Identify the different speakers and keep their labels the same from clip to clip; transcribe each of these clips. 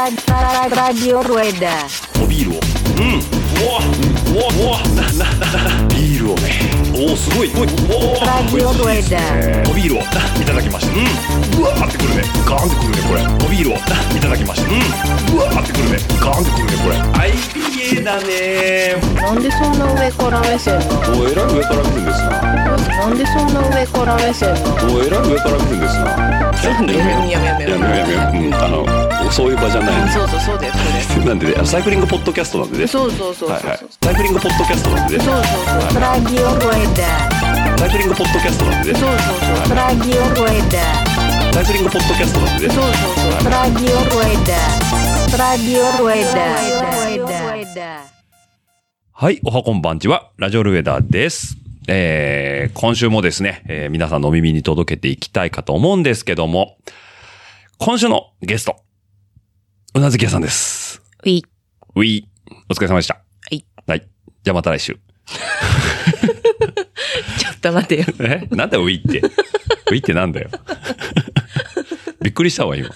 Speaker 1: Radio Rueda.
Speaker 2: おビールをうんうわうわうわななななビールをねおおすごいおいお
Speaker 1: Radio
Speaker 2: お
Speaker 1: Rueda.
Speaker 2: おビールをないただきましたうんうわーってくるねガーンってくるねこれおビールをないただきましたうんうわーってくるねガーンってくるねこれ IPA だね
Speaker 3: なんでそんな上から目線なの
Speaker 2: おえらい上から来るんですな
Speaker 3: なんでそんな上から目線なの
Speaker 2: おえらい上から来るんですなちょっとねやめようやめようやめようやめよううんあのそういう場じゃないです
Speaker 3: そうそうそうだよそ
Speaker 2: なんでねあのサイクリングポッドキャストなんでね
Speaker 3: れそうそうそうそう
Speaker 2: はい
Speaker 3: そう
Speaker 2: はいサイクリングポッドキャストなんでね
Speaker 3: そうそうそう
Speaker 1: Radio Rueda.
Speaker 2: サイクリングポッドキャストなんでね
Speaker 3: そうそうそう
Speaker 1: Radio Rueda.
Speaker 2: サイクリングポッドキャストなんでね
Speaker 3: そうそうそう
Speaker 1: Radio Rueda. Radio Rueda. Radio Rueda.
Speaker 2: はい、おはこんばんちは、ラジオルエダーです。えー、今週もですね、えー皆さんのお耳に届けていきたいかと思うんですけども、今週のゲスト、うなずき屋さんです。
Speaker 3: うい。
Speaker 2: ウィー、お疲れ様でした。はいはい。じゃあまた来週。
Speaker 3: ちょっと 待てよ
Speaker 2: えなんだよ、ウィーって。ウィーってなん だよ。びっくりしたわ、今。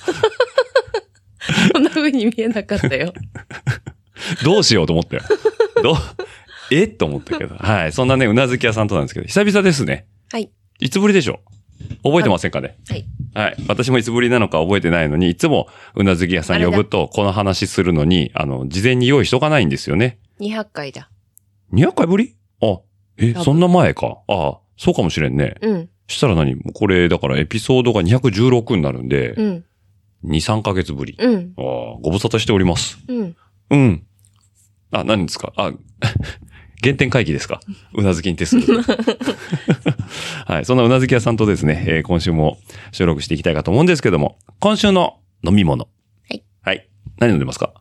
Speaker 3: こんな風に見えなかった よ
Speaker 2: どうしようと思ったよ。 どう、えと思ったけど。はい。そんなね、うなずき屋さんとなんですけど、久々ですね。
Speaker 3: はい
Speaker 2: いつぶりでしょう覚えてませんかね
Speaker 3: はい
Speaker 2: はい。私もいつぶりなのか覚えてないのに、いつもうなずき屋さん呼ぶと、この話するのに、あの、事前に用意しとかないんですよね。
Speaker 3: 200回だ
Speaker 2: 200回ぶりあ、え、
Speaker 3: 多分
Speaker 2: そんな前か。ああ、そうかもしれんね。
Speaker 3: うん
Speaker 2: したら何もうこれ、だからエピソードが216になるんで、
Speaker 3: うん
Speaker 2: 2、3ヶ月ぶり。
Speaker 3: うん
Speaker 2: ああ、ご無沙汰しております。
Speaker 3: うん
Speaker 2: うん。あ、何ですかあ、 原点会議ですかうなずきに徹する。 はい。そんなうなずき屋さんとですね、えー今週も収録していきたいかと思うんですけども、今週の飲み物。
Speaker 3: はい。
Speaker 2: はい。何飲んでますか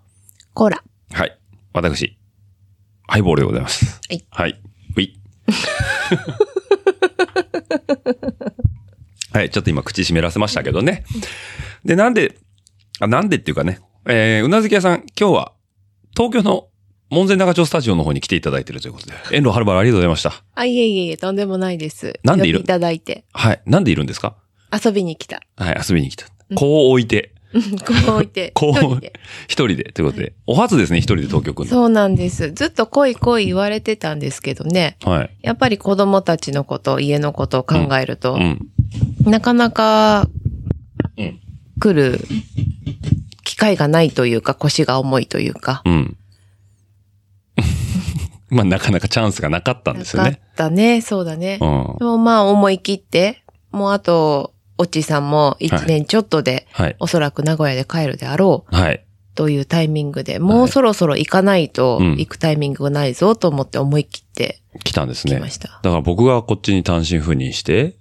Speaker 3: コーラ
Speaker 2: はい。私、ハイボールでございます。
Speaker 3: はい。
Speaker 2: はい。うい。はい。ちょっと今口湿らせましたけどね。で、なんで、あ、なんでっていうかね、えー、うなずき屋さん、今日は東京の門前仲町スタジオの方に来ていただいているということで、遠路はるばるありがとうございました。
Speaker 3: あいえいえいえとんでもないです
Speaker 2: なんでいる
Speaker 3: 呼んいただいて
Speaker 2: はい。なんでいるんですか
Speaker 3: 遊びに来た
Speaker 2: はい、遊びに来た。こう置いて、
Speaker 3: うんこう置いて
Speaker 2: こう
Speaker 3: 一人で
Speaker 2: 一人で、ということで、お初ですね、一人で東京くんの。
Speaker 3: そうなんですずっと来い来い言われてたんですけどね
Speaker 2: はい。
Speaker 3: やっぱり子供たちのこと、家のことを考えると
Speaker 2: う、ん。
Speaker 3: なかなか
Speaker 2: うん、
Speaker 3: 来る機会がないというか、腰が重いというか、
Speaker 2: うん。 まあ、なかなかチャンスがなかったんですよ
Speaker 3: なか
Speaker 2: ね。
Speaker 3: ったね、そうだね
Speaker 2: う。ん
Speaker 3: で。もまあ思い切って、もうあと、おちさんも一年ちょっとで、
Speaker 2: はい。
Speaker 3: おそらく名古屋で帰るであろう
Speaker 2: はい。
Speaker 3: というタイミング
Speaker 2: は
Speaker 3: で、もう
Speaker 2: い
Speaker 3: そろそろ行かないと、
Speaker 2: うん
Speaker 3: 行くタイミングがないぞと思って思い切って
Speaker 2: 来たんです
Speaker 3: 来
Speaker 2: ね。
Speaker 3: ま
Speaker 2: だ
Speaker 3: した。
Speaker 2: から僕がこっちに単身赴任して、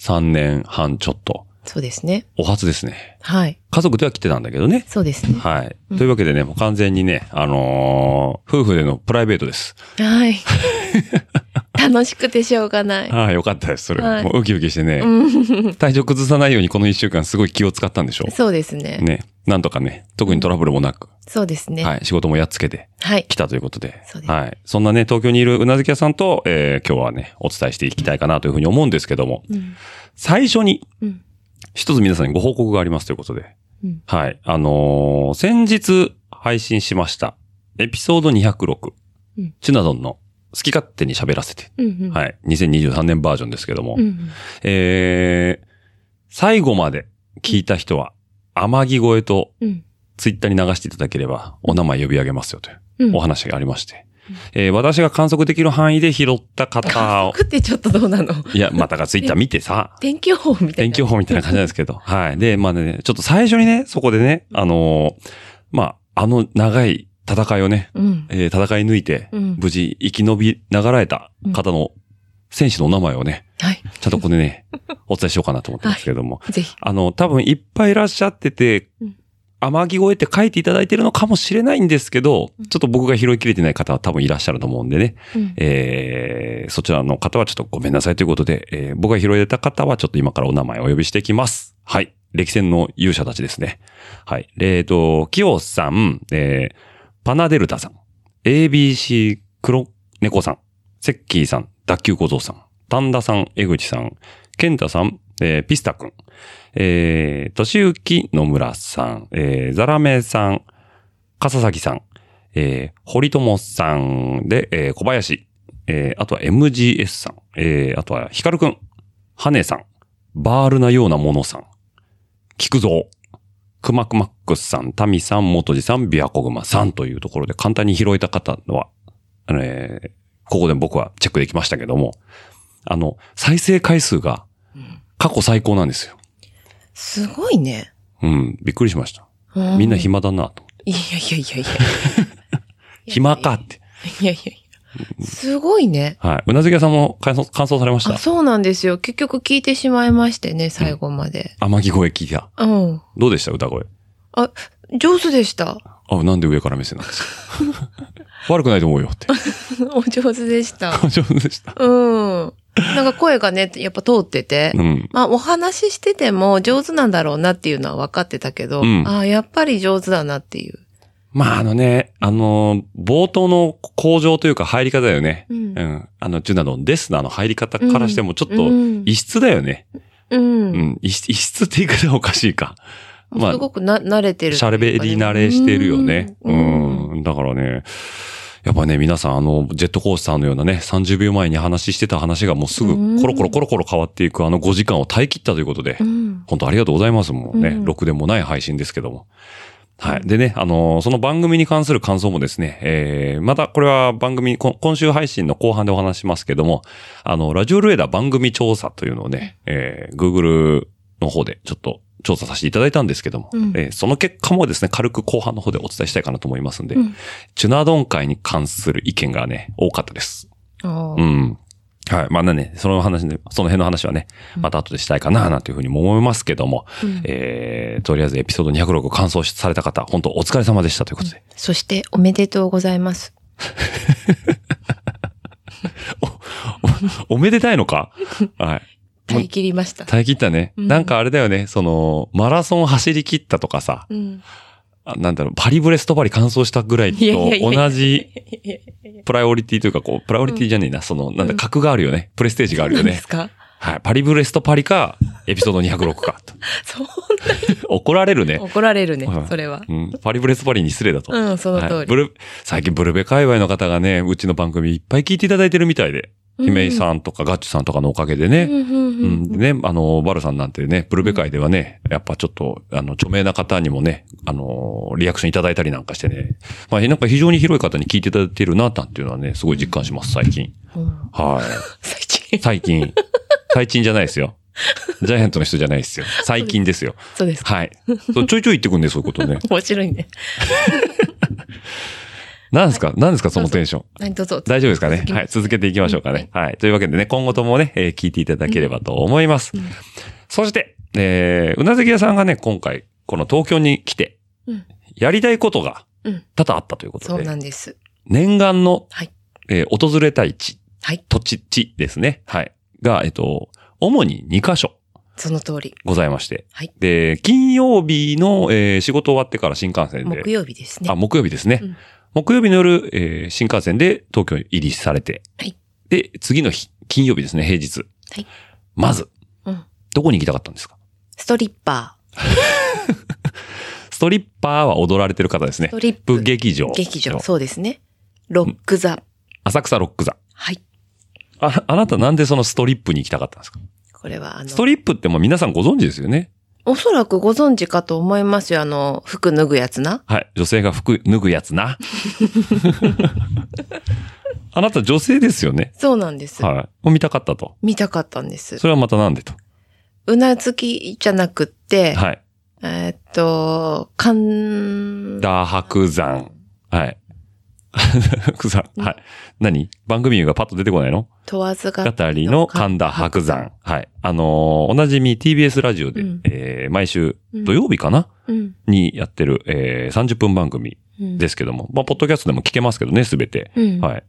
Speaker 2: 3年半ちょっと。
Speaker 3: そうですね。
Speaker 2: お初ですね。
Speaker 3: はい。
Speaker 2: 家族では来てたんだけどね。
Speaker 3: そうですね。
Speaker 2: はい。
Speaker 3: うん
Speaker 2: というわけでね、もう完全にね、あのー夫婦でのプライベートです。
Speaker 3: はい。楽しくてしょうがない。
Speaker 2: はい、よかったです。それ。
Speaker 3: はい
Speaker 2: もうウキウキしてね、
Speaker 3: うん
Speaker 2: 体調崩さないようにこの1週間すごい気を使ったんでしょ
Speaker 3: そうですね。
Speaker 2: ね。なんとかね、特にトラブルもなく、
Speaker 3: そうですね。
Speaker 2: はい、仕事もやっつけて。
Speaker 3: はい。
Speaker 2: 来たということで。
Speaker 3: そうです
Speaker 2: はい。そんなね、東京にいるうなずき屋さんと、えー今日はね、お伝えしていきたいかなというふうに思うんですけども、
Speaker 3: うん。
Speaker 2: 最初に、
Speaker 3: うん。
Speaker 2: 一つ皆さんにご報告がありますということで。
Speaker 3: うん
Speaker 2: はい。あのー先日配信しました、エピソード206、
Speaker 3: うん
Speaker 2: チュナドンの好き勝手に喋らせて、
Speaker 3: うんうん。
Speaker 2: はい。2023年バージョンですけども、
Speaker 3: うん。
Speaker 2: えー、最後まで聞いた人は、天城越えと
Speaker 3: うん。
Speaker 2: ツイッターに流していただければ、お名前呼び上げますよという。
Speaker 3: うん。
Speaker 2: お
Speaker 3: は
Speaker 2: 話がありまして、えー私が観測できる範囲で拾った方を、
Speaker 3: ってちょっとどうな の、
Speaker 2: いや、またがツイッター見てさ
Speaker 3: 天気予報みたいな。
Speaker 2: 天気予報みたいな感じなんですけど、はい。で、まあね、ちょっと最初にね、そこでね、あのーまあ、あの長い戦いをね、
Speaker 3: うん。
Speaker 2: えー戦い抜いて、
Speaker 3: うん
Speaker 2: 無事生き延びながらえた方の、選手のお名前をね、
Speaker 3: はい。
Speaker 2: ちゃんとここでね、お伝えしようかなと思ってますけれども、
Speaker 3: ぜひ。
Speaker 2: あの、多分いっぱいいらっしゃってて
Speaker 3: うん、
Speaker 2: 天城越えって書いていただいてるのかもしれないんですけど
Speaker 3: うん、
Speaker 2: ちょっと僕が拾いきれてない方は多分いらっしゃると思うんでね、
Speaker 3: うん
Speaker 2: えー、そちらの方はちょっとごめんなさいということで、えー僕が拾えた方はちょっと今からお名前をお呼びしていきます。はい。歴戦の勇者たちですね。はい。えーと、キヨさん、えー、パナデルタさん、ABC 黒猫さん、セッキーさん、脱臼小僧さん、丹田さん、江口さん、健太さん、えーピスタ君、えー、としゆき野村さん、えー、ザラメさん、笠崎さん、えー、堀友さんで、えー、小林、えー、あとは MGS さん、えー、あとはヒカルくん、ハネさん、バールなようなものさん、菊蔵、くまくまっくすさん、タミさん、もとじさん、ビアコグマさんというところで簡単に拾えた方は、あのえーここで僕はチェックできましたけども、あの、再生回数が過去最高なんですよ。
Speaker 3: すごいね。
Speaker 2: うん、びっくりしました。
Speaker 3: う
Speaker 2: みんない暇だなと思って。
Speaker 3: やいやいやいや。
Speaker 2: 暇かって。
Speaker 3: いやいやいや。すごいね。
Speaker 2: はい。うなずき屋さんも感想感想されまし
Speaker 3: あ、
Speaker 2: た。
Speaker 3: そうなんですよ。結局聞いてしまいましてね、最後まで。
Speaker 2: 天城声聞いた。
Speaker 3: うん。
Speaker 2: どうでした歌声。
Speaker 3: あ、上手でした。
Speaker 2: あ、なんで上から目線なんですか 悪くないと思うよ って。
Speaker 3: お上手でした。
Speaker 2: 上手でした。
Speaker 3: うん。なんか声がね、やっぱ通ってて。
Speaker 2: うん。
Speaker 3: まあ、お話ししてても上手なんだろうなっていうのは分かってたけど、
Speaker 2: うん
Speaker 3: ああ、やっぱり上手だなっていう。
Speaker 2: まあ、あのね、あのー冒頭の向上というか入り方だよね。
Speaker 3: うん
Speaker 2: う。ん。あの、ジュナのデスナの入り方からしてもちょっ
Speaker 3: う
Speaker 2: と、
Speaker 3: ん
Speaker 2: 異質だよね。う
Speaker 3: う。
Speaker 2: んん。異質異質って言い方はおかしいか。まあ
Speaker 3: すごくな、慣れてる
Speaker 2: シャレベリ慣れしてるよね。う
Speaker 3: うん。
Speaker 2: ん。だからね、やっぱね、皆さん、あの、ジェットコースターのようなね、30秒前に話してた話がもうす
Speaker 3: うん
Speaker 2: ぐ、コロコロコロコロ変わっていくあの5時間を耐え切ったということで
Speaker 3: う、ん。
Speaker 2: 本当ありがとうございます。もうね、
Speaker 3: うん
Speaker 2: ろくでもない配信ですけども。はい。でね、あのーその番組に関する感想もですね、えー、またこれは番組、こん今週配信の後半でお話しますけども、あの、ラジオルエダ番組調査というのをね、えー、Google の方でちょっと調査させていただいたんですけども、
Speaker 3: うん
Speaker 2: えーその結果もですね、軽く後半の方でお伝えしたいかなと思いますんで、
Speaker 3: うん
Speaker 2: チュナドン会に関する意見がね、多かったです。
Speaker 3: あ
Speaker 2: う
Speaker 3: あ
Speaker 2: ん。はい。まあね、その話ね、その辺の話はね、また後でしたいかな、なんていうふうにも思いますけども、
Speaker 3: うん
Speaker 2: えー、とりあえずエピソード206完走された方、本当お疲れ様でしたということで。
Speaker 3: そして、おめでとうございます。
Speaker 2: おおめでたいのか はい。
Speaker 3: 耐え切りました。
Speaker 2: 耐え切ったね。
Speaker 3: うん
Speaker 2: なんかあれだよね、その、マラソン走り切ったとかさ、
Speaker 3: うん。
Speaker 2: あなんだろう、パリブレストバリ完走したぐらいと
Speaker 3: いやいやいやいや
Speaker 2: 同じプライオリティというか、こう、プライオリティじゃねえな、その、なんだ、格があるよね。プレステージがあるよ
Speaker 3: 何で
Speaker 2: ね
Speaker 3: す。か
Speaker 2: はい。パリブレストパリか、エピソード206か と。
Speaker 3: そん
Speaker 2: 怒られるね
Speaker 3: な。怒られるね
Speaker 2: うん、
Speaker 3: それは。
Speaker 2: うん、パリブレスパリに失礼だと。
Speaker 3: うん、その
Speaker 2: は
Speaker 3: 通
Speaker 2: い、ブ
Speaker 3: り。
Speaker 2: ル最近ブルベ界隈の方がね、うちの番組いっぱい聞いていただいてるみたいで、
Speaker 3: うん
Speaker 2: 姫井さんとかガッチュさんとかのおかげで
Speaker 3: うん
Speaker 2: ね、
Speaker 3: うん
Speaker 2: う
Speaker 3: うんん
Speaker 2: でね、あの、バルさんなんてね、ブルベ界ではね、やっぱちょっと、あの、著名な方にもね、あの、リアクションいただいたりなんかしてね、まあ、なんか非常に広い方に聞いていただいてるな、なんていうのはね、すごい実感します、最近。
Speaker 3: うん
Speaker 2: はい。
Speaker 3: 最近。
Speaker 2: 最近。最近じゃないですよ。ジャイアントの人じゃないですよ。最近ですよ。
Speaker 3: そうですか。
Speaker 2: はい。そうちょいちょい言ってくんで、そういうことね。
Speaker 3: 面白いね。
Speaker 2: 何ですか何ですかそのテンション。
Speaker 3: 何どうぞ。
Speaker 2: 大丈夫ですかね
Speaker 3: 続きま
Speaker 2: はい。続けていきましょうかね。はい。というわけでね、今後ともね、えー聞いていただければと思います。そして、えー、うなずき屋さんがね、今回、この東京に来て
Speaker 3: うん、
Speaker 2: やりたいことが
Speaker 3: うん、
Speaker 2: 多々あったということ
Speaker 3: そう
Speaker 2: で、
Speaker 3: なんです。
Speaker 2: 念願の
Speaker 3: はい、
Speaker 2: えー訪れたい地、
Speaker 3: はい
Speaker 2: 土地、地ですね。はい。が、えっと、主に2カ所
Speaker 3: その通り。
Speaker 2: ございまして
Speaker 3: はい、
Speaker 2: で、金曜日の、えー仕事終わってから新幹線で
Speaker 3: 木、曜日ですね
Speaker 2: あ、。木曜日ですね。
Speaker 3: うん
Speaker 2: 木曜日の夜、えー新幹線で東京に入りされて、
Speaker 3: はい
Speaker 2: で、次の日、金曜日ですね、平日。
Speaker 3: はい
Speaker 2: まず、
Speaker 3: うん
Speaker 2: どこに行きたかったんですか
Speaker 3: ストリッパ
Speaker 2: ストリッパーは踊られてる方です
Speaker 3: ー。
Speaker 2: ね
Speaker 3: ス。トリッ
Speaker 2: ブ
Speaker 3: プ
Speaker 2: 劇場。
Speaker 3: 劇場。そうですね。ロックザ。
Speaker 2: 浅草ロック座。
Speaker 3: はい。
Speaker 2: あ、あなたなんでそのストリップに行きたかったんですか
Speaker 3: これは、あの
Speaker 2: ス、トリップってもう皆さんご存知ですよね。
Speaker 3: おそらくご存知かと思いますよ。あの、服脱ぐやつな。
Speaker 2: はい。女性が服脱ぐやつ な。あなた女性ですよね。
Speaker 3: そうなんです。
Speaker 2: はい。を見たかったと。
Speaker 3: 見たかったんです。
Speaker 2: それはまたなんでと。
Speaker 3: うなずきじゃなくって、
Speaker 2: はい。
Speaker 3: えーっと、かん、
Speaker 2: ダ白山。はい。白山。はい。何番組名がパッと出てこないの
Speaker 3: 問わずが
Speaker 2: あたりの神田白山。はい。あのーおなじみ TBS ラジオで、
Speaker 3: うん
Speaker 2: えー毎週
Speaker 3: うん
Speaker 2: 土曜日かな、
Speaker 3: うん。
Speaker 2: にやってる、えー30分番組
Speaker 3: うん
Speaker 2: ですけども。まあ、ポッドキャストでも聞けますけどね、すべて。
Speaker 3: うん。
Speaker 2: はい。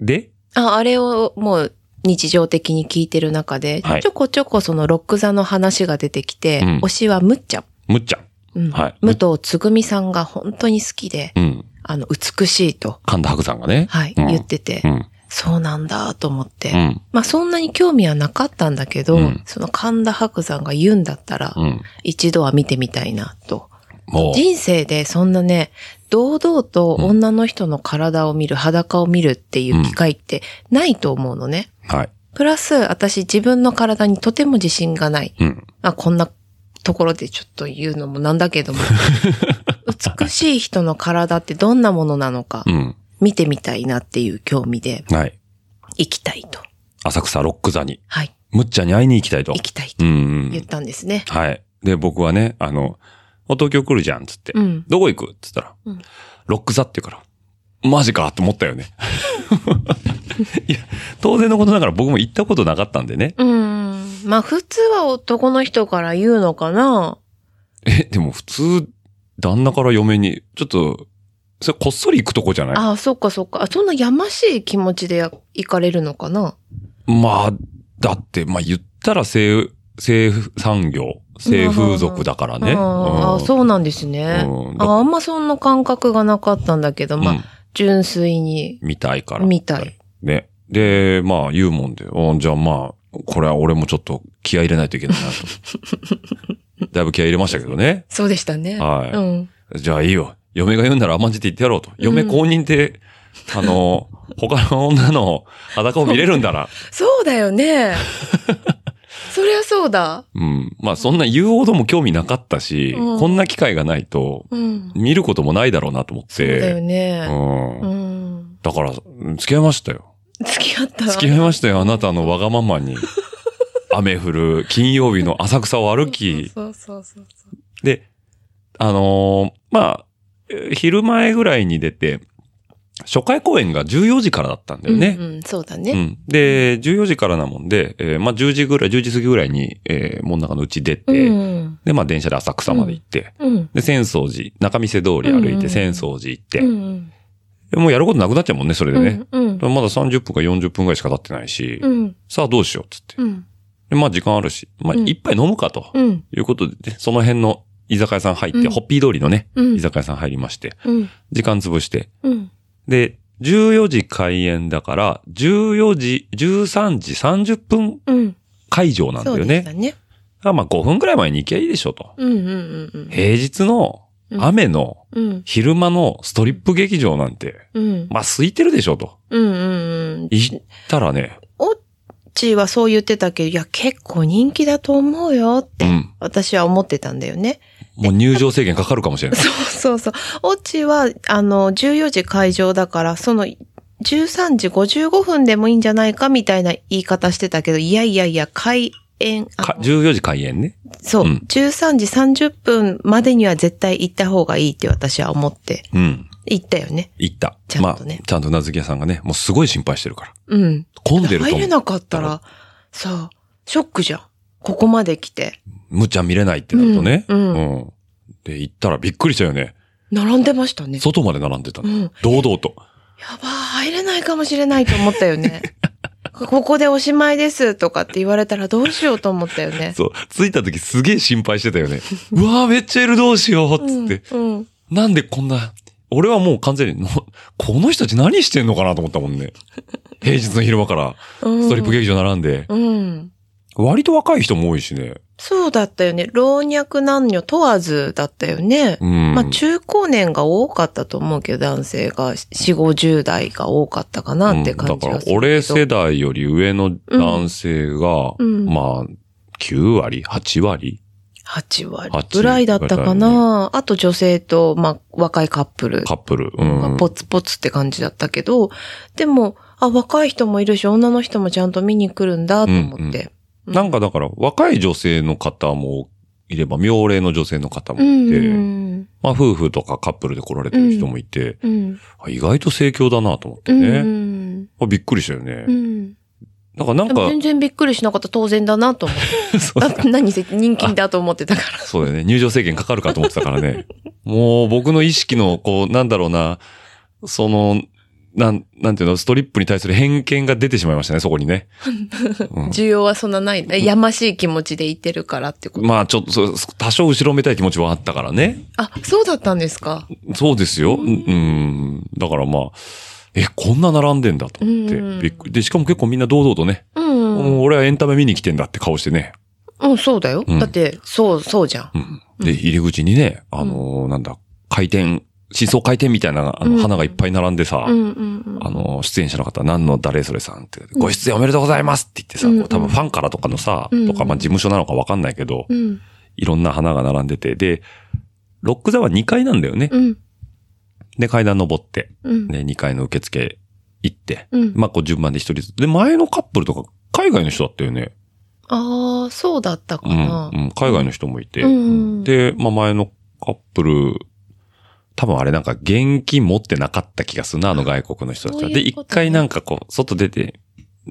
Speaker 2: で、
Speaker 3: あ、あれをもう日常的に聞いてる中で
Speaker 2: はい、
Speaker 3: ちょこちょこそのロック座の話が出てきて、
Speaker 2: うん
Speaker 3: 推しはむっちゃん。
Speaker 2: むっちゃん。
Speaker 3: うん
Speaker 2: はい
Speaker 3: 武藤つぐみさんが本当に好きで、
Speaker 2: うん。
Speaker 3: あの、美しいと、
Speaker 2: 神田白山がね。
Speaker 3: はい、
Speaker 2: うん
Speaker 3: 言ってて、
Speaker 2: うん。
Speaker 3: そうなんだと思って。
Speaker 2: うん。
Speaker 3: まあそんなに興味はなかったんだけど、
Speaker 2: うん
Speaker 3: その神田伯山が言うんだったら、
Speaker 2: うん。
Speaker 3: 一度は見てみたいなと。
Speaker 2: もう、
Speaker 3: 人生でそんなね、堂々と女の人の体を見る、裸を見るっていう機会ってないと思うのね。
Speaker 2: はい。
Speaker 3: プラス、私自分の体にとても自信がない。
Speaker 2: うん。
Speaker 3: まあ、こんなところでちょっと言うのもなん だけども。美しい人の体ってどんなものなのか
Speaker 2: う、ん。
Speaker 3: 見てみたいなっていう興味で、
Speaker 2: はい。
Speaker 3: 行きたいと。
Speaker 2: 浅草ロック座に、
Speaker 3: はい。
Speaker 2: むっちゃんに会いに行きたいと
Speaker 3: 行。きたいと
Speaker 2: うんう
Speaker 3: 言っ
Speaker 2: ん。
Speaker 3: たんですね。
Speaker 2: はい。で、僕はね、あの、お東京来るじゃん、つって。
Speaker 3: うん。
Speaker 2: どこ行くっつったら、
Speaker 3: うん
Speaker 2: ロック座って言うから、マジかって思ったよね。 いや、当然のことながら僕も行ったことなかったんでね。
Speaker 3: うん。まあ、普通は男の人から言うのかな
Speaker 2: え、でも普通、旦那から嫁に、ちょっと、それこっそり行くとこじゃない
Speaker 3: ああ、そっかそっか。あ、そんなやましい気持ちでや行かれるのかな
Speaker 2: まあ、だって、まあ言ったら性、性産業、性風俗だからね。
Speaker 3: ああああ、
Speaker 2: う
Speaker 3: そうなんですね。
Speaker 2: うん
Speaker 3: あああんまそんな感覚がなかったんだけど、
Speaker 2: ん
Speaker 3: まあ、
Speaker 2: うん
Speaker 3: 純粋に。
Speaker 2: 見たいから。
Speaker 3: 見たい。
Speaker 2: ね。で、まあ言うもんで、おじゃあまあ、これは俺もちょっと気合い入れないといけないなと。 だいぶ気合い入れましたけどね。
Speaker 3: そうでしたね。
Speaker 2: はい
Speaker 3: うん。
Speaker 2: じゃあいいよ。嫁が言うんなら甘んじて言ってやろうと。嫁公認って、あの、他の女の裸を見れるんだ な。
Speaker 3: そうだ よね。そりゃそうだ。
Speaker 2: うん。まあそんな言うほども興味なかったし、
Speaker 3: うん
Speaker 2: こんな機会がないと、
Speaker 3: うん。
Speaker 2: 見ることもないだろうなと思っ
Speaker 3: そうだよ
Speaker 2: て。
Speaker 3: ね。
Speaker 2: う。
Speaker 3: うんん。
Speaker 2: だから、うん付き合いました よ。
Speaker 3: 付き合った
Speaker 2: 付き合いましたよ。あなたのわがままに。雨降る金曜日の浅草を歩き。
Speaker 3: そうそうそうそう。
Speaker 2: で、あのーまあ、えー昼前ぐらいに出て、初回公演が14時からだったんだよね。
Speaker 3: うんうん、そうだ
Speaker 2: う
Speaker 3: ね。
Speaker 2: ん。で、14時からなもんで、えーまあ10時ぐらい、10時過ぎぐらいに、えー、門中のうち出て、
Speaker 3: うん。
Speaker 2: で、まあ電車で浅草まで行って、
Speaker 3: うん。
Speaker 2: で、浅草寺、中見世通り歩
Speaker 3: う
Speaker 2: い
Speaker 3: んう
Speaker 2: て
Speaker 3: ん
Speaker 2: 浅草寺行って、
Speaker 3: うん。
Speaker 2: でもうやることなくなっちゃうもんね、それでね。
Speaker 3: うん。
Speaker 2: まだ30分か40分ぐらいしか経ってないし、
Speaker 3: うん。
Speaker 2: さあどうしようっつって。
Speaker 3: うん。
Speaker 2: でまあ時間あるし、まあ
Speaker 3: うん
Speaker 2: 一杯飲むかと、
Speaker 3: うん。
Speaker 2: いうことで、ね、その辺の居酒屋さん入って、
Speaker 3: うん
Speaker 2: ホッピー通りのね、
Speaker 3: うん
Speaker 2: 居酒屋さん入りまして、
Speaker 3: うん。
Speaker 2: 時間潰して、
Speaker 3: うん。
Speaker 2: で、14時開演だから、14時、13時30分
Speaker 3: うん。
Speaker 2: 会場なんだ
Speaker 3: そ
Speaker 2: よ
Speaker 3: うで
Speaker 2: ね
Speaker 3: し。たね。
Speaker 2: だからまあ5分くらい前に行きゃいいでしょと。
Speaker 3: うんうんうんうん。
Speaker 2: 平日の
Speaker 3: うん
Speaker 2: 雨の
Speaker 3: うん。
Speaker 2: 昼間のストリップ劇場なんて、
Speaker 3: うん。
Speaker 2: まあ空いてるでしょと。
Speaker 3: うんうんうん。
Speaker 2: 行ったらね、
Speaker 3: オッチーはそう言ってたけど、いや、結構人気だと思うよっ
Speaker 2: う
Speaker 3: て、
Speaker 2: ん。
Speaker 3: 私は思ってたんだよね。
Speaker 2: もう入場制限かかるかもしれない。
Speaker 3: そうそうそう。オチは、あの、14時会場だから、その、13時55分でもいいんじゃないかみたいな言い方してたけど、いやいやいや、開演、あの
Speaker 2: か14時開演ね。
Speaker 3: そう、
Speaker 2: うん
Speaker 3: 13時30分までには絶対行った方がいいって私は思って、
Speaker 2: うん。
Speaker 3: 行ったよね。
Speaker 2: 行った。
Speaker 3: ちゃんとね
Speaker 2: まあ、ちゃんと名付け屋さんがね、もうすごい心配してるから。
Speaker 3: うん。
Speaker 2: 混んでると
Speaker 3: 入
Speaker 2: 思
Speaker 3: れ
Speaker 2: う。
Speaker 3: なかったら、さあ、ショックじゃん。ここまで来て。
Speaker 2: むっちゃん見れないってなるとね。
Speaker 3: うんう
Speaker 2: うんで、行ったらびっくりしたよね。
Speaker 3: 並んでましたね。
Speaker 2: 外まで並んでた
Speaker 3: う
Speaker 2: の。
Speaker 3: ん。
Speaker 2: 堂々と。
Speaker 3: やばー、入れないかもしれないと思った よね。ここでおしまいですとかって言われたらどうしようと思ったよね。
Speaker 2: そう。着いた時すげえ心配してたよね。 うわーめっちゃいるどうしようっつって。
Speaker 3: うん。うん
Speaker 2: なんでこんな、俺はもう完全に、の この人たち何してんのかなと思ったもん ね。平日の昼間から、
Speaker 3: うん
Speaker 2: ストリップ劇場並んで。
Speaker 3: うん。
Speaker 2: 割と若い人も多いしね。
Speaker 3: そうだったよね。老若男女問わずだったよね。
Speaker 2: うん。
Speaker 3: まあ中高年が多かったと思うけど、男性が4、50代が多かったかなって感じ
Speaker 2: うんだ
Speaker 3: がす
Speaker 2: から、
Speaker 3: るけど。
Speaker 2: 俺世代より上の男性が、
Speaker 3: うん
Speaker 2: まあ、9割 ?8 割
Speaker 3: 8割
Speaker 2: 8
Speaker 3: ぐらいだったか
Speaker 2: ぐらい
Speaker 3: な。あと女性と、まあ若いカップル
Speaker 2: カップル。うん。
Speaker 3: ポツポツって感じだったけど、でも、あ、若い人もいるし、女の人もちゃんと見に来るんだと思って。うん
Speaker 2: なんかだから、若い女性の方もいれば、妙齢の女性の方も
Speaker 3: う
Speaker 2: い
Speaker 3: ん。
Speaker 2: て、
Speaker 3: うん。
Speaker 2: まあ夫婦とかカップルで来られてる人もいて、
Speaker 3: うん。
Speaker 2: あ意外と盛況だなと思って
Speaker 3: う
Speaker 2: ね。
Speaker 3: ん。
Speaker 2: あびっくりしたよね。
Speaker 3: うん。
Speaker 2: だからなん
Speaker 3: でも
Speaker 2: か、
Speaker 3: 全然びっくりしなかった。当然だなと 思って。
Speaker 2: そう
Speaker 3: だって何せ人気だと思ってた から。
Speaker 2: そうだよね。入場制限かかるかと思ってたから ね。もう僕の意識の、こう、なんだろうな、その、なん、なんていうの、ストリップに対する偏見が出てしまいましたね、そこにね。うん
Speaker 3: 需要はそんなない。やましい気持ちで言ってるからってこと。
Speaker 2: まあちょっとそう、多少後ろめたい気持ちはあったからね。
Speaker 3: あ、そうだったんですか。
Speaker 2: そうですよ。う
Speaker 3: うん
Speaker 2: ん。だからまあ、え、こんな並んでんだと思って、
Speaker 3: うん
Speaker 2: びっくり。で、しかも結構みんな堂々とね、
Speaker 3: うんう。
Speaker 2: もうん俺はエンタメ見に来てんだって顔してね。
Speaker 3: うん、そうだよ。
Speaker 2: うん
Speaker 3: だって、そう、そうじゃん。
Speaker 2: うん。で、入り口にね、あのーなんだ、回転、真相回転みたいな、あ
Speaker 3: う
Speaker 2: の、
Speaker 3: ん
Speaker 2: 花がいっぱい並んでさ、
Speaker 3: うんうんうん。
Speaker 2: あの、出演者の方、何の誰それさんって、ご出演おめでとうございますって言ってさ、
Speaker 3: うん
Speaker 2: こう多分ファンからとかのさ、
Speaker 3: うん
Speaker 2: とか、まあ事務所なのかわかんないけど、
Speaker 3: うん。
Speaker 2: いろんな花が並んでて、で、ロック座は2階なんだよね。
Speaker 3: うん。
Speaker 2: で、階段登って、
Speaker 3: うん。
Speaker 2: ね、2階の受付行って、
Speaker 3: うん。
Speaker 2: まあこう順番で1人ずつ。で、前のカップルとか、海外の人だったよね。
Speaker 3: ああ、そうだったか
Speaker 2: うん、う
Speaker 3: な。
Speaker 2: ん、海外の人もいて。
Speaker 3: うん
Speaker 2: で、まあ前のカップル、多分あれなんか現金持ってなかった気がするな、あの外国の人たち
Speaker 3: そ
Speaker 2: は。
Speaker 3: ういう
Speaker 2: で、一
Speaker 3: ことね
Speaker 2: 回なんかこう、外出て、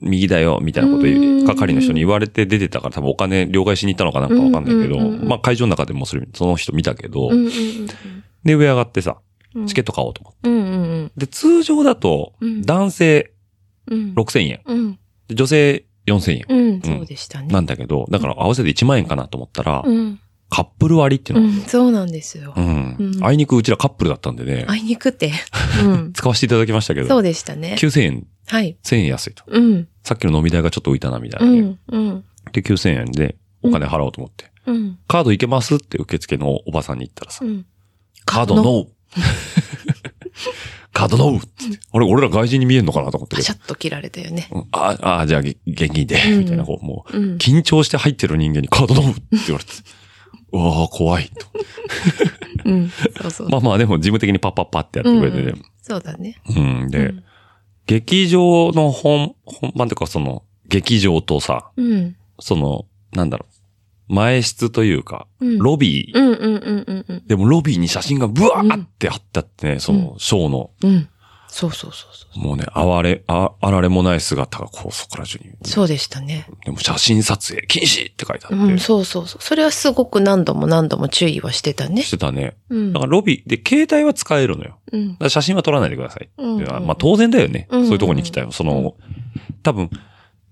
Speaker 2: 右だよ、みたいなこと
Speaker 3: うん
Speaker 2: 係の人に言われて出てたから、多分お金両替しに行ったのかなんかわかんないけど、
Speaker 3: うん
Speaker 2: まあ会場の中でもそれ、その人見たけど、
Speaker 3: うんうん
Speaker 2: で、上上がってさ、
Speaker 3: うん。
Speaker 2: チケッ
Speaker 3: ト。
Speaker 2: ト買おうと思って。
Speaker 3: うんうんうん。
Speaker 2: で、通常だと
Speaker 3: うん、
Speaker 2: 男性
Speaker 3: うん。
Speaker 2: 6000円、
Speaker 3: うん。
Speaker 2: で女性4000円
Speaker 3: うん。そうでしたね。
Speaker 2: なんだけど、だから合わせて1万円かなと思ったら、
Speaker 3: うん。
Speaker 2: カップル割っていう
Speaker 3: う
Speaker 2: のが
Speaker 3: ん。そうなんですよ
Speaker 2: う。ん
Speaker 3: うん
Speaker 2: あいにくうちらカップルだったんでね、
Speaker 3: あいにくって。うん。
Speaker 2: 使わせていただきましたけど、
Speaker 3: そうでしたね。
Speaker 2: 9000円、
Speaker 3: はい。
Speaker 2: 1000円安いと。
Speaker 3: うん。
Speaker 2: さっきの飲み代がちょっと浮いたな、みたい
Speaker 3: う
Speaker 2: なね、
Speaker 3: ん。うん。
Speaker 2: で、9000円でお金払おうと思って。
Speaker 3: うん。
Speaker 2: カードいけますって受付のおばさんに言ったらさ、
Speaker 3: うん。
Speaker 2: カードノー カードノーってってあれ、俺ら外人に見えんのかなと思って
Speaker 3: パシャッと切られたよね。
Speaker 2: うんああ、じゃあ、げ現金で、
Speaker 3: うん
Speaker 2: みたいな、こう、もう、
Speaker 3: うん。
Speaker 2: 緊張して入ってる人間にカード飲むって言わ れて、うわあ、怖いと。
Speaker 3: うん。そうそう。
Speaker 2: まあまあ、でも事務的にパッパッパってやってくれてね。
Speaker 3: そうだね。
Speaker 2: うん、で、
Speaker 3: うん
Speaker 2: 劇場の本、本番というか、その、劇場とさ、
Speaker 3: うん。
Speaker 2: その、なんだろう、前室というか、
Speaker 3: うん
Speaker 2: ロビー、
Speaker 3: うんうんうんうんうん。
Speaker 2: でもロビーに写真がブワーってあったってね、その、ショーの、
Speaker 3: うん。そうそうそうそう。
Speaker 2: もうね、あわれ、あ、あられもない姿がこう、そこら中に。
Speaker 3: そうでしたね。
Speaker 2: でも写真撮影禁止って書いてあって、
Speaker 3: うん、そうそうそう。それはすごく何度も何度も注意はしてたね
Speaker 2: し。てたね。
Speaker 3: うん
Speaker 2: だからロビーで携帯は使えるのよ。
Speaker 3: うん
Speaker 2: だから写真は撮らないでください。
Speaker 3: うん
Speaker 2: っていうのはまあ当然だよね。
Speaker 3: うんうん
Speaker 2: そういうとこに来たよ。その、多分、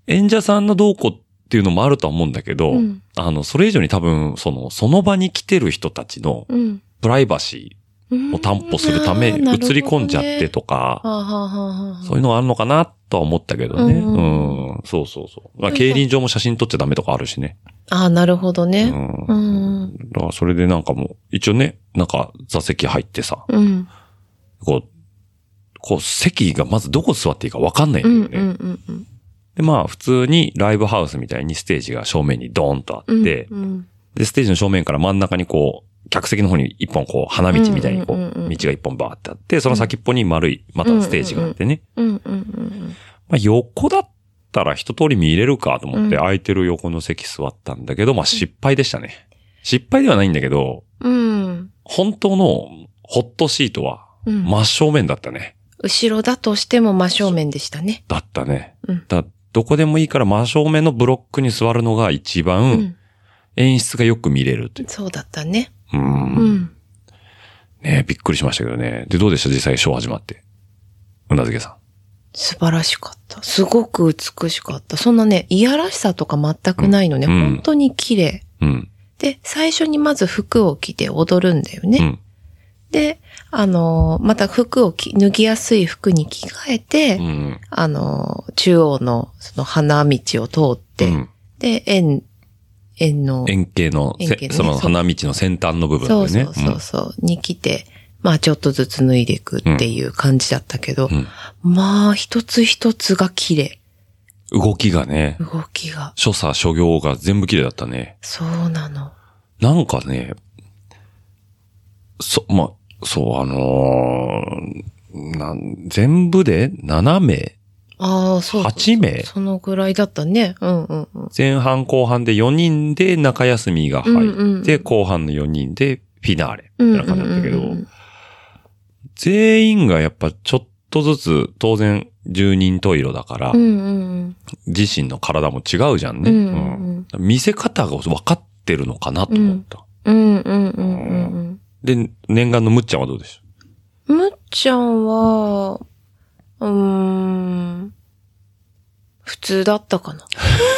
Speaker 2: 演者さんのどうこうっていうのもあるとは思うんだけど、
Speaker 3: うん
Speaker 2: あの、それ以上に多分、その、その場に来てる人たちの
Speaker 3: うん
Speaker 2: プライバシーを担保するため、映
Speaker 3: うんあー
Speaker 2: り込んじゃってと
Speaker 3: なるほど
Speaker 2: か、
Speaker 3: ねはあはあはあはあ
Speaker 2: そういうのがあるのかなとは思ったけどね。
Speaker 3: う
Speaker 2: うんん、そうそうそう。まあ、競輪場も写真撮っちゃダメとかあるしね。
Speaker 3: ああ、なるほど
Speaker 2: う
Speaker 3: ね。
Speaker 2: ん。
Speaker 3: う
Speaker 2: だ
Speaker 3: ん。
Speaker 2: から、それでなんかもう、一応ね、なんか座席入ってさ、
Speaker 3: うん。
Speaker 2: こう、こう席がまずどこ座っていいかわかんないん
Speaker 3: う
Speaker 2: だよね。
Speaker 3: ん。うん。うん。うん
Speaker 2: で、まあ普通にライブハウスみたいにステージが正面にドーンとあって、
Speaker 3: うん。
Speaker 2: で、
Speaker 3: うん
Speaker 2: ステージの正面から真ん中にこう、客席の方に一本こう、花道みたいにこ
Speaker 3: うんうんうんう
Speaker 2: う、道
Speaker 3: ん
Speaker 2: が一本バーってあって、その先っぽに丸い、またステージがあってね。
Speaker 3: うん。うん。うん
Speaker 2: まあ横だったら一通り見れるかと思って、
Speaker 3: うん
Speaker 2: 空いてる横の席座ったんだけど、まあ失敗でしたね。失敗ではないんだけど、
Speaker 3: うん。
Speaker 2: 本当のホットシートは
Speaker 3: うん。
Speaker 2: 真正面だったね。
Speaker 3: 後ろだとしても真正面でしたね。
Speaker 2: だったね。
Speaker 3: うん
Speaker 2: だどこでもいいから真正面のブロックに座るのが一番、
Speaker 3: うん。
Speaker 2: 演出がよく見れるっていう。
Speaker 3: そうだったね。
Speaker 2: う。
Speaker 3: うんん。
Speaker 2: ねびっくりしましたけどね。で、どうでした実際ショー始まって。うなずけさ
Speaker 3: 素晴らしかった。すごく美しかった。そんなね、いやらしさとか全くないのね。
Speaker 2: うん
Speaker 3: 本当に綺麗。
Speaker 2: ん。うん。
Speaker 3: で、最初にまず服を着て踊るんだよ
Speaker 2: う
Speaker 3: ね。
Speaker 2: ん。
Speaker 3: で、あのーまた服を着、脱ぎやすい服に着替えて、
Speaker 2: うん。
Speaker 3: あのー中央のその花道を通って、
Speaker 2: うん
Speaker 3: で、円、円の、
Speaker 2: 円形の、せ
Speaker 3: 円形ね
Speaker 2: その
Speaker 3: そう
Speaker 2: 花道の先端の部分
Speaker 3: そう
Speaker 2: でね。
Speaker 3: そうそうそう、に来て、まあちょっとずつ脱いでいくっていう感じだったけど、
Speaker 2: うん
Speaker 3: まあ一つ一つが綺麗。
Speaker 2: うん動きがね、
Speaker 3: 動きが。
Speaker 2: 所作、所業が全部綺麗だったね。
Speaker 3: そうなの。
Speaker 2: なんかね、そ、ま、そう、あのーなん、全部で7名
Speaker 3: ああ、そうそう。
Speaker 2: 八名
Speaker 3: そのぐらいだったね。うんうんうん。
Speaker 2: 前半後半で4人で中休みが入って、
Speaker 3: うんうんうん
Speaker 2: 後半の4人でフィナーレ、
Speaker 3: う
Speaker 2: み
Speaker 3: ん
Speaker 2: たいな感じだったけど、
Speaker 3: うんうんうん
Speaker 2: 全員がやっぱちょっとずつ、当然10人十色だから、
Speaker 3: うんうん
Speaker 2: 自身の体も違うじゃん
Speaker 3: うん。う
Speaker 2: ね。
Speaker 3: んう
Speaker 2: うん
Speaker 3: ん
Speaker 2: 見せ方が分かってるのかなと思った。
Speaker 3: うん。うんうんうんうんうん。
Speaker 2: で、念願のむっちゃんはどうでし
Speaker 3: むっちゃんは、うーん、普通だったかな。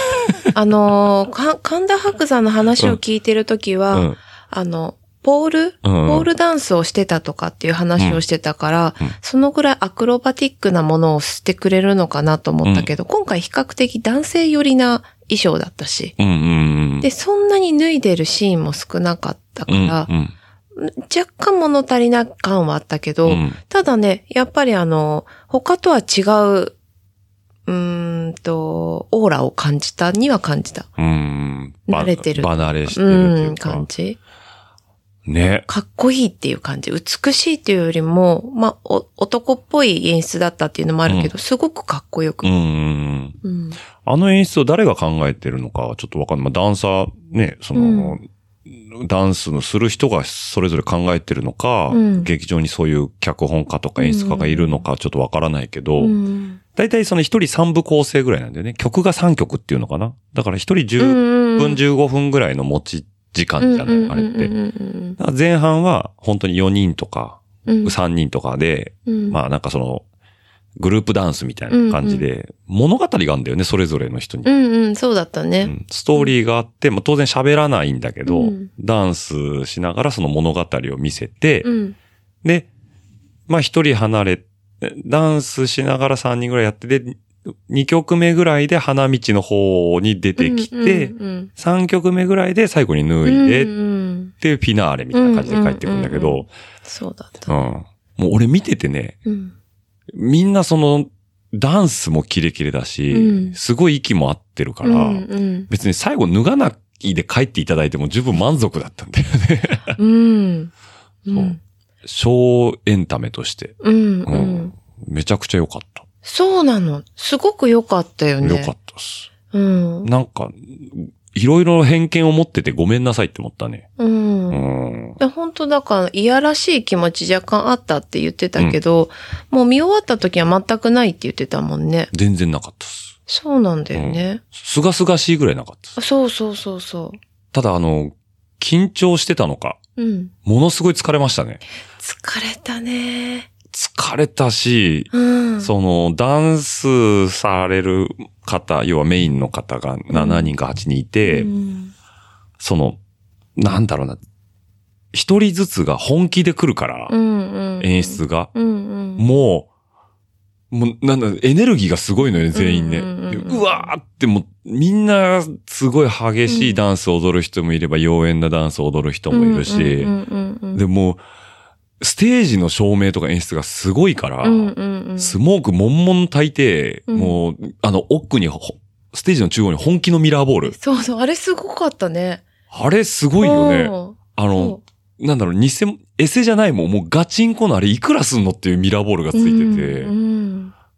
Speaker 3: あのー、か、神田伯山の話を聞いてるとき
Speaker 2: た
Speaker 3: は、
Speaker 2: うん。
Speaker 3: あの、ポール
Speaker 2: うん
Speaker 3: ポールダンスをしてたとかっていう話をしてたから、
Speaker 2: うんうん
Speaker 3: そのぐらいアクロバティックなものをしてくれるのかなと思ったけど、今回比較的男性寄りな衣装だったし、
Speaker 2: うんうんうん。
Speaker 3: で、そんなに脱いでるシーンも少なかったか
Speaker 2: うん、
Speaker 3: ら、
Speaker 2: うん。
Speaker 3: 若干物足りな感はあったけど、
Speaker 2: うん
Speaker 3: ただね、やっぱりあの、他とは違う、うーんと、オーラを感じたには感じた。
Speaker 2: うん。ば
Speaker 3: 慣れてる、
Speaker 2: 離れしてるっていううんか。
Speaker 3: 感じ。
Speaker 2: ね。
Speaker 3: かっこいいっていう感じ。美しいっていうよりも、まあ、お男っぽい演出だったっていうのもあるけど、すごくかっこよく。
Speaker 2: うんうんうん。
Speaker 3: うん
Speaker 2: あの演出を誰が考えてるのかはちょっとわかんない。まあ、ダンサー、ね、その、ダンスのする人がそれぞれ考えてるのか、
Speaker 3: うん
Speaker 2: 劇場にそういう脚本家とか演出家がいるのかちょっとわからないけど、
Speaker 3: うん
Speaker 2: 大体その一人三部構成ぐらいなんだよね。曲が三曲っていうのかな。だから一人
Speaker 3: うん
Speaker 2: 10
Speaker 3: うん
Speaker 2: 分15分ぐらいの持ち時間じゃない、あれって。
Speaker 3: て。
Speaker 2: だから前半は本当に4人とか3人とかで、
Speaker 3: ま
Speaker 2: まあなんかその、グループダンスみたいな感じで、物語があるんだよね、それぞれの人に。
Speaker 3: うんうん、そうだったね。
Speaker 2: うんストーリーがあって、まあ、当然喋らないんだけど、
Speaker 3: うん
Speaker 2: ダンスしながらその物語を見せて、
Speaker 3: うん。
Speaker 2: で、まあ一人離れ、ダンスしながら3人ぐらいやって、で、2曲目ぐらいで花道の方に出てきて、
Speaker 3: うんうんうん
Speaker 2: 3曲目ぐらいで最後に脱
Speaker 3: う
Speaker 2: い
Speaker 3: ん
Speaker 2: で、
Speaker 3: う
Speaker 2: っ
Speaker 3: ん
Speaker 2: ていうフィナーレみたいな感じで帰ってくるんだけ
Speaker 3: うんうん
Speaker 2: ど、
Speaker 3: うそうだった
Speaker 2: うん。。もう俺見ててね、
Speaker 3: うん
Speaker 2: みんなその、ダンスもキレキレだし、
Speaker 3: うん
Speaker 2: すごい息も合ってるから、
Speaker 3: うんうん
Speaker 2: 別に最後脱がないで帰っていただいても十分満足だったんだ よね。
Speaker 3: うん。う。
Speaker 2: そうん小エンタメとして。
Speaker 3: うん、
Speaker 2: う。
Speaker 3: うんん。
Speaker 2: めちゃくちゃ良かった。
Speaker 3: そうなの。すごく良かったよね。
Speaker 2: 良かったっす。
Speaker 3: うん。
Speaker 2: なんか、いろいろ偏見を持っててごめんなさいって思ったね。
Speaker 3: う。
Speaker 2: うんん。
Speaker 3: で本当だから、いやらしい気持ち若干あったって言ってたけど、もう見終わった時は全くないって言ってたもんね。
Speaker 2: 全然なかったっす。
Speaker 3: そうなんだよね。
Speaker 2: すがすがしいぐらいなかったっす。
Speaker 3: そうそうそうそ
Speaker 2: ただあの、緊張してたのか、
Speaker 3: う。うん。
Speaker 2: ものすごい疲れましたね。
Speaker 3: 疲れたね。
Speaker 2: 疲れたし、
Speaker 3: うん。
Speaker 2: その、ダンスされる方、要はメインの方が7人か8人いて、
Speaker 3: うん
Speaker 2: その、なんだろうな、一人ずつが本気で来るから、
Speaker 3: うんうん。
Speaker 2: 演。出が。
Speaker 3: うんうん。
Speaker 2: もう、もう、なんだ、エネルギーがすごいのよね、全員ね。
Speaker 3: うんうんうんうん
Speaker 2: うわーって、もう、みんな、すごい激しいダンスを踊る人もいれば、妖艶なダンスを踊る人もいるし
Speaker 3: う、んうんうんうん。
Speaker 2: でもう、ステージの照明とか演出がすごいから、
Speaker 3: うんうんうん。
Speaker 2: スモークもんもん焚いて、
Speaker 3: うん
Speaker 2: もう、あの、奥にほ、ステージの中央に本気のミラーボール。
Speaker 3: そうそう、あれすごかったね。
Speaker 2: あれす
Speaker 3: す
Speaker 2: ごいよね。あの、
Speaker 3: そ
Speaker 2: なんだろう、偽物、エセじゃないもん、もうガチンコのあれいくらすんのっていうミラーボールがつ
Speaker 3: う。
Speaker 2: いてて、
Speaker 3: うんうん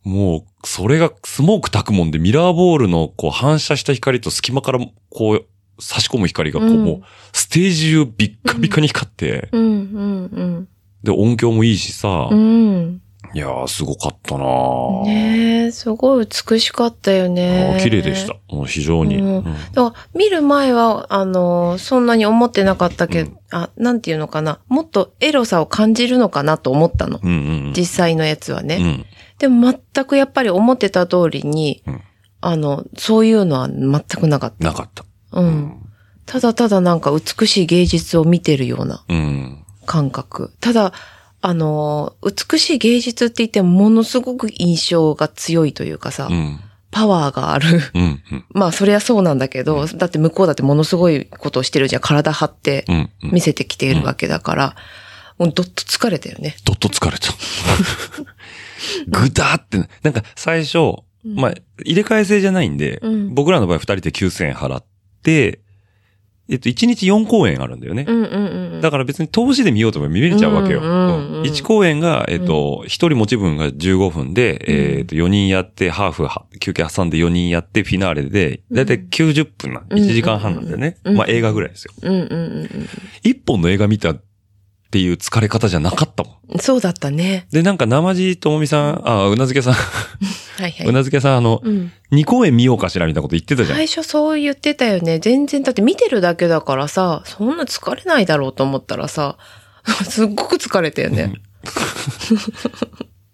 Speaker 2: もう、それがスモーク焚くもんで、ミラーボールのこう反射した光と隙間からこう差し込む光がこう、
Speaker 3: うん
Speaker 2: もう、ステージ中ビッカビカに光って、
Speaker 3: うんうん
Speaker 2: で、音響もいいしさ、
Speaker 3: うん。うん。
Speaker 2: いやー、すごかったなー、
Speaker 3: ねえ、すごい美しかったよ
Speaker 2: あ
Speaker 3: ね
Speaker 2: ー。綺麗でした。。もう非常に。
Speaker 3: うん
Speaker 2: うん
Speaker 3: だから見る前は、あの、そんなに思ってなかったけど、
Speaker 2: う
Speaker 3: あ、なんていうのかな。もっとエロさを感じるのかなと思ったの。
Speaker 2: うんうん
Speaker 3: 実際のやつは
Speaker 2: うん。
Speaker 3: ね。でも全くやっぱり思ってた通りに、
Speaker 2: うん
Speaker 3: あの、そういうのは全くなかっ
Speaker 2: なかった。
Speaker 3: た。うん。ただただなんか美しい芸術を見てるような
Speaker 2: うん。
Speaker 3: 感覚。ただ、あの、美しい芸術って言ってもものすごく印象が強いというかさ、
Speaker 2: うん。
Speaker 3: パワーがある。
Speaker 2: うん。うん。
Speaker 3: まあそりゃそうなんだけど、だって向こうだってものすごいことをしてるじゃん。体張って
Speaker 2: うん。うん
Speaker 3: 見せてきているわけだから、もうどっと疲れたよね。
Speaker 2: どっと疲れた。ぐだーってな、なんか最初、
Speaker 3: うん
Speaker 2: まあ、入れ替え制じゃないんで、
Speaker 3: うん
Speaker 2: 僕らの場合2人で9000円払って、えっと、1日4公演あるんだよね。
Speaker 3: うんうんうん。
Speaker 2: だから別に投資で見ようとも見れちゃうわけよ。
Speaker 3: うんうんうん
Speaker 2: 1公演が、えっと、1人持ち分が15分で、
Speaker 3: うん
Speaker 2: えっと、4人やって、ハーフは、休憩挟んで4人やって、フィナーレで、だいたい90分な、
Speaker 3: うん
Speaker 2: 1時間半なんだよね。
Speaker 3: うんうん
Speaker 2: まあ映画ぐらいですよ。
Speaker 3: うんうんうん
Speaker 2: 1本の映画見たっていう疲れ方じゃなかったもん。
Speaker 3: うん。そうだったね。
Speaker 2: で、なんか、生地ともみさん、あ、うなずけさん、
Speaker 3: はいは
Speaker 2: う
Speaker 3: い。
Speaker 2: なずけさん、あの、
Speaker 3: うん、
Speaker 2: 2公演見ようかしらみたいなこと言ってたじゃん。
Speaker 3: 最初そう言ってたよね。全然、だって見てるだけだからさ、そんな疲れないだろうと思ったらさ、 すっごく疲れたよ ね。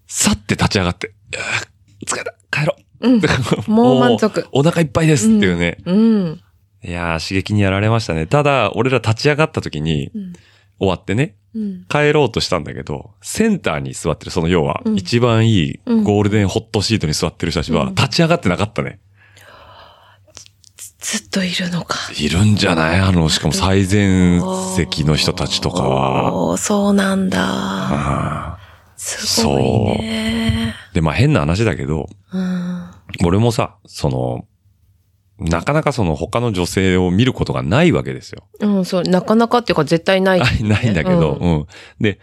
Speaker 2: さって立ち上がって、いやー疲れた、帰ろ
Speaker 3: うん。
Speaker 2: う。
Speaker 3: もう満足
Speaker 2: お腹いっぱいですっていうね。
Speaker 3: うん。
Speaker 2: いやー、刺激にやられましたね。ただ、俺ら立ち上がった時に、
Speaker 3: うん
Speaker 2: 終わってね、
Speaker 3: うん。
Speaker 2: 帰ろうとしたんだけど、センターに座ってる、その要は
Speaker 3: う、ん
Speaker 2: 一番いい
Speaker 3: うん
Speaker 2: ゴールデンホットシートに座ってる人たち
Speaker 3: う
Speaker 2: は
Speaker 3: ん
Speaker 2: 立ち上がってなかったね。
Speaker 3: ずっといるのか。
Speaker 2: いるんじゃないあの、しかも最前席の人たちとかは。
Speaker 3: おーそうなんだ。
Speaker 2: あ
Speaker 3: すごいね。
Speaker 2: ーで、まあ変な話だけど、
Speaker 3: うん。
Speaker 2: 俺もさ、その、なかなかその他の女性を見ることがないわけですよ。
Speaker 3: うん、そう、なかなかっていうか絶対ない。
Speaker 2: ないないんだけど、う、
Speaker 3: うん
Speaker 2: で、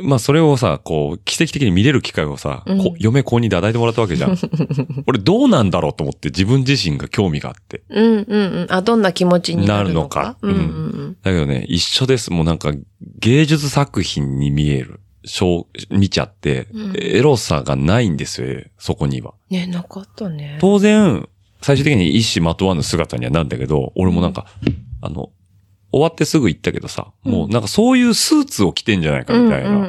Speaker 2: まあそれをさ、こう、奇跡的に見れる機会をさ、こ
Speaker 3: うん
Speaker 2: 嫁子に抱いてもらったわけじゃ ん。俺どうなんだろうと思って自分自身が興味があって。
Speaker 3: うんうんうん。あ、どんな気持ちになるのか。
Speaker 2: なるのか
Speaker 3: うんうん
Speaker 2: だけどね、一緒です。もうなんか芸術作品に見える。そう見ちゃって、
Speaker 3: うん
Speaker 2: エロさがないんですよ、そこには。
Speaker 3: ね、なかったね。
Speaker 2: 当然、最終的に一糸まとわぬ姿にはなるんだけど、俺もなんか、あの、終わってすぐ行ったけどさ、もうなんかそういうスーツを着てんじゃないかみたいな。
Speaker 3: うんうんう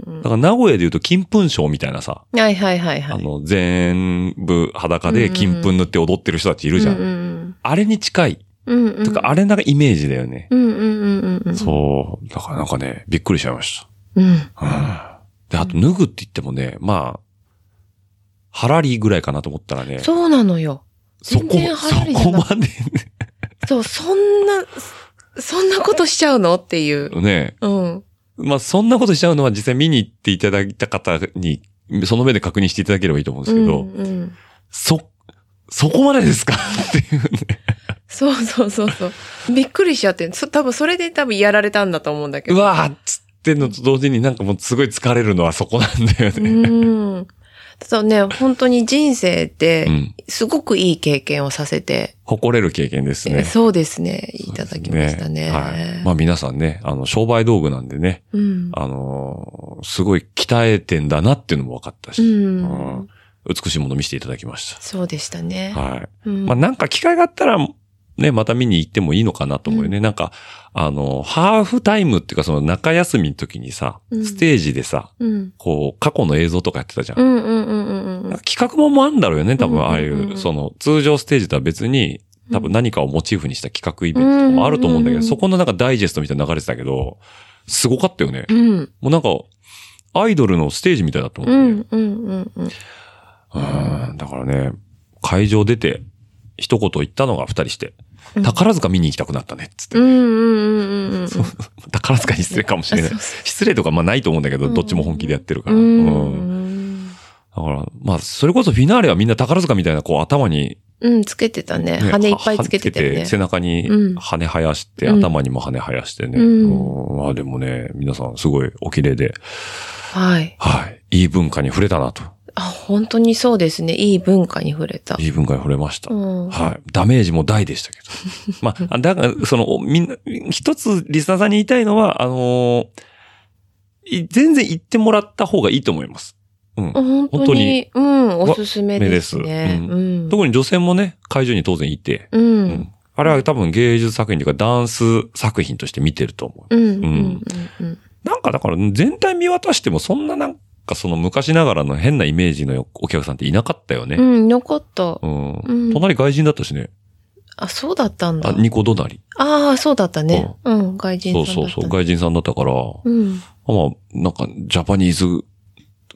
Speaker 3: んうん
Speaker 2: だから名古屋で言うと金粉賞みたいなさ、
Speaker 3: うん。はいはいはいは
Speaker 2: あ
Speaker 3: い。
Speaker 2: の、全部裸で金粉塗って踊ってる人たちいるじゃん。
Speaker 3: うん
Speaker 2: あれに近い。
Speaker 3: うんうん。
Speaker 2: とか、あれなんかイメージだよね。
Speaker 3: うんうんうんうん。
Speaker 2: そう。だからなんかね、びっくりしちゃいまし
Speaker 3: うん。うん。
Speaker 2: た。で、あと脱ぐって言ってもね、まあ、ハラリぐらいかなと思ったらね、
Speaker 3: そうなのよ。
Speaker 2: そ
Speaker 3: 全
Speaker 2: こ、
Speaker 3: 然
Speaker 2: そ
Speaker 3: ハラリじゃ
Speaker 2: こ
Speaker 3: な
Speaker 2: まで
Speaker 3: そう、そんな、そんなことしちゃうのっていう。
Speaker 2: ね、
Speaker 3: うん。
Speaker 2: まあそんなことしちゃうのは実際見に行っていただいた方に、その目で確認していただければいいと思うんですけど、
Speaker 3: うんうん
Speaker 2: そ、そこまでです かっていうね。
Speaker 3: そうそうそうそう。びっくりしちゃって、そ多分それで多分やられたんだと思うんだけ
Speaker 2: う
Speaker 3: ど。
Speaker 2: わーっつってんのと同時になんかもうすごい疲れるのはそこなんだよ
Speaker 3: う
Speaker 2: ね。
Speaker 3: ん。ただね、本当に人生って
Speaker 2: う、ん。
Speaker 3: すごくいい経験をさせて、
Speaker 2: 誇れる経験です
Speaker 3: え
Speaker 2: ね。
Speaker 3: そうですね、いただきましたね。
Speaker 2: はい。まあ皆さんね、あの、商売道具なんでね、
Speaker 3: うん。
Speaker 2: あのーすごい鍛えてんだなっていうのも分かったし、
Speaker 3: うん
Speaker 2: うん美しいもの見せていただきまし
Speaker 3: そうでした
Speaker 2: た。
Speaker 3: ね。
Speaker 2: はい。
Speaker 3: うん
Speaker 2: まあなんか機会があったら、ね、また見に行ってもいいのかなと思うよね。なんか、あの、ハーフタイムっていうかその中休みの時にさ、
Speaker 3: うん
Speaker 2: ステージでさ、
Speaker 3: うん。
Speaker 2: こう、過去の映像とかやってたじゃん。
Speaker 3: うんうんうんうんうん
Speaker 2: なんか企画もんもあるんだろうよね、多分
Speaker 3: うんうんうん
Speaker 2: ああいう、その、通常ステージとは別に、多分何かをモチーフにした企画イベントとかもあると思うんだけど、
Speaker 3: うん
Speaker 2: そこのなんかダイジェストみたいなの流れてたけど、すごかったよね。
Speaker 3: うん。うん。
Speaker 2: もうなんか、アイドルのステージみたいだと思
Speaker 3: う
Speaker 2: うんね。
Speaker 3: うんうんうん。
Speaker 2: うん、だからね、会場出て、一言言ったのが二人して、
Speaker 3: うん
Speaker 2: 宝塚見に行きたくなったね、つって
Speaker 3: う。んうんうんうんうん。
Speaker 2: そう宝塚に失礼かもしれない
Speaker 3: あそう。そ
Speaker 2: 失礼とかまあないと思うんだけど、
Speaker 3: うん
Speaker 2: どっちも本気でやってるか
Speaker 3: う
Speaker 2: ら。うん
Speaker 3: ん。
Speaker 2: だから、まあ、それこそフィナーレはみんな宝塚みたいな、こう頭に
Speaker 3: うん、つけてたね。
Speaker 2: ね
Speaker 3: 羽いっぱいつけてたよ
Speaker 2: は
Speaker 3: ね
Speaker 2: は。背中に
Speaker 3: うん
Speaker 2: 羽生やして、
Speaker 3: うん
Speaker 2: 頭にも羽生やしてね。
Speaker 3: うん
Speaker 2: うんまあでもね、皆さんすごいお綺麗で、
Speaker 3: はい。
Speaker 2: はい。いい文化に触れたなと。
Speaker 3: あ、本当にそうですね。いい文化に触れた。
Speaker 2: いい文化に触れました。
Speaker 3: うん。
Speaker 2: はい。ダメージも大でしたけ ど。まあ、だから、その、おみんな、一つリスナーさんに言いたいのは、あのーい全然言ってもらった方がいいと思います。うん。
Speaker 3: 本当に、うん、おすすめですね。
Speaker 2: 目です
Speaker 3: うん。
Speaker 2: 特に女性もね、会場に当然いて、
Speaker 3: う。
Speaker 2: うんあれは多分芸術作品というかダンス作品として見てると思
Speaker 3: うん。う
Speaker 2: う
Speaker 3: ん。うんん。うん。
Speaker 2: う。なんかだから全体見渡してもそんななんかその昔ながらの変なイメージのお客さんっていなかったよ
Speaker 3: う
Speaker 2: ね。
Speaker 3: ん、よかった
Speaker 2: う。ん。
Speaker 3: うん
Speaker 2: 隣外人だったしね。
Speaker 3: あ、そうだったんだ
Speaker 2: あ、。ニコ隣。
Speaker 3: ああ、そうだったね。うん、外人さ
Speaker 2: そ
Speaker 3: ん
Speaker 2: う
Speaker 3: だった。
Speaker 2: そうそう。外人さんだったから、
Speaker 3: うん。
Speaker 2: まあ、なんか、ジャパニーズ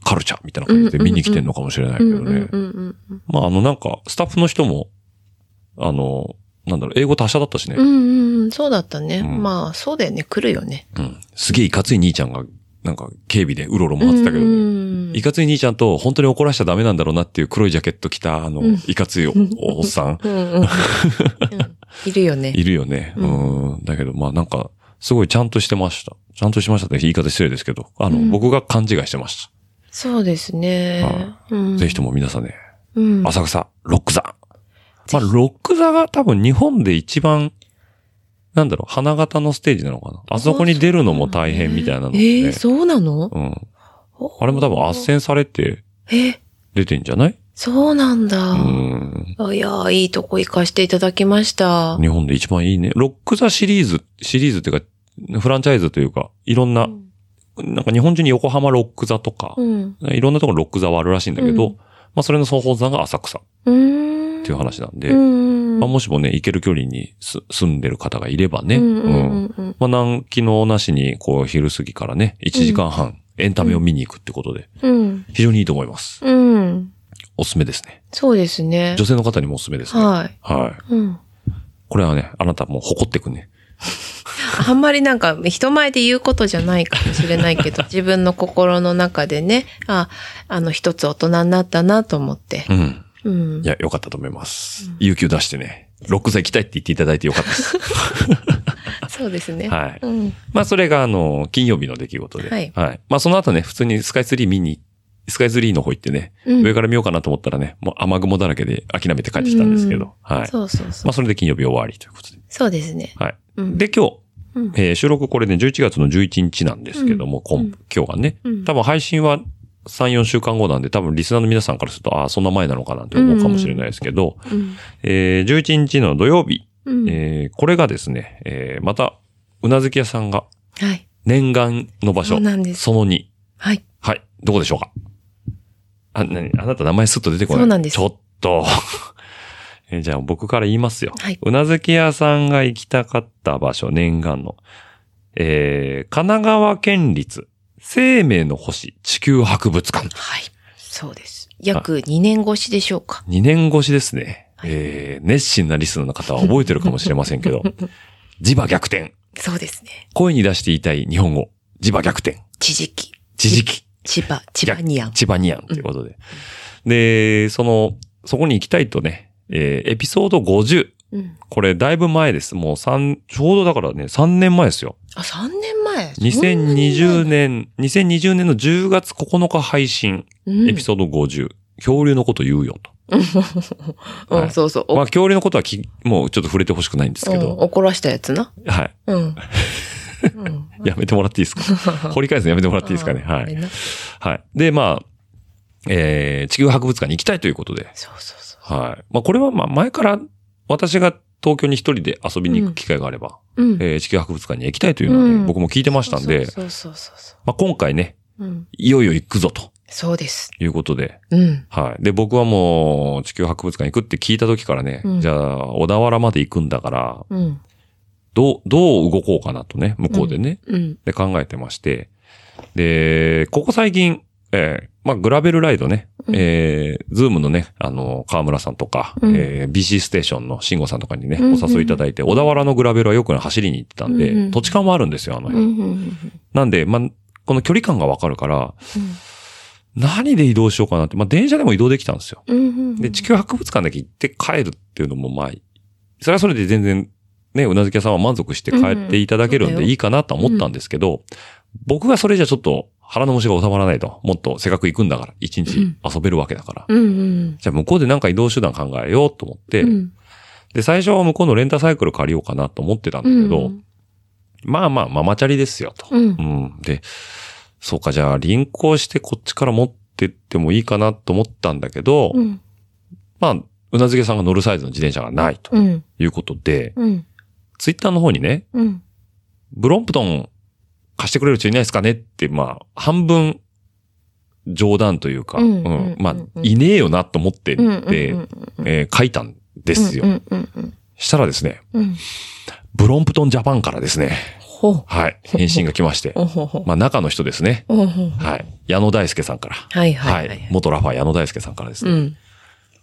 Speaker 2: カルチャーみたいな感じで見に来てんのかもしれないけ
Speaker 3: う
Speaker 2: ど
Speaker 3: んうんうん
Speaker 2: ね。
Speaker 3: うんうん。
Speaker 2: まあ、あの、なんか、スタッフの人も、あの、なんだろう、英語達者だったしね
Speaker 3: う。んうんうん、そうだったね。
Speaker 2: うん
Speaker 3: まあ、そうだよね。来るよね。
Speaker 2: うん。すげえいかつい兄ちゃんが、なんか、警備でうろうろ回ってたけど
Speaker 3: うん
Speaker 2: ね。
Speaker 3: うん
Speaker 2: いかつい兄ちゃんと、本当に怒らしちゃダメなんだろうなっていう黒いジャケット着た、あの
Speaker 3: うん、
Speaker 2: いかついお
Speaker 3: うん
Speaker 2: おっさん、
Speaker 3: うんうんうんうんいるよ ね。
Speaker 2: いるよね。
Speaker 3: う
Speaker 2: うん。だけど、まあ、なんか、すごいちゃんとしてました。ちゃんとしましたって言い方失礼ですけど、あの、
Speaker 3: うん
Speaker 2: 僕が勘違いしてまし
Speaker 3: そうですね
Speaker 2: は。
Speaker 3: う
Speaker 2: た。
Speaker 3: ん
Speaker 2: ぜひとも皆さんね、
Speaker 3: うん。
Speaker 2: 浅草、ロック座。まあ、
Speaker 3: ぜひ
Speaker 2: ロック座が多分日本で一番、なんだろう、花形のステージなのかな。あそこに出るのも大変みたいなので、
Speaker 3: ええー、そうなの
Speaker 2: うん。あれも多分斡旋されて
Speaker 3: え、
Speaker 2: 出てんじゃない
Speaker 3: そうなんだ
Speaker 2: う。ん。
Speaker 3: いやー、いいとこ行かしていただきました。
Speaker 2: 日本で一番いいね。ロック座シリーズ、シリーズっていうか、フランチャイズというか、いろんな、なんか日本中に横浜ロック座とか
Speaker 3: う、ん。
Speaker 2: いろんなところロック座はあるらしいんだけど、
Speaker 3: うん
Speaker 2: まあそれの総本山が浅草っ
Speaker 3: うーん。
Speaker 2: ていう話なんで、
Speaker 3: うんうんうん
Speaker 2: まあ、もしもね、行ける距離にす住んでる方がいればね、
Speaker 3: うんうんうんうん
Speaker 2: まあ、なん昨日なしに、こう、昼過ぎからね、1時間半、エンタメを見に行くってことで、
Speaker 3: うん。
Speaker 2: 非常にいいと思います。
Speaker 3: うん。
Speaker 2: おすすめですね。
Speaker 3: そうですね
Speaker 2: 女。性の方にもおすすめですね。
Speaker 3: はい。
Speaker 2: はい。
Speaker 3: うん。
Speaker 2: これはね、あなたもう誇ってくね。
Speaker 3: あんまりなんか人前で言うことじゃないかもしれないけ ど、自分の心の中でね、あ、あの一つ大人になったなと思って。
Speaker 2: うん。
Speaker 3: うん
Speaker 2: い。や、よかったと思います。有給出してね、ロック座行きたいって言っていただいてよかった です。
Speaker 3: そうですね。
Speaker 2: はい。
Speaker 3: うん。
Speaker 2: まあ、それが、あの、金曜日の出来事で。
Speaker 3: はい
Speaker 2: まあ、その後ね、普通にスカイツリー見に、スカイツリーの方行ってね、
Speaker 3: うん
Speaker 2: 上から見ようかなと思ったらね、もう雨雲だらけで諦めて帰ってきたんですけど、はい。
Speaker 3: そうそうそ
Speaker 2: ま
Speaker 3: う
Speaker 2: あ、。それで金曜日終わりということで。
Speaker 3: そうですね。
Speaker 2: はい。
Speaker 3: うん。
Speaker 2: で、今日、
Speaker 3: うん、
Speaker 2: えー収録これね、11月の11日なんですけども、今今日がね、
Speaker 3: うん
Speaker 2: 多分配信は3、4週間後なんで、多分リスナーの皆さんからすると、ああ、そんな前なのかなって思うかもしれないですけど、
Speaker 3: うん。
Speaker 2: えー11日の土曜日、
Speaker 3: うん。
Speaker 2: えーこれがですね、えーまた、うなずき屋さんが
Speaker 3: はい。
Speaker 2: 念願の場所、
Speaker 3: そうなんです
Speaker 2: その2。
Speaker 3: はい。
Speaker 2: はい、どこでしょうかあ、なに、あなた名前すっと出てこない。
Speaker 3: そうなんです
Speaker 2: ちょっと。 えーじゃあ僕から言いますよ。
Speaker 3: はいう
Speaker 2: なずき屋さんが行きたかった場所、念願の。えー、神奈川県立生命の星地球博物館。
Speaker 3: はい。そうです。約2年越しでしょうか。
Speaker 2: 2年越しですね。
Speaker 3: はい
Speaker 2: えー、熱心なリスナーの方は覚えてるかもしれませんけど、 磁場逆転。
Speaker 3: そうですね。
Speaker 2: 声に出して言いたい日本語。磁場逆転。
Speaker 3: 地磁気。
Speaker 2: 地磁気。
Speaker 3: 千葉、千葉ニアン。
Speaker 2: 千葉ニアンということで。で、その、そこに行きたいとね、えーエピソード50。
Speaker 3: うん。
Speaker 2: これ、だいぶ前です。もう三ちょうどだからね、3年前ですよ。
Speaker 3: あ、3年前。
Speaker 2: 2020年、2020年の10月9日配信、エピ
Speaker 3: ー
Speaker 2: ソード50。恐竜のこと言うよと。
Speaker 3: ドう
Speaker 2: は
Speaker 3: ん、
Speaker 2: い
Speaker 3: そうそう。お
Speaker 2: まあ、恐竜のことはき、もうちょっと触れてほしくないんですけ
Speaker 3: うん
Speaker 2: ど。
Speaker 3: 怒らしたやつな。
Speaker 2: はい。
Speaker 3: うん。うん
Speaker 2: やめてもらっていいですか 掘り返すのやめてもらっていいですかね。
Speaker 3: あー
Speaker 2: は
Speaker 3: あれ
Speaker 2: い。
Speaker 3: な
Speaker 2: はい。で、まあ、えー地球博物館に行きたいということで。
Speaker 3: そうそうそ
Speaker 2: はい。まあ、これはまあ前から私が東京に一人で遊びに行く機会があれば、
Speaker 3: う。うん。
Speaker 2: えー地球博物館に行きたいというのはね、
Speaker 3: うん
Speaker 2: 僕も聞いてましたんで、
Speaker 3: そうそうそうそ
Speaker 2: まあ、今回ね、
Speaker 3: う。うん。
Speaker 2: いよいよ行くぞと
Speaker 3: そうです。
Speaker 2: いうことで、
Speaker 3: うん。
Speaker 2: はい。で、僕はもう地球博物館行くって聞いた時からね、
Speaker 3: うん
Speaker 2: じゃあ小田原まで行くんだから、
Speaker 3: うん。
Speaker 2: どう、どう動こうかなとね、向こうでね、
Speaker 3: うん。
Speaker 2: で考えてまして、で、ここ最近、えーまあ、グラベルライドね、
Speaker 3: うん
Speaker 2: えーズームのね、あの、河村さんとか、
Speaker 3: うん
Speaker 2: えー BC ステーションの慎吾さんとかにね、
Speaker 3: うんうんうん
Speaker 2: お誘いいただいて、小田原のグラベルはよく走りに行ってたんで、
Speaker 3: うんうん
Speaker 2: 土地勘もあるんですよ、あの
Speaker 3: うんう
Speaker 2: 辺。
Speaker 3: んうん
Speaker 2: なんで、まあ、この距離感がわかるから、
Speaker 3: うん
Speaker 2: 何で移動しようかなって、まあ、電車でも移動できたんですよ。
Speaker 3: うんうん。
Speaker 2: で、地球博物館だけ行って帰るっていうのも、まあ、それはそれで全然、ね、うなずき屋さんは満足して帰っていただける
Speaker 3: うんんうんそう
Speaker 2: で
Speaker 3: だよ
Speaker 2: いいかなとは思ったんですけど、僕がそれじゃちょっと腹の虫が収まらないと、もっとせっかく行くんだから、一
Speaker 3: う
Speaker 2: 日
Speaker 3: ん
Speaker 2: 遊べるわけだから、
Speaker 3: うんうん。
Speaker 2: じゃあ向こうでなんか移動手段考えようと思って、
Speaker 3: うん
Speaker 2: で、最初は向こうのレンタサイクル借りようかなと思ってたんだ
Speaker 3: う
Speaker 2: け
Speaker 3: ん
Speaker 2: ど、まあまあ、ママチャリですよ、と。
Speaker 3: うん
Speaker 2: う。ん。で、そうか、じゃあ輪行してこっちから持ってってもいいかなと思ったんだけど、
Speaker 3: うん。
Speaker 2: まあ、うなずけさんが乗るサイズの自転車がないと
Speaker 3: うん。
Speaker 2: いうことで、
Speaker 3: うん。
Speaker 2: ツイッターの方にね、
Speaker 3: うん。
Speaker 2: ブロンプトン貸してくれる人いないですかねって、まあ、半分冗談というか、
Speaker 3: うんうん
Speaker 2: まあ
Speaker 3: うん、
Speaker 2: いねえよなと思って
Speaker 3: うん。うん。
Speaker 2: で
Speaker 3: うん、
Speaker 2: えー書いたんですよ。
Speaker 3: うんうんうん
Speaker 2: したらですね、
Speaker 3: うん。うん。
Speaker 2: ブロンプトンジャパンからですね、
Speaker 3: ほう。
Speaker 2: はい、返信が来ま して、
Speaker 3: おほほ。
Speaker 2: まあ、中の人ですね、
Speaker 3: おほほ。
Speaker 2: はい、矢野大輔さんから、
Speaker 3: はいは
Speaker 2: はいい。
Speaker 3: はい。
Speaker 2: 元ラファー矢野大輔さんからです
Speaker 3: う
Speaker 2: ね。
Speaker 3: ん。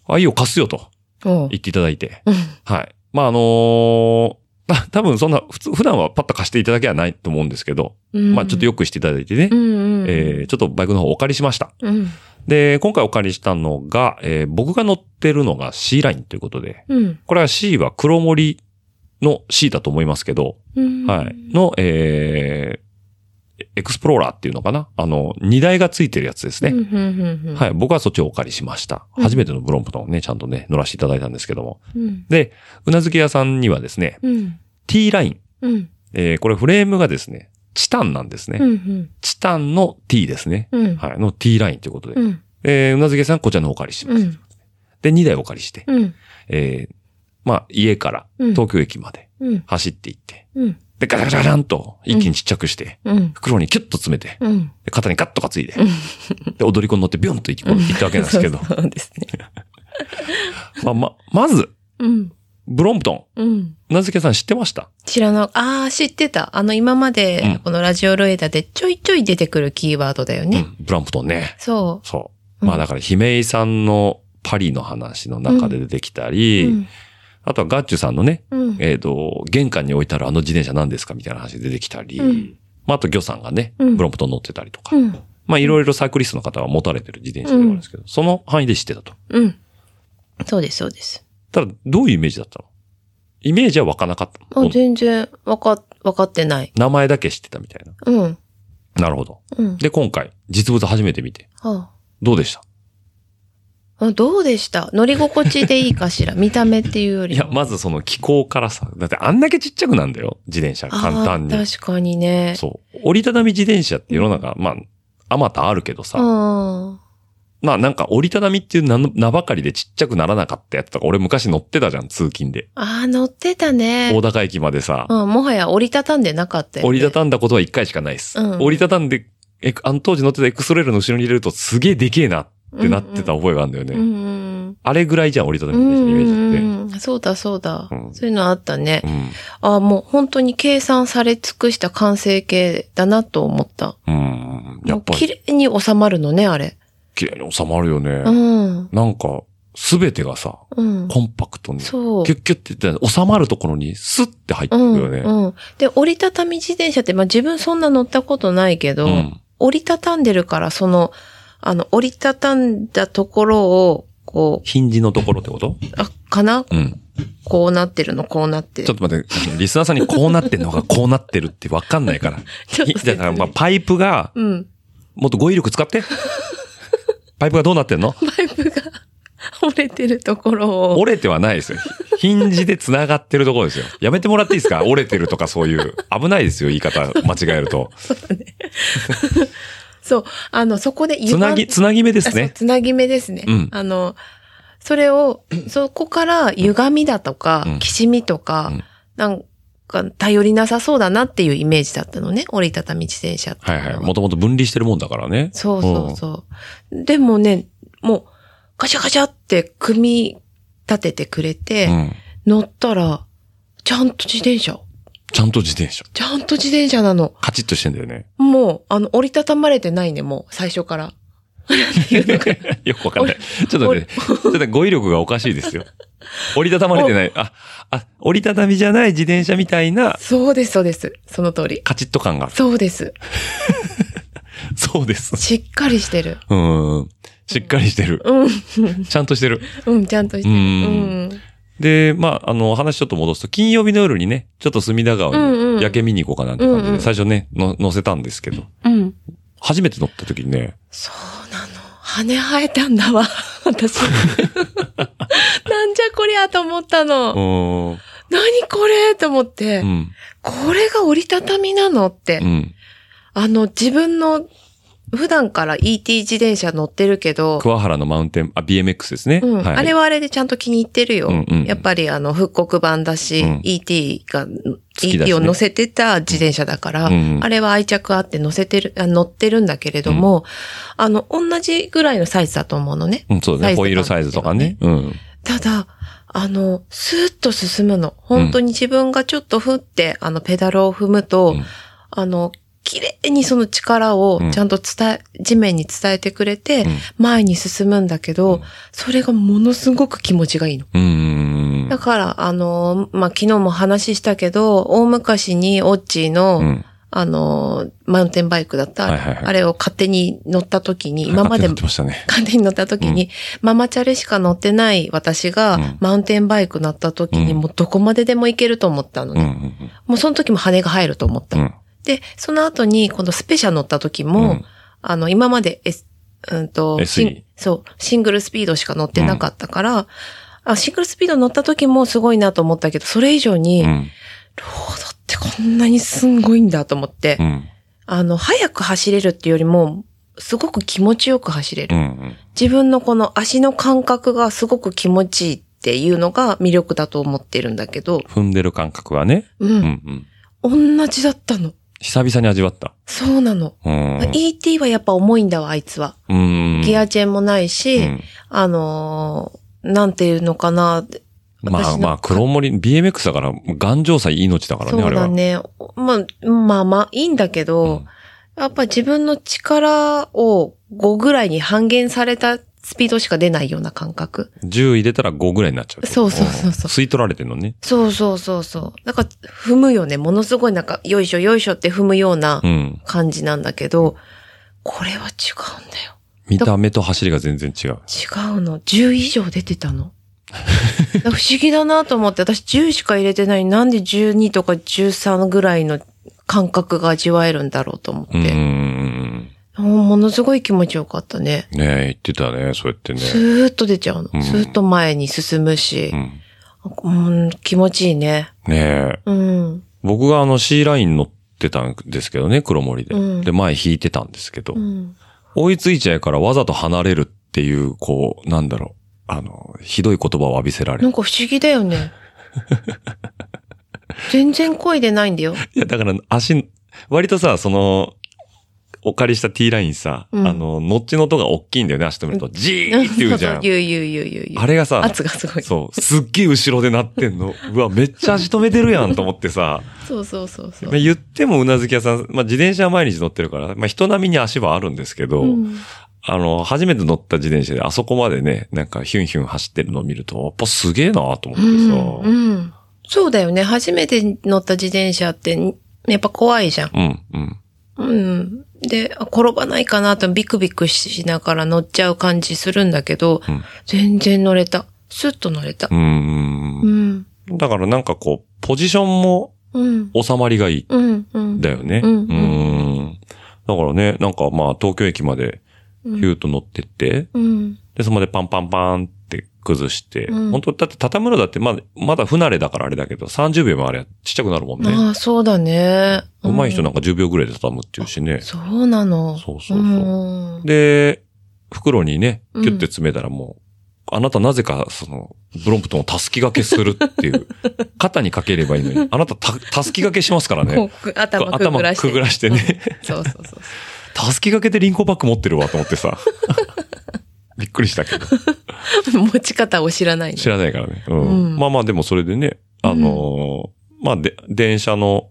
Speaker 2: あ、いいよ、貸すよと
Speaker 3: おう
Speaker 2: 言っていただいて。
Speaker 3: うん。
Speaker 2: はい。まあ、あのー た多分そんな、普通、普段はパッと貸していただけはないと思うんですけど、
Speaker 3: うん
Speaker 2: まあ、ちょっとよくしていただいてね
Speaker 3: う、んうん。
Speaker 2: えーちょっとバイクの方お借りしました。
Speaker 3: うん。
Speaker 2: で、今回お借りしたのが、えー僕が乗ってるのが C ラインということで、
Speaker 3: うん。
Speaker 2: これは C は黒森の C だと思いますけど、
Speaker 3: うん。
Speaker 2: はい。の、えーエクスプローラーっていうのかなあの、荷台がついてるやつですね。
Speaker 3: うんうんうんうん。
Speaker 2: はい。僕はそっちをお借りしました。
Speaker 3: うん
Speaker 2: 初めてのブロンプトンをね、ちゃんとね、乗らせていただいたんですけども。
Speaker 3: うん。
Speaker 2: で、うなずき屋さんにはですね、
Speaker 3: うん。
Speaker 2: T ライン。
Speaker 3: うん。
Speaker 2: えーこれフレームがですね、チタンなんですね。
Speaker 3: うん。うん。
Speaker 2: チタンの T ですね。
Speaker 3: うん。
Speaker 2: はい。の T ラインということで。
Speaker 3: うん。
Speaker 2: えーうなずき屋さんこちらの方お借りしま
Speaker 3: う
Speaker 2: す。
Speaker 3: ん。
Speaker 2: で、2台お借りして、
Speaker 3: うん。
Speaker 2: えーまあ、家から
Speaker 3: うん
Speaker 2: 東京駅まで
Speaker 3: うん。
Speaker 2: 走っていって、
Speaker 3: うん。
Speaker 2: で、ガチャガチャガチャンと一気にちっちゃくして、
Speaker 3: うん。
Speaker 2: 袋にキュッと詰めて、
Speaker 3: うん。
Speaker 2: で肩にガッと担いで、で、踊り子に乗ってビュンと行き行ったわけなんですけど、
Speaker 3: そうですね。
Speaker 2: まあ、ま、まず、
Speaker 3: うん。
Speaker 2: ブロンプトン。
Speaker 3: うん。
Speaker 2: 名付けさん知ってました
Speaker 3: 知らな、ああ、知ってた。あの、今ま
Speaker 2: うん
Speaker 3: で、このラジオロエダでちょいちょい出てくるキーワードだよね。
Speaker 2: うん。ブロンプトンね。
Speaker 3: そ
Speaker 2: そう。まあ
Speaker 3: うん
Speaker 2: だから、姫井さんのパリの話の中で出てきた
Speaker 3: う。
Speaker 2: り、
Speaker 3: うん
Speaker 2: あとはガッチュさんのね、
Speaker 3: うん。
Speaker 2: えっ、と、玄関に置いてあるあの自転車何ですかみたいな話出てきたり、
Speaker 3: うん
Speaker 2: まああと魚さんがね、
Speaker 3: うん
Speaker 2: ブロンプトン乗ってたりとか、
Speaker 3: うん。
Speaker 2: まあいろいろサークリストの方は持たれてる自転車ではあるんですけど、その範囲で知ってたと。
Speaker 3: うん。そうです、そうです。
Speaker 2: ただ、どういうイメージだったのイメージは湧かなかった
Speaker 3: あ。全然、わか、わかってない。
Speaker 2: 名前だけ知ってたみたいな。
Speaker 3: うん。
Speaker 2: なるほど。
Speaker 3: うん。
Speaker 2: で、今回、実物初めて見て、
Speaker 3: は
Speaker 2: どうでした
Speaker 3: あ、あどうでした乗り心地でいい かしら見た目っていうより。
Speaker 2: いや、まずその気候からさ、だってあんだけちっちゃくなんだよ、自転車、
Speaker 3: あー
Speaker 2: 簡単に。
Speaker 3: 確かにね。
Speaker 2: そう。折りたたみ自転車って世の中、まあ、あまたあるけどさ、
Speaker 3: あ
Speaker 2: まあなんか折りたたみっていう名の名ばかりでちっちゃくならなかったやつとか、俺昔乗ってたじゃん、通勤で。
Speaker 3: あ。ああ、乗ってたね
Speaker 2: 大。高駅までさ、
Speaker 3: うん、もはや折りたたんでなかったよ、ね。
Speaker 2: 折りたたんだことは一回しかないっす。
Speaker 3: うん
Speaker 2: 折りたたんで、え、あの当時乗ってたエクストレールの後ろに入れるとすげえでけえなってなってた覚えがあるんだよね。
Speaker 3: うんうん。
Speaker 2: あれぐらいじゃん、折りた
Speaker 3: う
Speaker 2: たみ
Speaker 3: ん
Speaker 2: 自
Speaker 3: う
Speaker 2: 転車のイメージって。
Speaker 3: んうん。そうだそうだ、
Speaker 2: うん
Speaker 3: そういうのあったね。
Speaker 2: うん
Speaker 3: ああ、もう本当に計算され尽くした完成形だなと思った。
Speaker 2: うん。や
Speaker 3: も
Speaker 2: っ
Speaker 3: う
Speaker 2: ぱ
Speaker 3: 綺
Speaker 2: り、
Speaker 3: 麗に収まるのね、あれ。
Speaker 2: 綺麗に収まるよね。
Speaker 3: うん。
Speaker 2: なんか、すべてがさ、
Speaker 3: うん。
Speaker 2: コンパクトに、キ
Speaker 3: そう。
Speaker 2: ュッキュッって言って、収まるところにスッて入って
Speaker 3: う
Speaker 2: く
Speaker 3: ん、
Speaker 2: よね。
Speaker 3: うん。で、折りたたみ自転車って、まあ自分そんな乗ったことないけど、
Speaker 2: うん
Speaker 3: 折りたたんでるから、その、あの、折りたたんだところを、こ
Speaker 2: ヒンジのところってこと
Speaker 3: う、あ、かな
Speaker 2: うん。
Speaker 3: こうなってるの、こうなって。
Speaker 2: ちょっと待って、リスナーさんにこうなってんの がこうなってるってわかんないから。
Speaker 3: ちょっと
Speaker 2: ひだから、まあ、パイプが、
Speaker 3: うん。
Speaker 2: もっと語彙力使って。パイプがどうなってんの
Speaker 3: パイプが折れてるところを。
Speaker 2: 折れてはないですよ。ヒンジで繋がってるところですよ。やめてもらっていいですか折れてるとかそういう。危ないですよ、言い方間違えると。
Speaker 3: そう。あの、そこで
Speaker 2: つ
Speaker 3: 歪ん
Speaker 2: なぎ、つなぎ目です
Speaker 3: あそう
Speaker 2: ね。
Speaker 3: つなぎ目ですね。
Speaker 2: うん
Speaker 3: あの、そ れを、そこから歪みだとか、
Speaker 2: うん
Speaker 3: きしみとか、
Speaker 2: うん
Speaker 3: なんか頼りなさそうだなっていうイメージだったのね。折りたたみ自転車って
Speaker 2: はい
Speaker 3: いうの
Speaker 2: はい。もともと分離してるもんだからね。
Speaker 3: そうそうそう。でもね、もう、ガシャガシャって組み立ててくれて、
Speaker 2: うん。
Speaker 3: 乗ったら、ちゃんと自転車。
Speaker 2: ちゃんと自転車。
Speaker 3: ちゃんと自転車なの。
Speaker 2: カチッとしてんだよね。
Speaker 3: もう、あの、折りたたまれてないね、もう、最初から。
Speaker 2: よくわかんない。ちょっとね、ちょっとね語彙力がおかしいですよ。折りたたまれてない。あ、あ、折りたたみじゃない自転車みたいな
Speaker 3: そうです、そうです。その通り。
Speaker 2: カチッと感がある。
Speaker 3: そうです。
Speaker 2: そうです。
Speaker 3: しっかりしてる。
Speaker 2: うん。しっかりしてる。
Speaker 3: うん。
Speaker 2: ちゃんとしてる。
Speaker 3: うん、ちゃんとしてる。
Speaker 2: う
Speaker 3: うんん。
Speaker 2: で、まあ、あの、話ちょっと戻すと、金曜日の夜にね、ちょっと隅田川
Speaker 3: うんう
Speaker 2: に
Speaker 3: ん
Speaker 2: 夜景見に行こうかなって感じで、
Speaker 3: うんうん
Speaker 2: 最初ね、の乗せたんですけど、
Speaker 3: うん。
Speaker 2: 初めて乗った時にね、
Speaker 3: そうなの。羽生えたんだわ。 私。なんじゃこりゃと思った
Speaker 2: う
Speaker 3: の。
Speaker 2: ーん、
Speaker 3: 何これと思って、
Speaker 2: うん、
Speaker 3: これが折りたたみなのって。
Speaker 2: うん。
Speaker 3: あの、自分の、普段から ET 自転車乗ってるけど、
Speaker 2: 桑原のマウンテン、あ、BMX ですね。
Speaker 3: うんあれ
Speaker 2: は、
Speaker 3: はあれでちゃんと気に入ってるよ。
Speaker 2: うんうん
Speaker 3: やっぱりあの、復刻版だし、
Speaker 2: うん
Speaker 3: ET が、
Speaker 2: きだしね
Speaker 3: ET を乗せてた自転車だから、
Speaker 2: うん
Speaker 3: あれは愛着あって乗せてる、あ乗ってるんだけれども、あの、同じぐらいのサイズだと思うのね。
Speaker 2: うん、そうだね。
Speaker 3: サイズとか
Speaker 2: ホイールサイズとかね。うん。
Speaker 3: ただ、あの、スーッと進むの。本当に自分がちょっと振って、あの、ペダルを踏む
Speaker 2: う
Speaker 3: と、
Speaker 2: ん
Speaker 3: あの、綺麗にその力を
Speaker 2: うん
Speaker 3: ちゃんと伝え、地面に伝えてくれて、
Speaker 2: うん
Speaker 3: 前に進むんだけ
Speaker 2: う
Speaker 3: ど、
Speaker 2: ん
Speaker 3: それがものすごく気持ちがいいの。
Speaker 2: うーん
Speaker 3: だ。から、あの、まあ、昨日も話したけど、大昔にオッチーの、
Speaker 2: うん
Speaker 3: あの、マウンテンバイクだった、
Speaker 2: はいはいはい
Speaker 3: あれを勝手に乗った時に、今まで
Speaker 2: 買ってましたね。
Speaker 3: 勝手に乗った時に、ママチャリしか乗ってない私が、
Speaker 2: うん
Speaker 3: マウンテンバイク乗った時に、
Speaker 2: うん
Speaker 3: もうどこまででも行けると思ったの
Speaker 2: うん、う
Speaker 3: ね。
Speaker 2: ん
Speaker 3: もうその時も羽が入ると思った。
Speaker 2: うん、うん。
Speaker 3: で、その後に、このスペシャル乗った時も、
Speaker 2: うん
Speaker 3: あの、今まで、S、うんと、
Speaker 2: SE
Speaker 3: シンそう、シングルスピードしか乗ってなかったから、あシングルスピード乗った時もすごいなと思ったけど、それ以上に、
Speaker 2: う
Speaker 3: ロ
Speaker 2: ん、
Speaker 3: ードってこんなにすんごいんだと思って、
Speaker 2: うん、
Speaker 3: あの、早く走れるっていうよりも、すごく気持ちよく走れる
Speaker 2: う。ん。
Speaker 3: 自分のこの足の感覚がすごく気持ちいいっていうのが魅力だと思ってるんだけど、
Speaker 2: 踏んでる感覚はね。
Speaker 3: う。
Speaker 2: うんん、うん。
Speaker 3: 同じだったの。
Speaker 2: 久々に味わった。
Speaker 3: そうなの。
Speaker 2: うん。
Speaker 3: ET はやっぱ重いんだわ、あいつは。
Speaker 2: うん。
Speaker 3: ギアチェーンもないし、
Speaker 2: うん
Speaker 3: あのーなんていうのかな、
Speaker 2: まあまあ、
Speaker 3: ロ
Speaker 2: 黒森、BMX だから、頑丈さ命だからね、
Speaker 3: そ
Speaker 2: あ
Speaker 3: う
Speaker 2: れ
Speaker 3: だ
Speaker 2: は。
Speaker 3: ね。まあ、まあまあ、いいんだけ
Speaker 2: う
Speaker 3: ど、
Speaker 2: ん
Speaker 3: やっぱり自分の力を5ぐらいに半減されたスピードしか出ないような感覚。
Speaker 2: 10入れたら5ぐらいになっちゃう。
Speaker 3: そうそうそうそうん
Speaker 2: 吸い取られてんのね。
Speaker 3: そうそうそうそう。なんか踏むよね。ものすごいなんか、よいしょよいしょって踏むような
Speaker 2: うん。
Speaker 3: 感じなんだけど、これは違うんだよ。
Speaker 2: 見た目と走りが全然違う。
Speaker 3: 違うの。10以上出て たの。だから不思議だなと思って、私10しか入れてないのになんで12とか13ぐらいの感覚が味わえるんだろうと思っ
Speaker 2: うんうんう
Speaker 3: て。
Speaker 2: ん
Speaker 3: もうものすごい気持ちよかったね。
Speaker 2: うん。ねえ、言ってたね、そうやってね。
Speaker 3: スーッと出ちゃうの。
Speaker 2: うん
Speaker 3: スーッと前に進むし
Speaker 2: う、ん。
Speaker 3: うん、気持ちいいね。
Speaker 2: ねえ。
Speaker 3: うん。
Speaker 2: 僕があの C ライン乗ってたんですけどね、黒森で。
Speaker 3: うん
Speaker 2: で、前引いてたんですけど、
Speaker 3: うん。
Speaker 2: 追いついちゃうからわざと離れるっていう、こう、なんだろう。あの、ひどい言葉を浴びせられ
Speaker 3: な
Speaker 2: る。
Speaker 3: んか不思議だ よね。全然声でないんだよ。
Speaker 2: いや、だから足、割とさ、その、お借りした T ラインさ、
Speaker 3: うん
Speaker 2: あの、ノッチの音が大きいんだよね、足止めると。ジーって言 うじゃん。
Speaker 3: 言う言う言う言う言う。
Speaker 2: あれがさ、
Speaker 3: 圧がすごい。
Speaker 2: そ
Speaker 3: そ
Speaker 2: う、すっげえ後ろで鳴ってんの。うわ、めっちゃ足止めてるやんと思って さ、
Speaker 3: うそうそうそう。
Speaker 2: 言ってもうなずき屋さん、まあ、自転車は毎日乗ってるから、まあ、人並みに足はあるんですけど、
Speaker 3: うん
Speaker 2: あの、初めて乗った自転車であそこまでね、なんかヒュンヒュン走ってるのを見ると、やっぱすげえなと思ってさ、
Speaker 3: うんうん。そうだよね。初めて乗った自転車って、やっぱ怖いじゃん。
Speaker 2: うん、うん。
Speaker 3: うん。で、あ転ばないかなとビクビクしながら乗っちゃう感じするんだけど、
Speaker 2: うん
Speaker 3: 全然乗れた。スッと乗れた
Speaker 2: う。ん
Speaker 3: う、ん。
Speaker 2: うん。だからなんかこう、ポジションも
Speaker 3: うん。
Speaker 2: 収まりがいい、
Speaker 3: うん。うん。
Speaker 2: だよね。
Speaker 3: うん
Speaker 2: んだからね、なんかまあ、東京駅までヒューと乗ってって、
Speaker 3: うん。
Speaker 2: で、そこでパンパンパンって崩して、
Speaker 3: うん
Speaker 2: 本当だって畳むのだってまだ、まだ不慣れだからあれだけど、30秒もあればちっちゃくなるもんね。
Speaker 3: ああ、そうだね。
Speaker 2: 上手い人な
Speaker 3: な
Speaker 2: んか10秒ぐらいで畳むっていうしね。
Speaker 3: そうなの。
Speaker 2: そうそうそう
Speaker 3: うん
Speaker 2: で、袋にね、キュッて詰めたらもう、あなたなぜか、その、ブロンプトンをたすき掛けするって いう、肩にかければいいのに、あなたた、たすき掛けしますから
Speaker 3: こ
Speaker 2: ね。
Speaker 3: う頭くぐらして。
Speaker 2: 頭くぐらしてね。
Speaker 3: そうそうそう。
Speaker 2: たすき掛けでリンコバッグ持ってるわと思って さ。びっくりしたけど。
Speaker 3: 持ち方を知らないの
Speaker 2: 知らないからね。うん。
Speaker 3: うん
Speaker 2: まあまあでもそれでね、あのーまあで、電車の、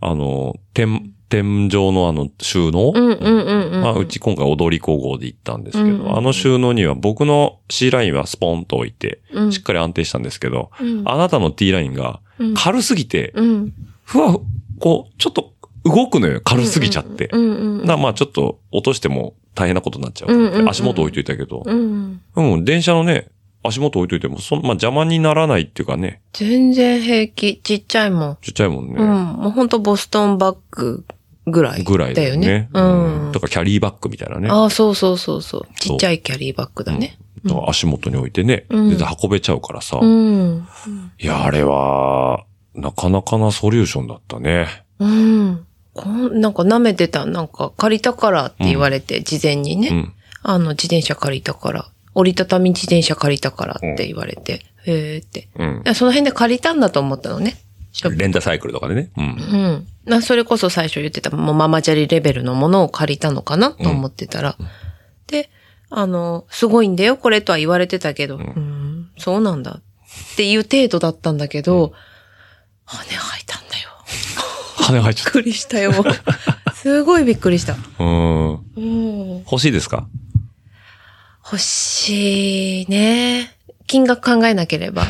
Speaker 2: あのー天、天井のあの収納。
Speaker 3: うんうんうんうん。
Speaker 2: まあうち今回踊り工房で行ったんですけど、
Speaker 3: うん
Speaker 2: あの収納には僕の C ラインはスポンと置いて、
Speaker 3: うん、
Speaker 2: しっかり安定したんですけど、
Speaker 3: うん、
Speaker 2: あなたの T ラインが
Speaker 3: うん、
Speaker 2: 軽すぎて、
Speaker 3: うん、
Speaker 2: ふわ、こう、ちょっと動くのよ。軽すぎちゃって。
Speaker 3: うんうんうん、
Speaker 2: なまあちょっと落としても大変なことになっちゃうと思って。
Speaker 3: うんうんうん
Speaker 2: 足元置いといたけど、
Speaker 3: うん。
Speaker 2: うん、電車のね、足元置いといても、そん、まあ、邪魔にならないっていうかね、
Speaker 3: 全然平気。ちっちゃいもん。
Speaker 2: ちっちゃいもんね。
Speaker 3: うん。もうほんとボストンバッグぐらい。
Speaker 2: ぐらい
Speaker 3: だ
Speaker 2: だ
Speaker 3: よ
Speaker 2: よ
Speaker 3: ね
Speaker 2: ね。。
Speaker 3: うん。
Speaker 2: とか、キャリーバッグみたいなね。
Speaker 3: ああ、そうそうそうそう。ちっちゃいキャリーバッグだね。
Speaker 2: うんだから足元に置いてね、
Speaker 3: うん
Speaker 2: 全然運べちゃうからさ。
Speaker 3: うん。
Speaker 2: いや、あれは、なかなかなソリューションだったね。
Speaker 3: うん。こんなんか舐めてた。なんか借りたからって言われて、事前にね、
Speaker 2: うん。
Speaker 3: あの、自転車借りたから。折りたたみ自転車借りたからって言われて。へえって。いうやその辺で借りたんだと思ったのね。
Speaker 2: ん。レンタサイクルとかでね。うん。
Speaker 3: うん。な、それこそ最初言ってた、もうママチャリレベルのものを借りたのかなと思ってたら。で、あの、すごいんだよ、これとは言われてたけど、うーん、そうなんだ。っていう程度だったんだけど、羽生えたんだよ。
Speaker 2: 羽生え
Speaker 3: び
Speaker 2: ち
Speaker 3: っくりした よ。すごいびっくりした。
Speaker 2: ゃった。うん。
Speaker 3: うん。
Speaker 2: 欲しいですか
Speaker 3: 欲しいね。金額考えなければ。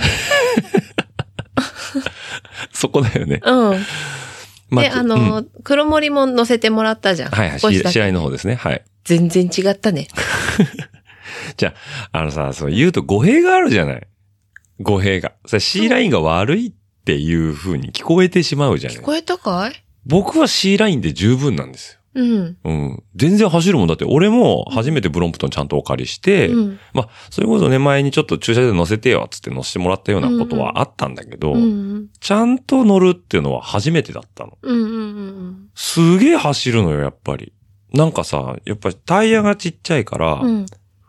Speaker 2: そこだよね。
Speaker 3: うん。
Speaker 2: ま
Speaker 3: で、あの、
Speaker 2: うん
Speaker 3: 黒森も乗せてもらったじゃん。
Speaker 2: はいはい、
Speaker 3: 少しだ
Speaker 2: し
Speaker 3: け
Speaker 2: 試合の方ですね。はい。
Speaker 3: 全然違ったね。
Speaker 2: じゃあ、あのさ、そう言うと語弊があるじゃない。語弊が。それ C ラインが悪いっていう風に聞こえてしまうじゃない
Speaker 3: 聞。こえたかい
Speaker 2: 僕は C ラインで十分なんですよ。
Speaker 3: うん。
Speaker 2: うん。全然走るもんだって、俺も初めてブロンプトンちゃんとお借りして、
Speaker 3: うん。
Speaker 2: まあ、それこそね、前にちょっと駐車場で乗せてよ、つって乗せてもらったようなことはあったんだけど、
Speaker 3: うん。
Speaker 2: ちゃんと乗るっていうのは初めてだったの。
Speaker 3: うんうんうん
Speaker 2: すげえ走るのよ、やっぱり。なんかさ、やっぱりタイヤがちっちゃいから、
Speaker 3: うん。うん。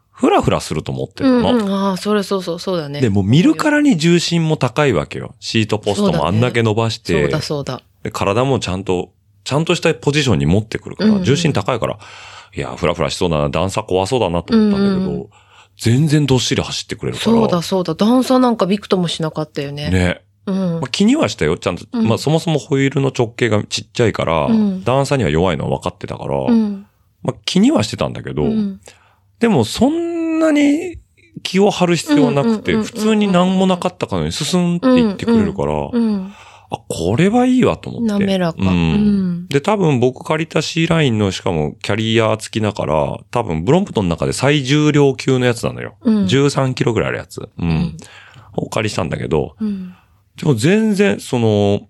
Speaker 2: ふらふらすると思ってた
Speaker 3: う
Speaker 2: の。
Speaker 3: んうん。ああ、それそうそう、そうだね。
Speaker 2: で、もう見るからに重心も高いわけよ。シートポストもあんだけ伸ばし
Speaker 3: そう
Speaker 2: て、
Speaker 3: だそうだ。
Speaker 2: で体もちゃんと、ちゃんとしたポジションに持ってくるから、
Speaker 3: うんうん
Speaker 2: 重心高いから、いや、ふらふらしそうだな、段差怖そうだなと思ったんだけど、
Speaker 3: うんう
Speaker 2: 全然どっしり走ってくれるから。
Speaker 3: そうだそうだ。段差なんかびくともしなかったよね。
Speaker 2: ね。
Speaker 3: うん
Speaker 2: まあ、。気にはしたよ。ちゃんと、
Speaker 3: うん
Speaker 2: まあそもそもホイールの直径がちっちゃいから、
Speaker 3: うん
Speaker 2: 段差には弱いのは分かってたから、
Speaker 3: うん。
Speaker 2: まあ気にはしてたんだけど、
Speaker 3: うん
Speaker 2: でもそんなに気を張る必要はなくて、
Speaker 3: うんうんうんうん
Speaker 2: 普通に何もなかったかのように進んでいってくれるから、
Speaker 3: うん。
Speaker 2: あ、これはいいわと思って。
Speaker 3: 滑らか。
Speaker 2: う。
Speaker 3: うんん。
Speaker 2: で、多分僕借りた C ラインのしかもキャリア付きだから、多分ブロンプトンの中で最重量級のやつなのよ。
Speaker 3: うん
Speaker 2: 13キロぐらいあるやつ。う
Speaker 3: うんん。。
Speaker 2: お借りしたんだけど、
Speaker 3: うん。
Speaker 2: でも全然、その、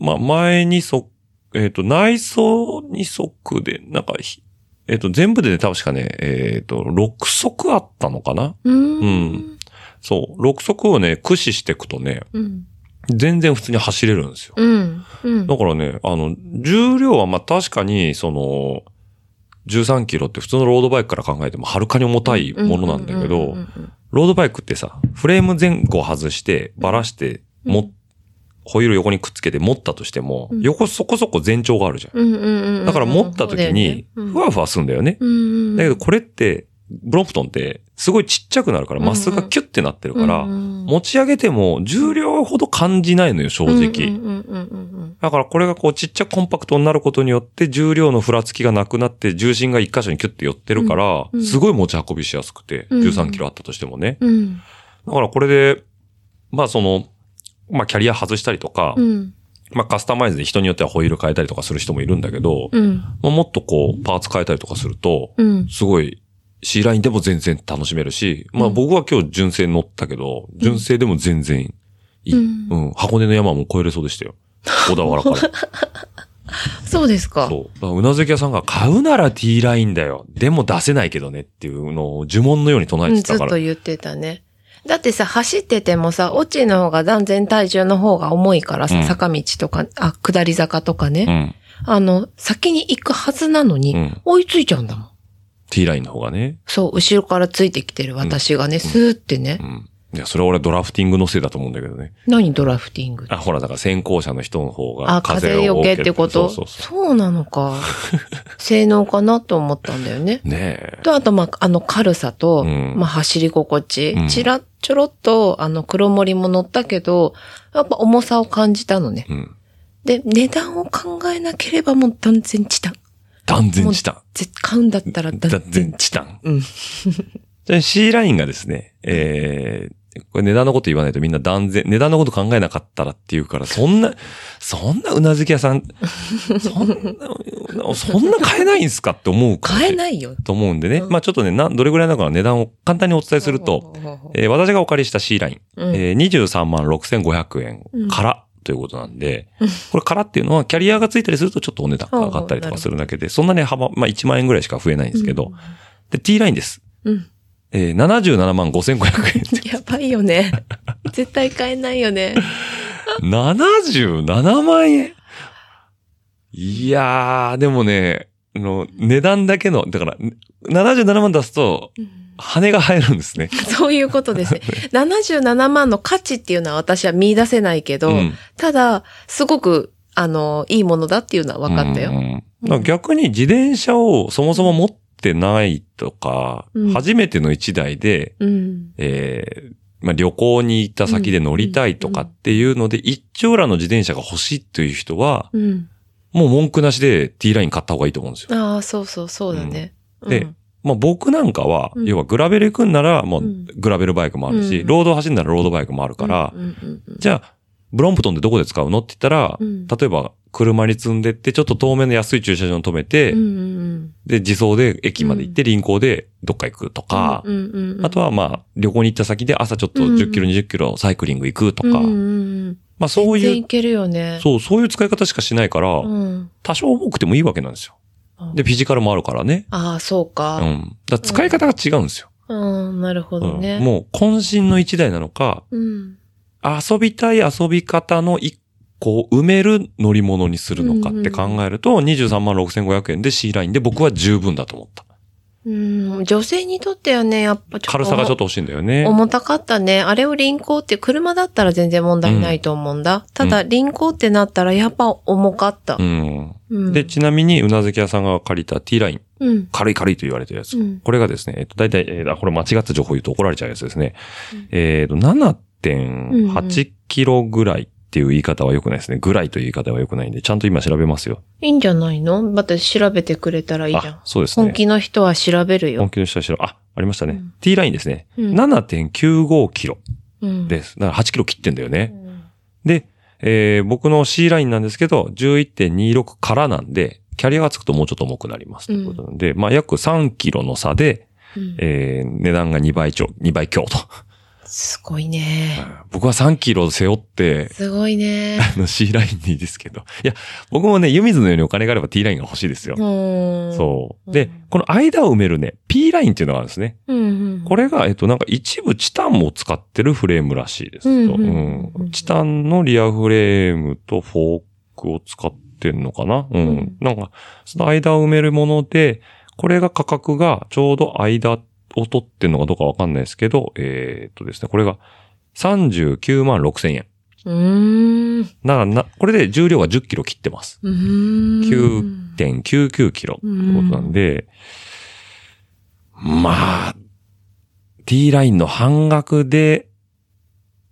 Speaker 2: まあ、前にそ、えっ、と、内装に足で、なんかひ、えっ、と、全部でね、確かね、えっ、と、6足あったのかな
Speaker 3: うん。
Speaker 2: うんそう。6足をね、駆使していくとね、
Speaker 3: うん。
Speaker 2: 全然普通に走れるんですよ。
Speaker 3: うん。うん
Speaker 2: だからね、あの、重量はまあ確かに、その、13キロって普通のロードバイクから考えてもはるかに重たいものなんだけ
Speaker 3: う
Speaker 2: ど
Speaker 3: んう、んうん
Speaker 2: ロードバイクってさ、フレーム前後外して、バラして、も、
Speaker 3: うん
Speaker 2: ホイール横にくっつけて持ったとしても、
Speaker 3: うん
Speaker 2: 横そこそこ全長があるじゃん。
Speaker 3: うんうんうんうん。
Speaker 2: だから持った時に、
Speaker 3: うん
Speaker 2: ふわふわするんだよね。
Speaker 3: うん。
Speaker 2: だけどこれって、ブロンプトンって、すごいちっちゃくなるから、
Speaker 3: うん
Speaker 2: まっすぐがキュッてなってるから、
Speaker 3: 持
Speaker 2: 持ち上げても重量ほど感じないのよ、正直。だからこれがこうちっちゃくコンパクトになることによって重量のふらつきがなくなって重心が一箇所にキュッて寄ってるから、
Speaker 3: うんうん
Speaker 2: すごい持ち運びしやすくて、
Speaker 3: うん
Speaker 2: 13キロあったとしてもね。だからこれで、まあその、まあキャリア外したりとか、まあカスタマイズで人によってはホイール変えたりとかする人もいるんだけど、まあもっとこうパーツ変えたりとかすると、すごい C ラインでも全然楽しめるし、まあ
Speaker 3: うん
Speaker 2: 僕は今日純正乗ったけど、純正でも全然いい。う、
Speaker 3: うん
Speaker 2: 箱根の山も越えれそうでしたよ。小田原 から。
Speaker 3: そうですか。
Speaker 2: そう。だからうなずき屋さんが買うなら T ラインだよ。でも出せないけどねっていうのを呪文のように唱え
Speaker 3: うん
Speaker 2: て
Speaker 3: ずった
Speaker 2: か
Speaker 3: と
Speaker 2: ら。
Speaker 3: 言ってたね。だってさ、走っててもさ、オチの方が断然体重の方が重いからさ、
Speaker 2: うん
Speaker 3: 坂道とか、あ、下り坂とか
Speaker 2: う
Speaker 3: ね、
Speaker 2: ん。
Speaker 3: あの、先に行くはずなのに、
Speaker 2: うん
Speaker 3: 追いついちゃうんだもん。
Speaker 2: T ラインの方がね。
Speaker 3: そう、後ろからついてきてる私がね、スーってね
Speaker 2: う、ん。いや、それは俺はドラフティングのせいだと思うんだけどね。
Speaker 3: 何ドラフティングって
Speaker 2: あ、ほら、だから先行者の人の方が
Speaker 3: あ、
Speaker 2: 風
Speaker 3: 風
Speaker 2: を
Speaker 3: よ
Speaker 2: 受け
Speaker 3: け
Speaker 2: る。
Speaker 3: ってこと
Speaker 2: そうそうそ
Speaker 3: そうなのか。 性能かなと思ったんだよね。
Speaker 2: う。ねえ。
Speaker 3: と、あと、まあ、あの軽さと、
Speaker 2: うん
Speaker 3: まあ、走り心地
Speaker 2: うん。
Speaker 3: ちら、ちょろっと、あの、黒森も乗ったけど、やっぱ重さを感じたのね。
Speaker 2: うん。
Speaker 3: で、値段を考えなければもう断然チタン。
Speaker 2: 断然チタン。
Speaker 3: ぜ買うんだったら
Speaker 2: 断
Speaker 3: 断
Speaker 2: 然
Speaker 3: 然。
Speaker 2: チタン。
Speaker 3: うん。
Speaker 2: で C ラインがですね、えー、これ値段のこと言わないとみんな断然、値段のこと考えなかったらっていうから、そんな、そんなうなずき屋さん、そんな、そんな買えないんすかって思うかもし
Speaker 3: 買え
Speaker 2: れ
Speaker 3: ないよ。
Speaker 2: と思うんでね。
Speaker 3: うん
Speaker 2: まあちょっとね、な、どれぐらいなのか値段を簡単にお伝えすると、
Speaker 3: と
Speaker 2: えー私がお借りした C ライン、
Speaker 3: うん
Speaker 2: えー、23万6500円から、ということなんで、これからっていうのはキャリアがついたりするとちょっとお値段が上がったりとかするだけで、そんなね幅、まあ1万円ぐらいしか増えないんですけど、で T ラインです。
Speaker 3: うん。
Speaker 2: えー、77万5500円。
Speaker 3: やばいよね。絶対買えないよね。
Speaker 2: 77万円いやー、でもね、あの、値段だけの、だから、77万出すと、
Speaker 3: うん
Speaker 2: 羽が生えるんですね。
Speaker 3: そういうことですね。77万の価値っていうのは私は見出せないけど、
Speaker 2: ん。
Speaker 3: ただ、すごく、あの、いいものだっていうのは分かった
Speaker 2: う
Speaker 3: よ。
Speaker 2: んだから逆に自転車をそもそも持ってないとか、
Speaker 3: うん
Speaker 2: 初めての一台で、
Speaker 3: うん。
Speaker 2: えーまあ、旅行に行った先で乗りたいとかっていうので、一丁羅の自転車が欲しいという人は、
Speaker 3: うん。
Speaker 2: もう文句なしで T ライン買った方がいいと思うんですよ。
Speaker 3: ああ、そうそう、そうだね。
Speaker 2: んでまあ僕なんかは、
Speaker 3: うん
Speaker 2: 要はグラベル行くんなら、もう
Speaker 3: うん
Speaker 2: グラベルバイクもあるし、
Speaker 3: うん
Speaker 2: ロード走るならロードバイクもあるから、
Speaker 3: うんうんうん
Speaker 2: じゃあ、ブロンプトンでどこで使うのって言ったら、
Speaker 3: うん
Speaker 2: 例えば車に積んでって、ちょっと遠めの安い駐車場に止めて、
Speaker 3: うんうん
Speaker 2: で、自走で駅まで行って、輪行でどっか行くとか、
Speaker 3: うんうんうん
Speaker 2: あとはまあ旅行に行った先で朝ちょっと
Speaker 3: うん
Speaker 2: 10キロ、20キロサイクリング行くと
Speaker 3: うん
Speaker 2: か、
Speaker 3: うんうん
Speaker 2: まあそう
Speaker 3: 全然
Speaker 2: い、
Speaker 3: いうけるよね。
Speaker 2: そう、そういう使い方しかしないから、
Speaker 3: うん。
Speaker 2: 多少重くてもいいわけなんですよ。で、フィジカルもあるからね。
Speaker 3: ああ、そう
Speaker 2: う
Speaker 3: か。
Speaker 2: ん。だから使い方が違うんですよ。
Speaker 3: うん、なるほど
Speaker 2: うん
Speaker 3: ね。
Speaker 2: もう渾身の一台なのか、
Speaker 3: うん。
Speaker 2: 遊びたい遊び方の一個を埋める乗り物にするのかって考えると、23万6500円で C ラインで僕は十分だと思った。
Speaker 3: うん。女性にとってはね、やっぱちょっと。
Speaker 2: 軽さがちょっと欲しいんだよね。
Speaker 3: 重たかったね。あれを輪行って車だったら全然問題ないと思うんだ。ただ輪行ってなったらやっぱ重かった
Speaker 2: う。ん。
Speaker 3: うん。
Speaker 2: で、ちなみにうなずき屋さんが借りた T ライン、
Speaker 3: うん。
Speaker 2: 軽い軽いと言われてるやつ。
Speaker 3: うん
Speaker 2: これがですね、えっと、大体、えーあこれ間違った情報言うと怒られちゃうやつですね。
Speaker 3: うん
Speaker 2: えっと、7.8キロぐらいっていう言い方は良くないですね。ぐらいという言い方は良くないんで、ちゃんと今調べますよ。
Speaker 3: いいんじゃないのまた調べてくれたらいいじゃん
Speaker 2: あ、。そうですね。
Speaker 3: 本気の人は調べるよ
Speaker 2: 本。気の人は調べ、あ、ありましたね。
Speaker 3: うん
Speaker 2: T ラインですね。
Speaker 3: うん
Speaker 2: 7.95キロ
Speaker 3: うん。
Speaker 2: です。だから8キロ切ってんだよ
Speaker 3: う
Speaker 2: ね。
Speaker 3: ん。
Speaker 2: で、えー僕の C ラインなんですけど、11.26からなんで、キャリアがつくともうちょっと重くなります。ということなんで、まあ約3キロの差で、
Speaker 3: うん
Speaker 2: えー値段が2倍超、2倍強と。
Speaker 3: すごいね。
Speaker 2: 僕は3キロ背負って、
Speaker 3: すご いね。
Speaker 2: あの C ラインにですけど。いや、僕もね、湯水のようにお金があれば T ラインが欲しいですよ。
Speaker 3: うん。
Speaker 2: そう。
Speaker 3: う
Speaker 2: で
Speaker 3: ん、
Speaker 2: この間を埋めるね、P ラインっていうのがあるんですね。
Speaker 3: うんうん。
Speaker 2: これが、えっと、なんか一部チタンも使ってるフレームらしいですと。
Speaker 3: うん
Speaker 2: うん
Speaker 3: うん
Speaker 2: チタンのリアフレームとフォークを使ってんのかなうん。
Speaker 3: うん
Speaker 2: なんか、その間を埋めるもので、これが価格がちょうど間を取ってんのかどうかわかんないですけど、えーっとですね、これが39万6千円。
Speaker 3: うーん。う
Speaker 2: ならな、これで重量が10キロ切ってます。
Speaker 3: ーん。
Speaker 2: 9.99キロってことなんで、まあ、T ラインの半額で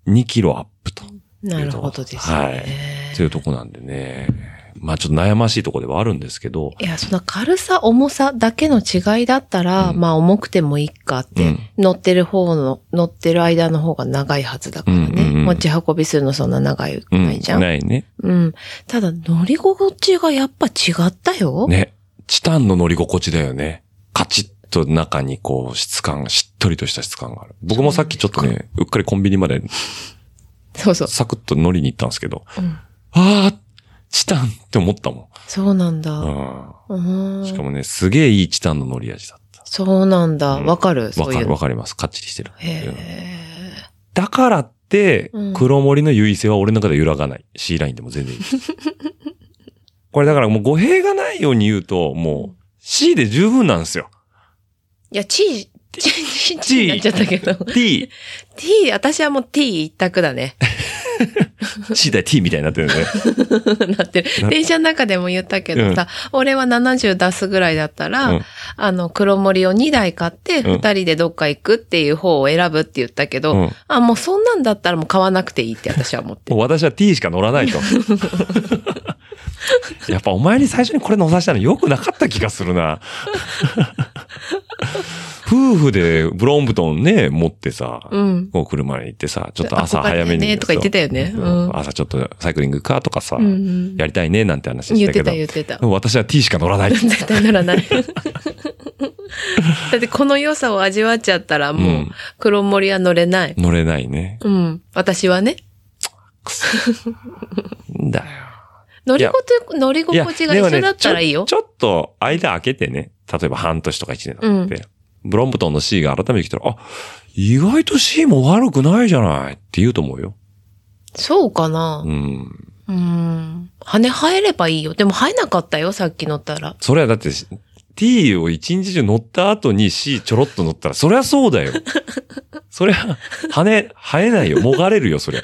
Speaker 2: 2キロアップと
Speaker 3: なるほどですね。
Speaker 2: はいというとこなんでね。まあちょっと悩ましいとこではあるんですけど、
Speaker 3: いや、その軽さ、重さだけの違いだったら、
Speaker 2: うん
Speaker 3: まあ重くてもいいかって、
Speaker 2: うん
Speaker 3: 乗ってる方の、乗ってる間の方が長いはずだからね。
Speaker 2: うんうんうん
Speaker 3: 持ち運びするのそんな長いく
Speaker 2: うん、
Speaker 3: ないじゃん。うん。
Speaker 2: ないね。
Speaker 3: ただ乗り心地がやっぱ違ったよ。
Speaker 2: ね。チタンの乗り心地だよね。カチッと中にこう質感、しっとりとした質感がある。僕もさっきちょっとね、うっかりコンビニまで
Speaker 3: そうそう。
Speaker 2: サクッと乗りに行ったんですけど、
Speaker 3: うん
Speaker 2: ああ、チタンって思ったも。
Speaker 3: そうなんだ。うん
Speaker 2: うん
Speaker 3: ーん
Speaker 2: しかもね、すげえいいチタンの乗り味だっ
Speaker 3: そうなんだ。
Speaker 2: うん
Speaker 3: わかる
Speaker 2: た。
Speaker 3: そ
Speaker 2: わ
Speaker 3: うい
Speaker 2: か
Speaker 3: う
Speaker 2: る、わ
Speaker 3: の。
Speaker 2: かります。かっちりしてる。
Speaker 3: へ
Speaker 2: うん
Speaker 3: え。
Speaker 2: だからって
Speaker 3: うん、
Speaker 2: 黒森の優位性は俺の中で揺らがない。C ラインでも全 然いいです。これだからもう語弊がないように言うと、
Speaker 3: う
Speaker 2: も
Speaker 3: ん
Speaker 2: う C で十分なんですよ。
Speaker 3: いや、チー、チー、チーになっちゃったけど。
Speaker 2: T、
Speaker 3: T、私はもう T 一択だね。
Speaker 2: C 対 T みたいになってるよね。
Speaker 3: なってる。
Speaker 2: な
Speaker 3: 電車の中でも言ったけどさ、俺は70出すぐらいだったら、
Speaker 2: うん
Speaker 3: あの、黒森を2台買って、
Speaker 2: うん
Speaker 3: 2人でどっか行くっていう方を選ぶって言ったけど、
Speaker 2: うん
Speaker 3: あ、もうそんなんだったらもう買わなくていいって私は思って
Speaker 2: もう
Speaker 3: る。
Speaker 2: 私は T しか乗ら ないと。やっぱお前に最初にこれ乗させたの良くなかった気がする な。夫婦でブロンブトンね、持ってさ、
Speaker 3: うん。
Speaker 2: こう車に行ってさ、ちょっと朝早め
Speaker 3: 憧れて
Speaker 2: に。
Speaker 3: ねとか言ってたよね
Speaker 2: そう
Speaker 3: うん
Speaker 2: 朝ちょっとサイクリングかとかさ、
Speaker 3: うんうん
Speaker 2: やりたいねなんて話し
Speaker 3: 言
Speaker 2: た
Speaker 3: って
Speaker 2: け
Speaker 3: た
Speaker 2: ど。
Speaker 3: 言ってた。
Speaker 2: 私は T しか乗らない。
Speaker 3: 絶対ならない。 だってこの良さを味わっちゃったら
Speaker 2: う
Speaker 3: もうん黒森は乗れない。
Speaker 2: 乗れないね。
Speaker 3: うん。私はね。
Speaker 2: んだよ。
Speaker 3: 乗り心地、乗り心地が
Speaker 2: でも
Speaker 3: 一緒
Speaker 2: ね
Speaker 3: だったらいいよ。
Speaker 2: ちょちょっと間開けてね、例えば半年とか1年だって、ブロンブトンの C が改めて来たら、あ、意外と C も悪くないじゃないって言うと思うよ。
Speaker 3: そうかな
Speaker 2: う。ん。
Speaker 3: うーん。羽生えればいいよ。でも生えなかったよ、さっき乗ったら。
Speaker 2: それはだって、T を一日中乗った後に C ちょろっと乗ったら、そりゃそう だよ。そりゃ、羽、生えないよ。もがれるよ、そりゃ。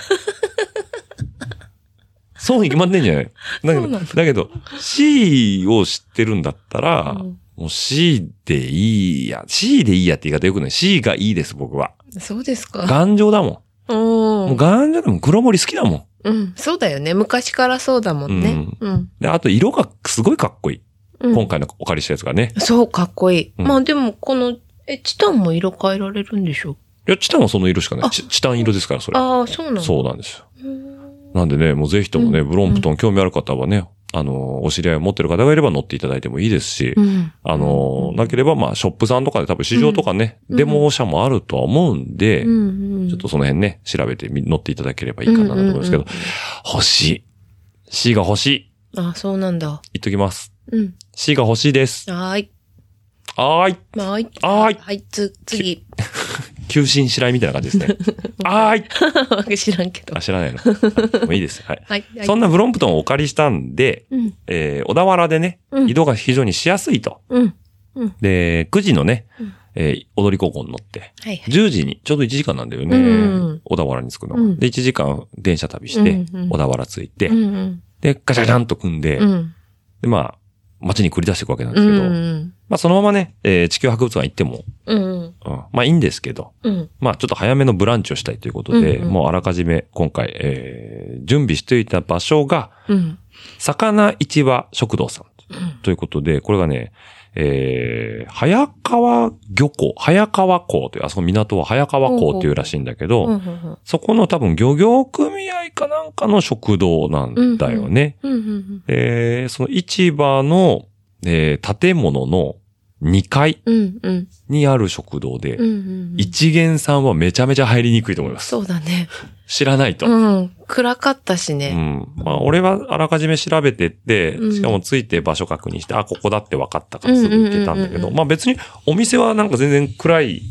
Speaker 2: そうに決まってんじゃないだけ
Speaker 3: そう
Speaker 2: ど、
Speaker 3: な
Speaker 2: だ
Speaker 3: んだ
Speaker 2: けど、C を知ってるんだったら、
Speaker 3: うん
Speaker 2: もう C でいいや。C でいいやって言い方よくない。C がいいです、僕は。
Speaker 3: そうですか。
Speaker 2: 頑丈だも。
Speaker 3: うん。
Speaker 2: もうん頑丈だもん。黒森好きだもん。
Speaker 3: うん。そうだよね。昔からそうだもんね。うん。
Speaker 2: で、あと色がすごいかっこいい。
Speaker 3: うん
Speaker 2: 今回のお借りしたやつがね。
Speaker 3: そう、かっこいい。
Speaker 2: うん
Speaker 3: まあでも、この、え、チタンも色変えられるんでしょ
Speaker 2: いや、チタンはその色しかな
Speaker 3: あ
Speaker 2: い。チチタン色ですから、それ。
Speaker 3: ああ、そうなの
Speaker 2: そうなんですよ。
Speaker 3: うん。
Speaker 2: なんでね、もうぜひともね、
Speaker 3: うん
Speaker 2: ブロンプトン興味ある方はね、あの、お知り合いを持ってる方がいれば乗っていただいてもいいですし、
Speaker 3: うん。
Speaker 2: あの、
Speaker 3: うん
Speaker 2: なければ、まあ、ショップさんとかで多分市場とかね、
Speaker 3: うん
Speaker 2: デモ車もあるとは思うんで、
Speaker 3: うんうん。
Speaker 2: ちょっとその辺ね、調べてみ乗っていただければいいかなと思いますけど、
Speaker 3: うんうん
Speaker 2: 欲しい。C が欲しい。
Speaker 3: うん。あ、そうなんだ。
Speaker 2: 言っときます。
Speaker 3: うん。
Speaker 2: C が欲しいです。
Speaker 3: はーい。
Speaker 2: はーい。
Speaker 3: はーい。
Speaker 2: はーい
Speaker 3: はい、つ、次。
Speaker 2: 求心しないみたいな感じ ですね。はーい。
Speaker 3: 知らんけど
Speaker 2: あ、。知らないの。はいもういいです。はい。
Speaker 3: はい。はい
Speaker 2: そんなブロンプトンをお借りしたんで、
Speaker 3: うん。
Speaker 2: えー、小田原でね、
Speaker 3: うん
Speaker 2: 移動が非常にしやすいと。
Speaker 3: うん。
Speaker 2: で、9時のね
Speaker 3: うん、
Speaker 2: えー、踊り高校に乗って、
Speaker 3: はいはい。
Speaker 2: 10時に、ちょうど1時間なんだよね。
Speaker 3: うん
Speaker 2: 小田原に着くのが、
Speaker 3: うん
Speaker 2: で、1時間電車旅して、
Speaker 3: うんうん
Speaker 2: 小田原着いて、
Speaker 3: うんうん。
Speaker 2: で、ガチャガチャンと組んで、
Speaker 3: うん。
Speaker 2: で、まあ、街に繰り出していくわけなんで
Speaker 3: う
Speaker 2: すけ
Speaker 3: ん
Speaker 2: ど、
Speaker 3: うん。
Speaker 2: まあそのままね、えー地球博物館行っても、
Speaker 3: うんうん。
Speaker 2: うん、まあいいんですけど、
Speaker 3: うん。
Speaker 2: まあちょっと早めのブランチをしたいということで、
Speaker 3: うんうん
Speaker 2: もうあらかじめ今回、えー準備していた場所が、
Speaker 3: うん。
Speaker 2: 魚市場食堂さん。ということで、これがね、えー、早川漁港、早川港という、あそこ港は早川港というらしいんだけど、
Speaker 3: うんうん
Speaker 2: そこの多分漁業組合かなんかの食堂なんだよね。
Speaker 3: うんうん
Speaker 2: えーその市場の、えー建物の2階
Speaker 3: うんうん
Speaker 2: にある食堂で、
Speaker 3: うんうん
Speaker 2: 一元さんはめちゃめちゃ入りにくいと思います。
Speaker 3: そうだね。
Speaker 2: 知らないと。
Speaker 3: うん。暗かったし
Speaker 2: う
Speaker 3: ね。
Speaker 2: ん。まあ、俺はあらかじめ調べてって
Speaker 3: う、ん
Speaker 2: しかもついて場所確認して、あ、ここだって分かったからすぐ行けたんだ
Speaker 3: うんうん
Speaker 2: け
Speaker 3: うんうん
Speaker 2: ど、
Speaker 3: うん
Speaker 2: まあ別にお店はなんか全然暗い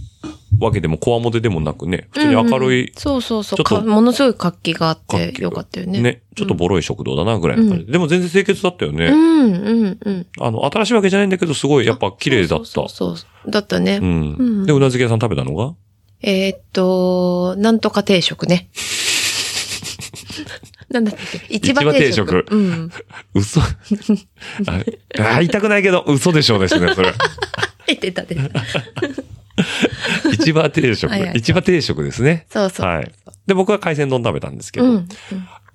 Speaker 2: わけでも、こわもてでもなくね、普通に明る
Speaker 3: うんうん
Speaker 2: い、
Speaker 3: そうそうそ
Speaker 2: ちょっ
Speaker 3: う。
Speaker 2: と
Speaker 3: かものすごい活気があっ
Speaker 2: 活
Speaker 3: て
Speaker 2: 気が
Speaker 3: よかったよね。
Speaker 2: ね、ちょっとボロい食堂だなぐらいの感じで。でも全然清潔だったよ
Speaker 3: う
Speaker 2: ね。
Speaker 3: んうんうん。
Speaker 2: あの、新しいわけじゃないんだけど、すごいやっぱ綺麗だった
Speaker 3: そう。そうそう。だったね。
Speaker 2: うん。
Speaker 3: ん
Speaker 2: で、うなずき屋さん食べたのが
Speaker 3: えーっと、なんとか定 食ね。なんだっけ一番定
Speaker 2: 一
Speaker 3: 食。
Speaker 2: 番定食
Speaker 3: うん。
Speaker 2: 嘘。ああ、言いたくないけど、嘘でしょうですね、 それ。
Speaker 3: 入ってた出てた。
Speaker 2: 市場定食
Speaker 3: はいは。い
Speaker 2: 市場定食ですね。
Speaker 3: そうそう。
Speaker 2: はい。で、僕は海鮮丼食べたんですけ
Speaker 3: う
Speaker 2: ど、
Speaker 3: ん。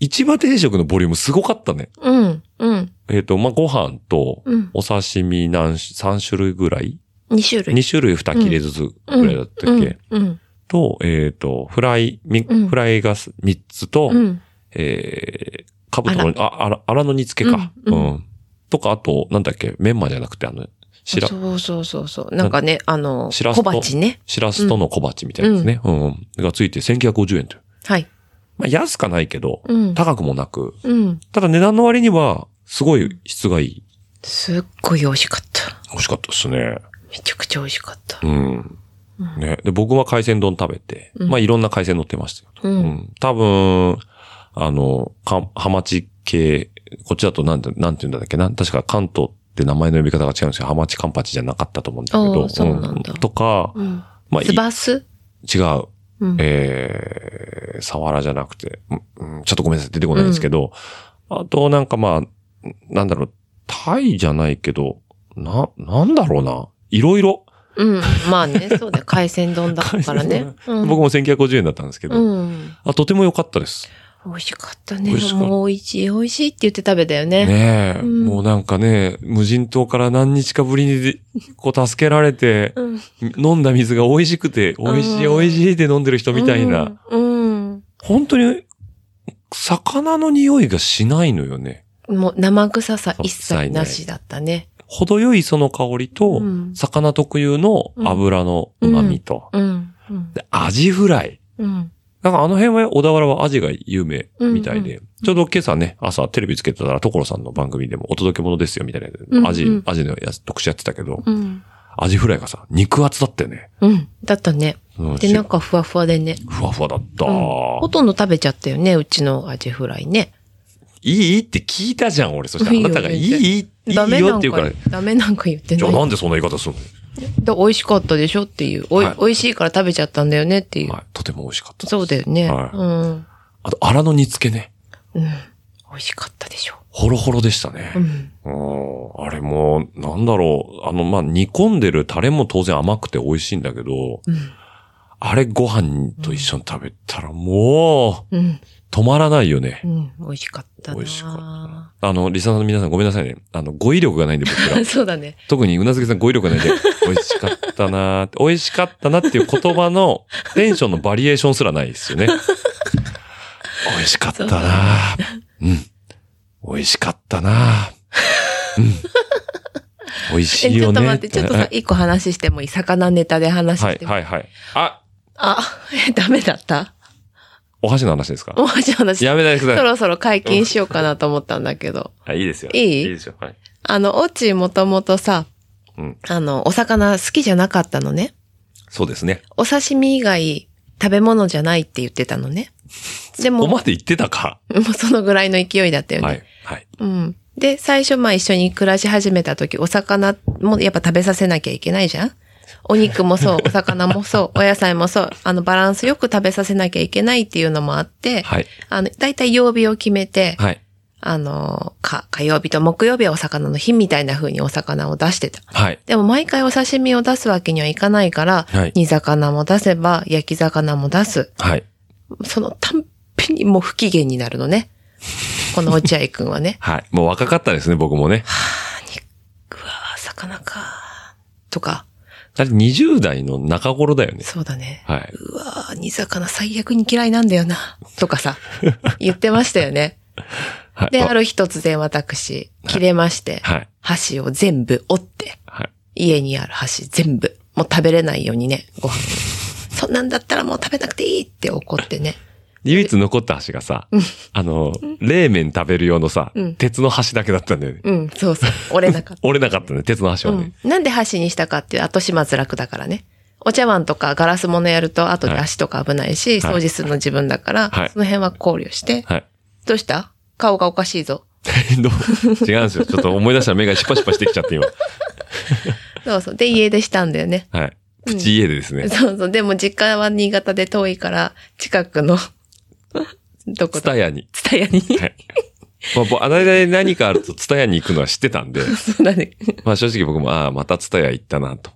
Speaker 2: 市場定食のボリュームすごかったね。
Speaker 3: うん。うん。
Speaker 2: えっ、と、まあ、ご飯と、
Speaker 3: うん。
Speaker 2: お刺身何し、3種類ぐらい
Speaker 3: 二種類。
Speaker 2: ?2 種類2切れずつぐらいだったっけ、
Speaker 3: うん。うん。
Speaker 2: と、えっ、と、フライ、み
Speaker 3: うん
Speaker 2: フライが3つと、
Speaker 3: うん。
Speaker 2: えー、かぶとの、あ、あら、あらの煮付けか。う、
Speaker 3: うんん
Speaker 2: う
Speaker 3: うんん
Speaker 2: とか、あと、なんだっけ、メンマじゃなくて、あの、しら、
Speaker 3: そうそうそうそう。なんかね、あの、
Speaker 2: しらす
Speaker 3: 小
Speaker 2: と
Speaker 3: 鉢ね。
Speaker 2: しらすとの小鉢みたいなですね。うん、うんがついて1950円という。
Speaker 3: はい。
Speaker 2: まあ、安かないけど、
Speaker 3: うん。
Speaker 2: 高くもなく、
Speaker 3: うん。
Speaker 2: ただ値段の割には、すごい質がいい。
Speaker 3: すっごい美味しかった。
Speaker 2: 美味しかったですね。
Speaker 3: めちゃくちゃ美味しかった。
Speaker 2: うん。
Speaker 3: うん
Speaker 2: ね。で、僕は海鮮丼食べて、
Speaker 3: うん
Speaker 2: まあいろんな海鮮乗ってましたよ。
Speaker 3: う。
Speaker 2: うんん。多分、あの、か、ハマチ系、こっちだとなんて、なんて言うんだっけな、確か関東って名前の呼び方が違うんですよ。ハマチカンパチじゃなかったと思うんだけ
Speaker 3: あ
Speaker 2: ど。
Speaker 3: あそうなんだ
Speaker 2: とか、
Speaker 3: うん。
Speaker 2: まあい
Speaker 3: つばす
Speaker 2: 違う。
Speaker 3: うん。
Speaker 2: えー、サワラじゃなくて、うんうんちょっとごめんなさい、出てこないんですけど、あとなんかまあ、なんだろう、タイじゃないけど、な、なんだろうな。いろいろ。
Speaker 3: うん。まあ ね、そうだよ。海鮮丼だからね。うん
Speaker 2: 僕も1950円だったんですけど、
Speaker 3: うん。
Speaker 2: あ、とても良かったです。
Speaker 3: 美味しかったね。
Speaker 2: 美味しかった
Speaker 3: もう美味しい、美味しいって言って食べたよね。
Speaker 2: ねえ、
Speaker 3: うん
Speaker 2: もうなんかね、無人島から何日かぶりにで、こう助けられて、
Speaker 3: うん。
Speaker 2: 飲んだ水が美味しくて、美味しい美
Speaker 3: うん
Speaker 2: 味しいって飲んでる人みたいな、
Speaker 3: うん。
Speaker 2: 本当に、魚の匂いがしないのよね。
Speaker 3: うん。もう生臭さ
Speaker 2: そう
Speaker 3: 一
Speaker 2: 一
Speaker 3: 切
Speaker 2: 切ない
Speaker 3: なしだったね。
Speaker 2: 程よいその香りと、
Speaker 3: うん
Speaker 2: 魚特有の油の旨味と、
Speaker 3: うん。うん。
Speaker 2: でアジフライ。
Speaker 3: うん。
Speaker 2: なんかあの辺は小田原はアジが有名みたいで、
Speaker 3: うん
Speaker 2: ちょうど今朝ね、朝テレビつけてたら所さんの番組でもお届け物ですよみたいなやつ、
Speaker 3: うんうん
Speaker 2: アジ、アジのやつ特集やってたけど、
Speaker 3: うん。
Speaker 2: アジフライがさ、肉厚だったよね。
Speaker 3: うん。だったね。
Speaker 2: うん
Speaker 3: で、なんかふわふわでね。
Speaker 2: ふわふわだった、
Speaker 3: うんほとんど食べちゃったよね、うちのアジフライね。
Speaker 2: いいって聞いたじゃん、俺。そしてあなたがい
Speaker 3: いいよ
Speaker 2: い、いいよ
Speaker 3: ダメな
Speaker 2: っ
Speaker 3: ん
Speaker 2: て言うから
Speaker 3: か、、ダメなんか言って
Speaker 2: じゃ
Speaker 3: な
Speaker 2: あ
Speaker 3: い。
Speaker 2: なんでそんな言い方する
Speaker 3: だ美味しかったでしょっていう。おい、
Speaker 2: はい
Speaker 3: 美味しいから食べちゃったんだよねっていう。
Speaker 2: のはい、とても美味しかったです。
Speaker 3: そうだよね。
Speaker 2: はい
Speaker 3: うん。
Speaker 2: あと、荒の煮付けね。
Speaker 3: うん。美味しかったでしょ。
Speaker 2: ホロホロでしたね。
Speaker 3: うん。
Speaker 2: うんあれも、なんだろう。あの、まあ、煮込んでるタレも当然甘くて美味しいんだけど、
Speaker 3: うん。
Speaker 2: あれご飯と一緒に食べたらも
Speaker 3: うん。
Speaker 2: う、止まらないよね
Speaker 3: う。ん。美味しかったな。。
Speaker 2: 美味しかったな。あの、リサの皆さんごめんなさいね。あの、語彙力がないんで僕ら
Speaker 3: そうだね。
Speaker 2: 特にうなずけさん語彙力がないんで、美味しかったなーって、 美味しかったなっていう言葉のテンションのバリエーションすらないですよね。美味しかったなーうん。美味しかったなーうん。美味し
Speaker 3: え、
Speaker 2: い
Speaker 3: ちょ
Speaker 2: よ
Speaker 3: っ
Speaker 2: ね
Speaker 3: と待って、ちょっとさ、一個話してもいい魚ネタで話
Speaker 2: は
Speaker 3: し
Speaker 2: い、
Speaker 3: てもいい、
Speaker 2: はい、はい。あ、
Speaker 3: あ、え、ダメだった
Speaker 2: お箸の話ですか
Speaker 3: お箸の話。
Speaker 2: やめないでく
Speaker 3: そ
Speaker 2: ださい
Speaker 3: ろそろ解禁しようかなと思ったんだけど。
Speaker 2: あ。いいですよ。
Speaker 3: いい
Speaker 2: ですよ。はい。
Speaker 3: あの、オチもともとさ、
Speaker 2: うん
Speaker 3: あの、お魚好きじゃなかったのね。
Speaker 2: そうですね。
Speaker 3: お刺身以外食べ物じゃないって言ってたのね。で
Speaker 2: ここ
Speaker 3: も、 も
Speaker 2: まで言ってたか。
Speaker 3: うそのぐらいの勢いだったよね。
Speaker 2: はい、はい。
Speaker 3: うん。で、最初まあ一緒に暮らし始めた時、お魚もやっぱ食べさせなきゃいけないじゃんお肉も そう、お魚もそう、お野菜もそう、あのバランスよく食べさせなきゃいけないっていうのもあって、
Speaker 2: はい、
Speaker 3: あの、だいたい曜日を決めて、
Speaker 2: はい。
Speaker 3: あの、か、火曜日と木曜日はお魚の日みたいな風にお魚を出してた。
Speaker 2: はい。
Speaker 3: でも毎回お刺身を出すわけにはいかないから、
Speaker 2: はい
Speaker 3: 煮魚も出せば、焼き魚も出す。
Speaker 2: はい。。
Speaker 3: その単品にもう不機嫌になるのね。この落合くんはね
Speaker 2: はい。もう若かったですね、僕もね。
Speaker 3: はぁ、肉は魚か。とか、
Speaker 2: あれ20代の中頃だよね。
Speaker 3: そうだね。
Speaker 2: はい。
Speaker 3: うわぁ、煮魚最悪に嫌いなんだよな。と かさ、言ってましたよね。
Speaker 2: はい。
Speaker 3: で、
Speaker 2: あ
Speaker 3: ある日突然私、切れまして、
Speaker 2: はい。
Speaker 3: 箸を全部折って、
Speaker 2: はい。
Speaker 3: 家にある箸全部、もう食べれないようにね、 ご飯。そんなんだったらもう食べなくていいって怒ってね。
Speaker 2: 唯一残った箸がさ、あの、冷麺食べる用のさ
Speaker 3: うん、
Speaker 2: 鉄の箸だけだったんだよね。
Speaker 3: うん、そうそう。折れなかっ
Speaker 2: 折れなかったね、鉄の箸
Speaker 3: た。
Speaker 2: は
Speaker 3: う
Speaker 2: ね
Speaker 3: ん。。なんで箸にしたかっていう後始末楽だからね。お茶碗とかガラス物やると後で足とか危ないし、
Speaker 2: はい
Speaker 3: 掃除するの自分だから、
Speaker 2: はい
Speaker 3: その辺は考慮して。
Speaker 2: はい。
Speaker 3: どうした顔がおかしいぞ。
Speaker 2: どう違うんですよ。ちょっと思い出したら目がシュパシュパしてきちゃって今。
Speaker 3: そうそう。で、家出したんだよね。
Speaker 2: はい。プチ家でですね。
Speaker 3: そうそう。でも実家は新潟で遠いから、近 くの、どこ
Speaker 2: ツ
Speaker 3: だ
Speaker 2: タヤに。
Speaker 3: ツタヤに。
Speaker 2: はい。まあ、ぼあの間に何かあるとツタヤに行くのは知ってたんで、
Speaker 3: そうだね。
Speaker 2: まあ正直僕も、ああ、またツタヤ行ったなと。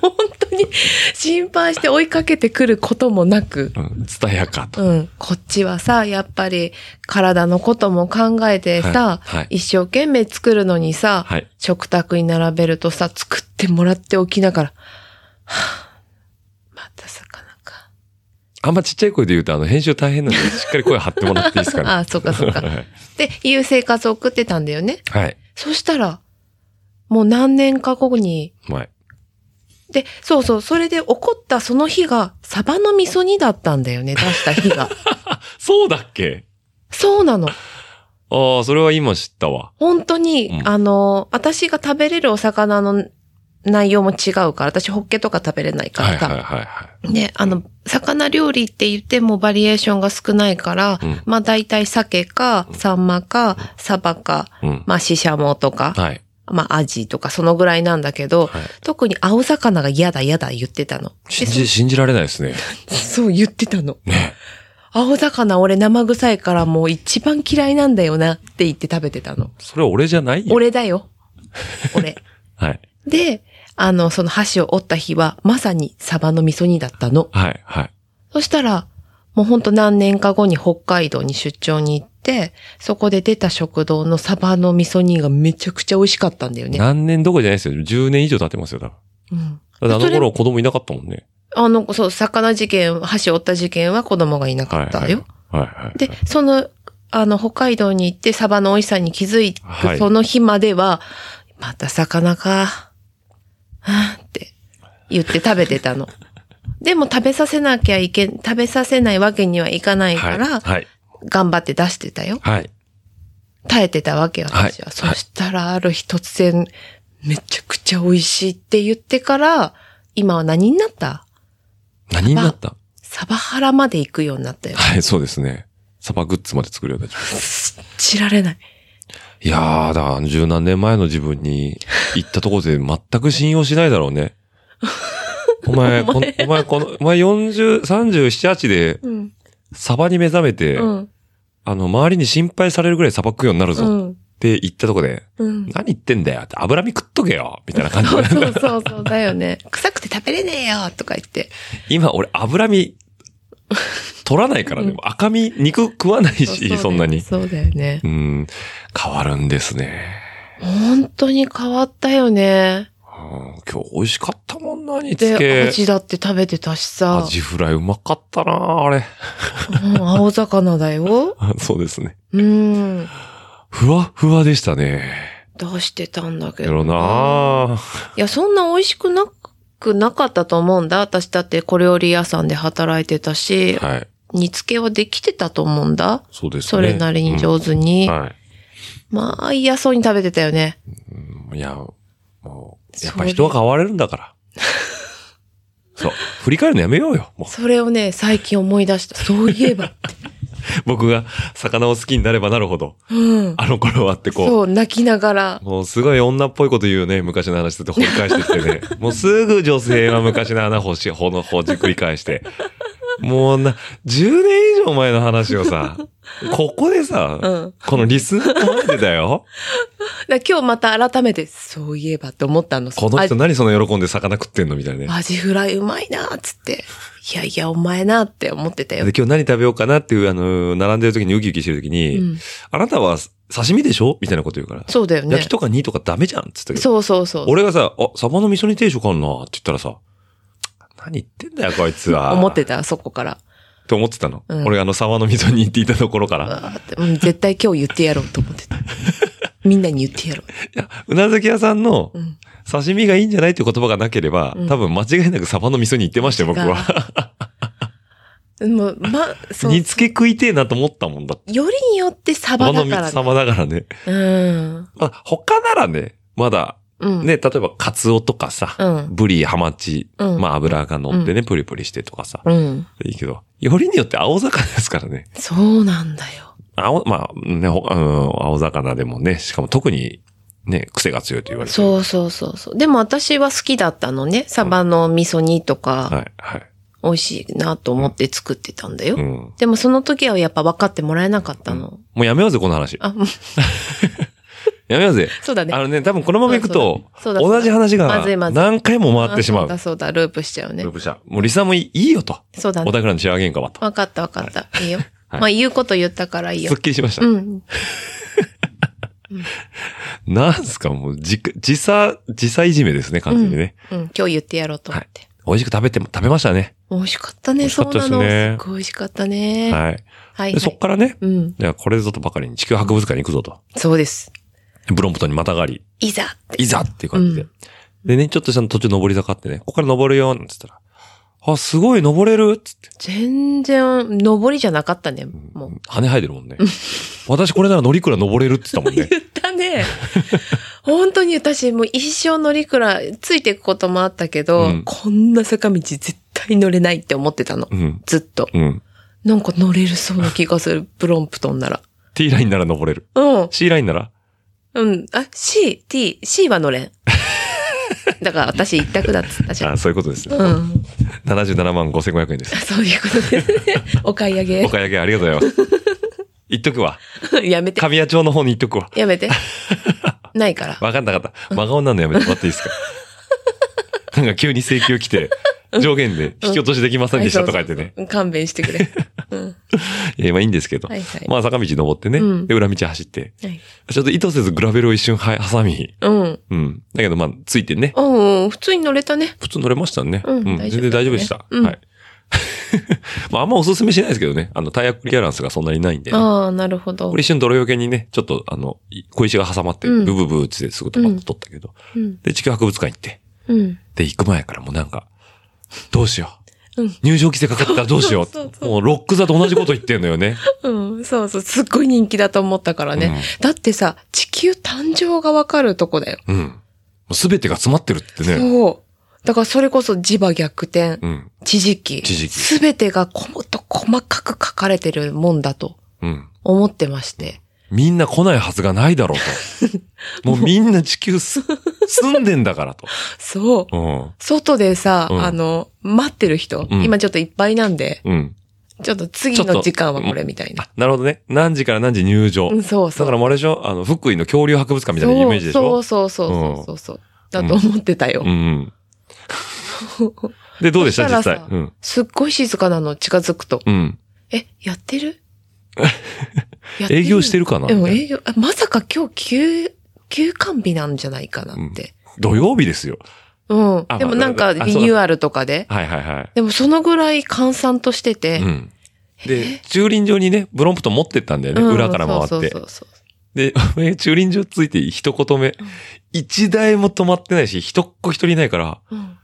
Speaker 3: 本当に心配して追いかけてくることもなく。
Speaker 2: うん、ツタヤかと。
Speaker 3: うん。こっちはさ、やっぱり体のことも考えてさ、
Speaker 2: はいはい
Speaker 3: 一生懸命作るのにさ、
Speaker 2: はい
Speaker 3: 食卓に並べるとさ、作ってもらっておきながら、はぁまた魚か。
Speaker 2: あんまちっちゃい声で言うと、あの、編集大変なんで、しっかり声張ってもらっていいですかね。
Speaker 3: ああ、そうか そうか。で、いう生活を送ってたんだよね。
Speaker 2: はい。
Speaker 3: そしたら、もう何年か後に、
Speaker 2: はい。
Speaker 3: で、そうそう、それで起こったその日が、サバの味噌煮だったんだよね、出した日 が。
Speaker 2: そうだっけ
Speaker 3: そうなの。
Speaker 2: ああ、それは今知ったわ。
Speaker 3: 本当に、
Speaker 2: うん
Speaker 3: あの、私が食べれるお魚の内容も違うから、私ホッケとか食べれないか
Speaker 2: はい
Speaker 3: らさ。
Speaker 2: はいはいはい。
Speaker 3: ね、あの、魚料理って言ってもバリエーションが少ないから、
Speaker 2: うん
Speaker 3: まあ大体鮭か、サンマか、サバか、
Speaker 2: うん。
Speaker 3: まあシシャモとか、
Speaker 2: はい。
Speaker 3: まあアジとかそのぐらいなんだけど、
Speaker 2: はい
Speaker 3: 特に青魚が嫌だ嫌だ言ってたの。
Speaker 2: 信じ、信じられないですね。
Speaker 3: そう言ってたの。
Speaker 2: ね。
Speaker 3: 青魚俺生臭いからもう一番嫌いなんだよなって言って食べてたの。
Speaker 2: それ俺じゃないよ。
Speaker 3: 俺だよ。 俺。
Speaker 2: はい。
Speaker 3: で、あの、その箸を折った日は、まさにサバの味噌煮だったの。
Speaker 2: はいはい。
Speaker 3: そしたら、もうほんと何年か後に北海道に出張に行って、そこで出た食堂のサバの味噌煮がめちゃくちゃ美味しかったんだよね。
Speaker 2: 何年どころじゃないですよ。10年以上経ってますよ、多分。
Speaker 3: う
Speaker 2: だってあ
Speaker 3: ん。そ
Speaker 2: の
Speaker 3: れ
Speaker 2: 頃子供いなかったもんね。
Speaker 3: あの、そう、魚事件、箸折った事件は子供がいなか
Speaker 2: は
Speaker 3: っ
Speaker 2: い。
Speaker 3: たよ。
Speaker 2: はいはいはい。
Speaker 3: で、その、あの、北海道に行ってサバの美味しさに気づいて、
Speaker 2: はい
Speaker 3: その日までは、また魚か、はぁって言って食べてたの。でも食べさせなきゃいけん、食べさせないわけにはいかないから、
Speaker 2: はい。
Speaker 3: 頑張って出してたよ。
Speaker 2: はい。
Speaker 3: 耐えてたわけよ、
Speaker 2: はい
Speaker 3: 私は。そ
Speaker 2: はい
Speaker 3: したら、ある日突然、めちゃくちゃ美味しいって言ってから、今は何になった
Speaker 2: 何になった
Speaker 3: サバハラまで行くようになったよ。
Speaker 2: はい、そうですね。サバグッズまで作るようになっちゃっ
Speaker 3: 知られない。
Speaker 2: た。いやー、だから十何年前の自分に行ったところで全く信用しないだろう ね。お前、こんお前、この、お前40、37、8で
Speaker 3: うん。
Speaker 2: サバに目覚めて、
Speaker 3: うん。
Speaker 2: あの、周りに心配されるぐらいサバ食うようになる
Speaker 3: う
Speaker 2: ぞ
Speaker 3: ん。
Speaker 2: って言ったとこで、
Speaker 3: うん。
Speaker 2: 何言ってんだよって脂身食っとけよみたいな感じ
Speaker 3: そう
Speaker 2: で。
Speaker 3: そうそうそうだよね。臭くて食べれねえよとか言って。
Speaker 2: 今俺脂身取らないからね。赤身、肉食わないし、そんなに。
Speaker 3: そうだよね
Speaker 2: う。ん、変わるんですね。
Speaker 3: 本当に変わったよね。
Speaker 2: うん今日美味しかったもんな、煮付
Speaker 3: で、
Speaker 2: け。
Speaker 3: 味だって食べてたしさ
Speaker 2: ア、ジフライうまかったな、あれ。
Speaker 3: うん、青魚だよ。
Speaker 2: そうですね。
Speaker 3: うん。
Speaker 2: ふわっふわでしたね。
Speaker 3: 出してたんだけ
Speaker 2: や
Speaker 3: ど。
Speaker 2: ろな。
Speaker 3: いや、そんな美味しくなくなかったと思うんだ。私だって小料理屋さんで働いてたし、
Speaker 2: はい。
Speaker 3: 煮付けはできてたと思うんだ。
Speaker 2: そうですね。
Speaker 3: それなりに上手に。
Speaker 2: うんはい。
Speaker 3: まあ、嫌そうに食べてたよね。
Speaker 2: いや、もう、やっぱ人は変われるんだから。そう。振り返るのやめようよ。も
Speaker 3: それをね、最近思い出した。そういえ ばって。
Speaker 2: う 僕が魚を好きになればなるほど、
Speaker 3: うん。
Speaker 2: あの頃はってこ
Speaker 3: そう、泣きながら
Speaker 2: う、。もうすごい女っぽいこと言うよね。昔の話ずっ と掘り返してってね。もうすぐ女性は昔の穴ほし、ほのほじくり返して。もうな、10年以上前の話を さ、ここでさ、
Speaker 3: うん。
Speaker 2: このリスナー待ってた よ。
Speaker 3: だから今日また改めて、そういえばって思ったの。
Speaker 2: この人何その喜んで魚食ってんのみたいなね。
Speaker 3: あアジフライうまいなっつって。いやいや、お前なって思ってたよ。
Speaker 2: で、今日何食べようかなっていう、あの、並んでる時にウキウキしてる時に、
Speaker 3: うん、
Speaker 2: あなたは刺身でしょみたいなこと言うから。
Speaker 3: そうだよね。
Speaker 2: 焼きとか煮とかダメじゃんっつったけど。
Speaker 3: そうそうそう。
Speaker 2: 俺がさ、あ、サバの味噌煮定食あんなって言ったらさ、何言ってんだよ、こいつは。
Speaker 3: 思ってた、そこから。
Speaker 2: って思ってたの。
Speaker 3: うん
Speaker 2: 俺があの、サバの味噌煮って言ったところか
Speaker 3: う
Speaker 2: ら。
Speaker 3: わーってうん、絶対今日言ってやろうと 思ってた。みんなに言ってやろ
Speaker 2: いや、うなずき屋さんの
Speaker 3: う。うん。
Speaker 2: 刺身がいいんじゃないっていう言葉がなければ、
Speaker 3: うん
Speaker 2: 多分間違いなくサバの味噌煮言ってましたよ、僕は。
Speaker 3: でもまあ、そう。
Speaker 2: 煮付け食いてえなと思ったもんだって。
Speaker 3: よりによってサバ
Speaker 2: サバの味
Speaker 3: だか
Speaker 2: 噌、
Speaker 3: ら、
Speaker 2: サ
Speaker 3: ね。
Speaker 2: バだからね。
Speaker 3: うん。
Speaker 2: まあ、他ならね、まだ、
Speaker 3: うん。
Speaker 2: ね、例えばカツオとかさ、
Speaker 3: うん。
Speaker 2: ブリ、ハマチ、
Speaker 3: うん。
Speaker 2: まあ油が乗ってね、プリプリしてとかさ、
Speaker 3: うん。
Speaker 2: いいけど、よりによって青魚ですからね。
Speaker 3: そうなんだよ。
Speaker 2: 青、まあ、ね、ほうん、青魚でもね、しかも特に、ね、癖が強いと言われてる。
Speaker 3: そうそうそうそう。でも私は好きだったのね。サバの味噌煮と
Speaker 2: は
Speaker 3: か、
Speaker 2: い、はい。
Speaker 3: 美味しいなと思って作ってたんだよ。
Speaker 2: うん。も
Speaker 3: でもその時はやっぱ分かってもらえなかったの。
Speaker 2: うやめようぜ、この話。
Speaker 3: あ、もう
Speaker 2: やめようぜ。
Speaker 3: そうだね。
Speaker 2: あのね、多分このまま行くと、
Speaker 3: そうだ、そうだ
Speaker 2: 同じ話が
Speaker 3: まずいまずい
Speaker 2: 何回も回ってしま
Speaker 3: あそう
Speaker 2: う
Speaker 3: だ、。そうだ、ループしちゃうね
Speaker 2: ルー。プした。もうリサもいいよと。
Speaker 3: そうだ
Speaker 2: お
Speaker 3: ね。
Speaker 2: 宅らのシェア喧嘩はと。
Speaker 3: 分かった、分かった。いいよ。
Speaker 2: はい
Speaker 3: まあ、言うこと言ったからいいよ
Speaker 2: すっ。きりしました
Speaker 3: う。ん。
Speaker 2: なんすか、もう、じ、時差、時差いじめですね、完全にね。
Speaker 3: うん。今日言ってやろうと思って。
Speaker 2: 美味しく食べても、食べましたね。
Speaker 3: 美味しかった
Speaker 2: 美
Speaker 3: ね、
Speaker 2: 味しか
Speaker 3: そ
Speaker 2: った
Speaker 3: う
Speaker 2: で
Speaker 3: な
Speaker 2: す
Speaker 3: の。
Speaker 2: ね
Speaker 3: すごい美味しかったね。はい
Speaker 2: はい。
Speaker 3: はい。
Speaker 2: でそっからね、
Speaker 3: うん。
Speaker 2: じゃあこれぞとばかりに地球博物館に行くぞと。
Speaker 3: そうです。
Speaker 2: ブロンプトンにまたがり、
Speaker 3: いざって。
Speaker 2: いざっていう感じで。
Speaker 3: うん
Speaker 2: でね、ちょっとした途中登り坂あってね、ここから登るよ、なんつったら、あ、すごい登れるっつって。
Speaker 3: 全然、登りじゃなかったね、もう。
Speaker 2: 羽生えてるもんね。私これなら乗りくら登れるっつったもん
Speaker 3: 言
Speaker 2: ね
Speaker 3: っ。たね。本当に私、もう一生乗りくら、ついていくこともあったけど、
Speaker 2: うん
Speaker 3: こんな坂道絶対乗れないって思ってたの。
Speaker 2: うん。
Speaker 3: ずっと。
Speaker 2: うん。
Speaker 3: なんか乗れるそうな気がする、ブロンプトンなら。
Speaker 2: T ラインなら登れる。
Speaker 3: うん。
Speaker 2: C ラインなら
Speaker 3: うん。あ、C、T、C は乗れん。 だから私一択だっつったじゃん。
Speaker 2: あそういうことですね。
Speaker 3: うん。
Speaker 2: 77万5500円です。
Speaker 3: そういうことですね。お買い上
Speaker 2: お買い上げありがとうござい ます。言っとくわ。
Speaker 3: げ。やめて。
Speaker 2: 神谷町の方に言っとくわ。
Speaker 3: やめて。ないから。
Speaker 2: わかんなかった。真顔になるのやめてもらっていい ですかなんか急に請求来て、上限で引き落としできませんでしたとか言ってね。
Speaker 3: うん。勘弁して くれ。うん。
Speaker 2: えーまあいいんですけど。
Speaker 3: はいはい
Speaker 2: まあ坂道登ってね、
Speaker 3: うん
Speaker 2: で、裏道走って。
Speaker 3: はい。
Speaker 2: ちょっと意図せずグラベルを一瞬は挟み。
Speaker 3: うん。
Speaker 2: うん。だけどまあ、ついてね。
Speaker 3: うん、普通に乗れたね。
Speaker 2: 普通乗れましたね。
Speaker 3: うん
Speaker 2: 全
Speaker 3: 大丈夫
Speaker 2: 然大丈夫でした。
Speaker 3: うん
Speaker 2: はい。 まああんまおすすめしないですけどね。あの、タイヤクリアランスがそんなにないんでね、
Speaker 3: ああ、なるほど
Speaker 2: これ。一瞬泥よけにね、ちょっとあの、い小石が挟まって、
Speaker 3: うん
Speaker 2: ブブブーってすぐ止まって撮ったけど。
Speaker 3: うん。
Speaker 2: で、地球博物館行って。
Speaker 3: うん。
Speaker 2: で、行く前からもうなんか、どうしよう。
Speaker 3: うん
Speaker 2: 入場規制かかったらどうしよ
Speaker 3: そうそう
Speaker 2: う。
Speaker 3: そう
Speaker 2: もうロック座と同じこと言ってんのよね。
Speaker 3: うん、そうそう、すっごい人気だと思ったからね。だってさ、地球誕生がわかるとこだよ。
Speaker 2: うん。うん。もう全てが詰まってるってね。
Speaker 3: そう。だからそれこそ磁場逆転、
Speaker 2: うん。
Speaker 3: 地磁気。
Speaker 2: 地磁気
Speaker 3: すべてがこもっと細かく書かれてるもんだと
Speaker 2: うん。
Speaker 3: 思ってまして。
Speaker 2: みんな来ないはずがないだろう と。もうみんな地球す住んでんだからと。
Speaker 3: そう。
Speaker 2: うん。
Speaker 3: 外でさ、
Speaker 2: うん
Speaker 3: あの、待ってる人、
Speaker 2: うん
Speaker 3: 今ちょっといっぱいなんで、
Speaker 2: うん。
Speaker 3: ちょっと次の時間はこれみたいな
Speaker 2: あ。、なるほどね。何時から何時入場。
Speaker 3: うん、そうそ
Speaker 2: だ
Speaker 3: う
Speaker 2: か。らもうあれでしょあの、福井の恐竜博物館みたいなイメージでしょ
Speaker 3: そうそうそうそうそうそう。だと思ってたよ。
Speaker 2: うん。で、どうでした
Speaker 3: そ
Speaker 2: 実
Speaker 3: したら
Speaker 2: 際
Speaker 3: さ。
Speaker 2: うん。
Speaker 3: すっごい静かなの、近づくと。
Speaker 2: うん。
Speaker 3: え、やってるやって る
Speaker 2: 営業してるかな
Speaker 3: で
Speaker 2: み
Speaker 3: も
Speaker 2: たいな
Speaker 3: 営業、あまさか今日休、休館日なんじゃないかなって。
Speaker 2: 土曜日ですよ。
Speaker 3: うん。
Speaker 2: あ
Speaker 3: でもなん
Speaker 2: まあ
Speaker 3: か
Speaker 2: あそうだ
Speaker 3: リニューアルとかで。
Speaker 2: はいはいはい。
Speaker 3: でもそのぐらい閑散としてて。
Speaker 2: うん。で
Speaker 3: え、
Speaker 2: 駐輪場にね、ブロンプトン持ってったんだよね。
Speaker 3: うん
Speaker 2: 裏から回って。
Speaker 3: そうそうそう
Speaker 2: で、 駐輪場ついて一言目。一台も止まってないし、一っ子一人いないから、
Speaker 3: そう。うん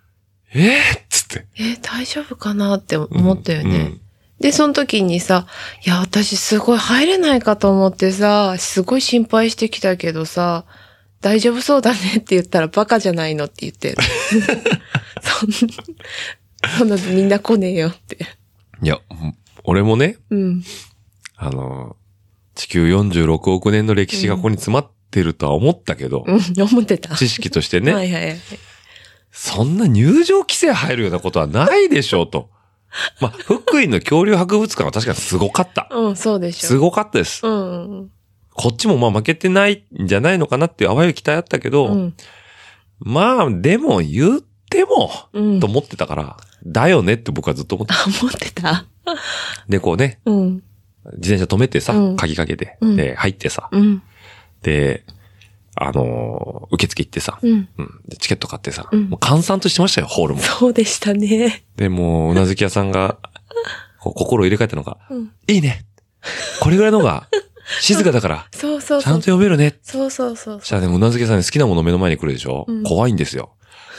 Speaker 2: えー、っつって。
Speaker 3: え、大丈夫かなって思ったよね。
Speaker 2: うん
Speaker 3: で、その時にさ、いや、私すごい入れないかと思ってさ、すごい心配してきたけどさ、大丈夫そうだねって言ったらバカじゃないのって 言って。そんそんなみんな来ねえよって。
Speaker 2: いや、うん俺もね、
Speaker 3: うん。
Speaker 2: あのー、地球46億年の歴史がここに詰まってるとは思ったけど、
Speaker 3: うん、思ってた。
Speaker 2: 知識と してね、
Speaker 3: はいはいはい。
Speaker 2: そんな入場規制入るようなことはないでしょうと。まあ、福井の恐竜博物館は確かにすごかった。
Speaker 3: うん、そうでしょ。
Speaker 2: すごかったです。
Speaker 3: うんうん。
Speaker 2: こっちもまあ負けてないんじゃないのかなっていう淡い期待あったけど、
Speaker 3: うん。
Speaker 2: まあ、でも言っても、
Speaker 3: うん。
Speaker 2: と思ってたから、だよねって僕はずっと思って。
Speaker 3: あ、持ってた
Speaker 2: で、こうね、
Speaker 3: うん。
Speaker 2: 自転車止めてさ、
Speaker 3: うん
Speaker 2: 鍵かけて、
Speaker 3: うん
Speaker 2: で、入ってさ、
Speaker 3: うん。
Speaker 2: で、あのー受付行ってさ、
Speaker 3: うん。
Speaker 2: うん、でチケット買ってさ、
Speaker 3: うん
Speaker 2: もう閑散としてましたよ、ホールも。
Speaker 3: そうでしたね。
Speaker 2: で、もう、うなずき屋さん が、こう心を入れ替えたのが、
Speaker 3: うん。
Speaker 2: いいねこれぐらいの方 が、静かだから、
Speaker 3: そうそう
Speaker 2: ちゃ
Speaker 3: そ
Speaker 2: ん
Speaker 3: う
Speaker 2: と。読めるね。
Speaker 3: そうそうそう
Speaker 2: そし。たらね、うなずき屋さんね、好きなもの目の前に来るでしょ、
Speaker 3: うん
Speaker 2: 怖いんですよ。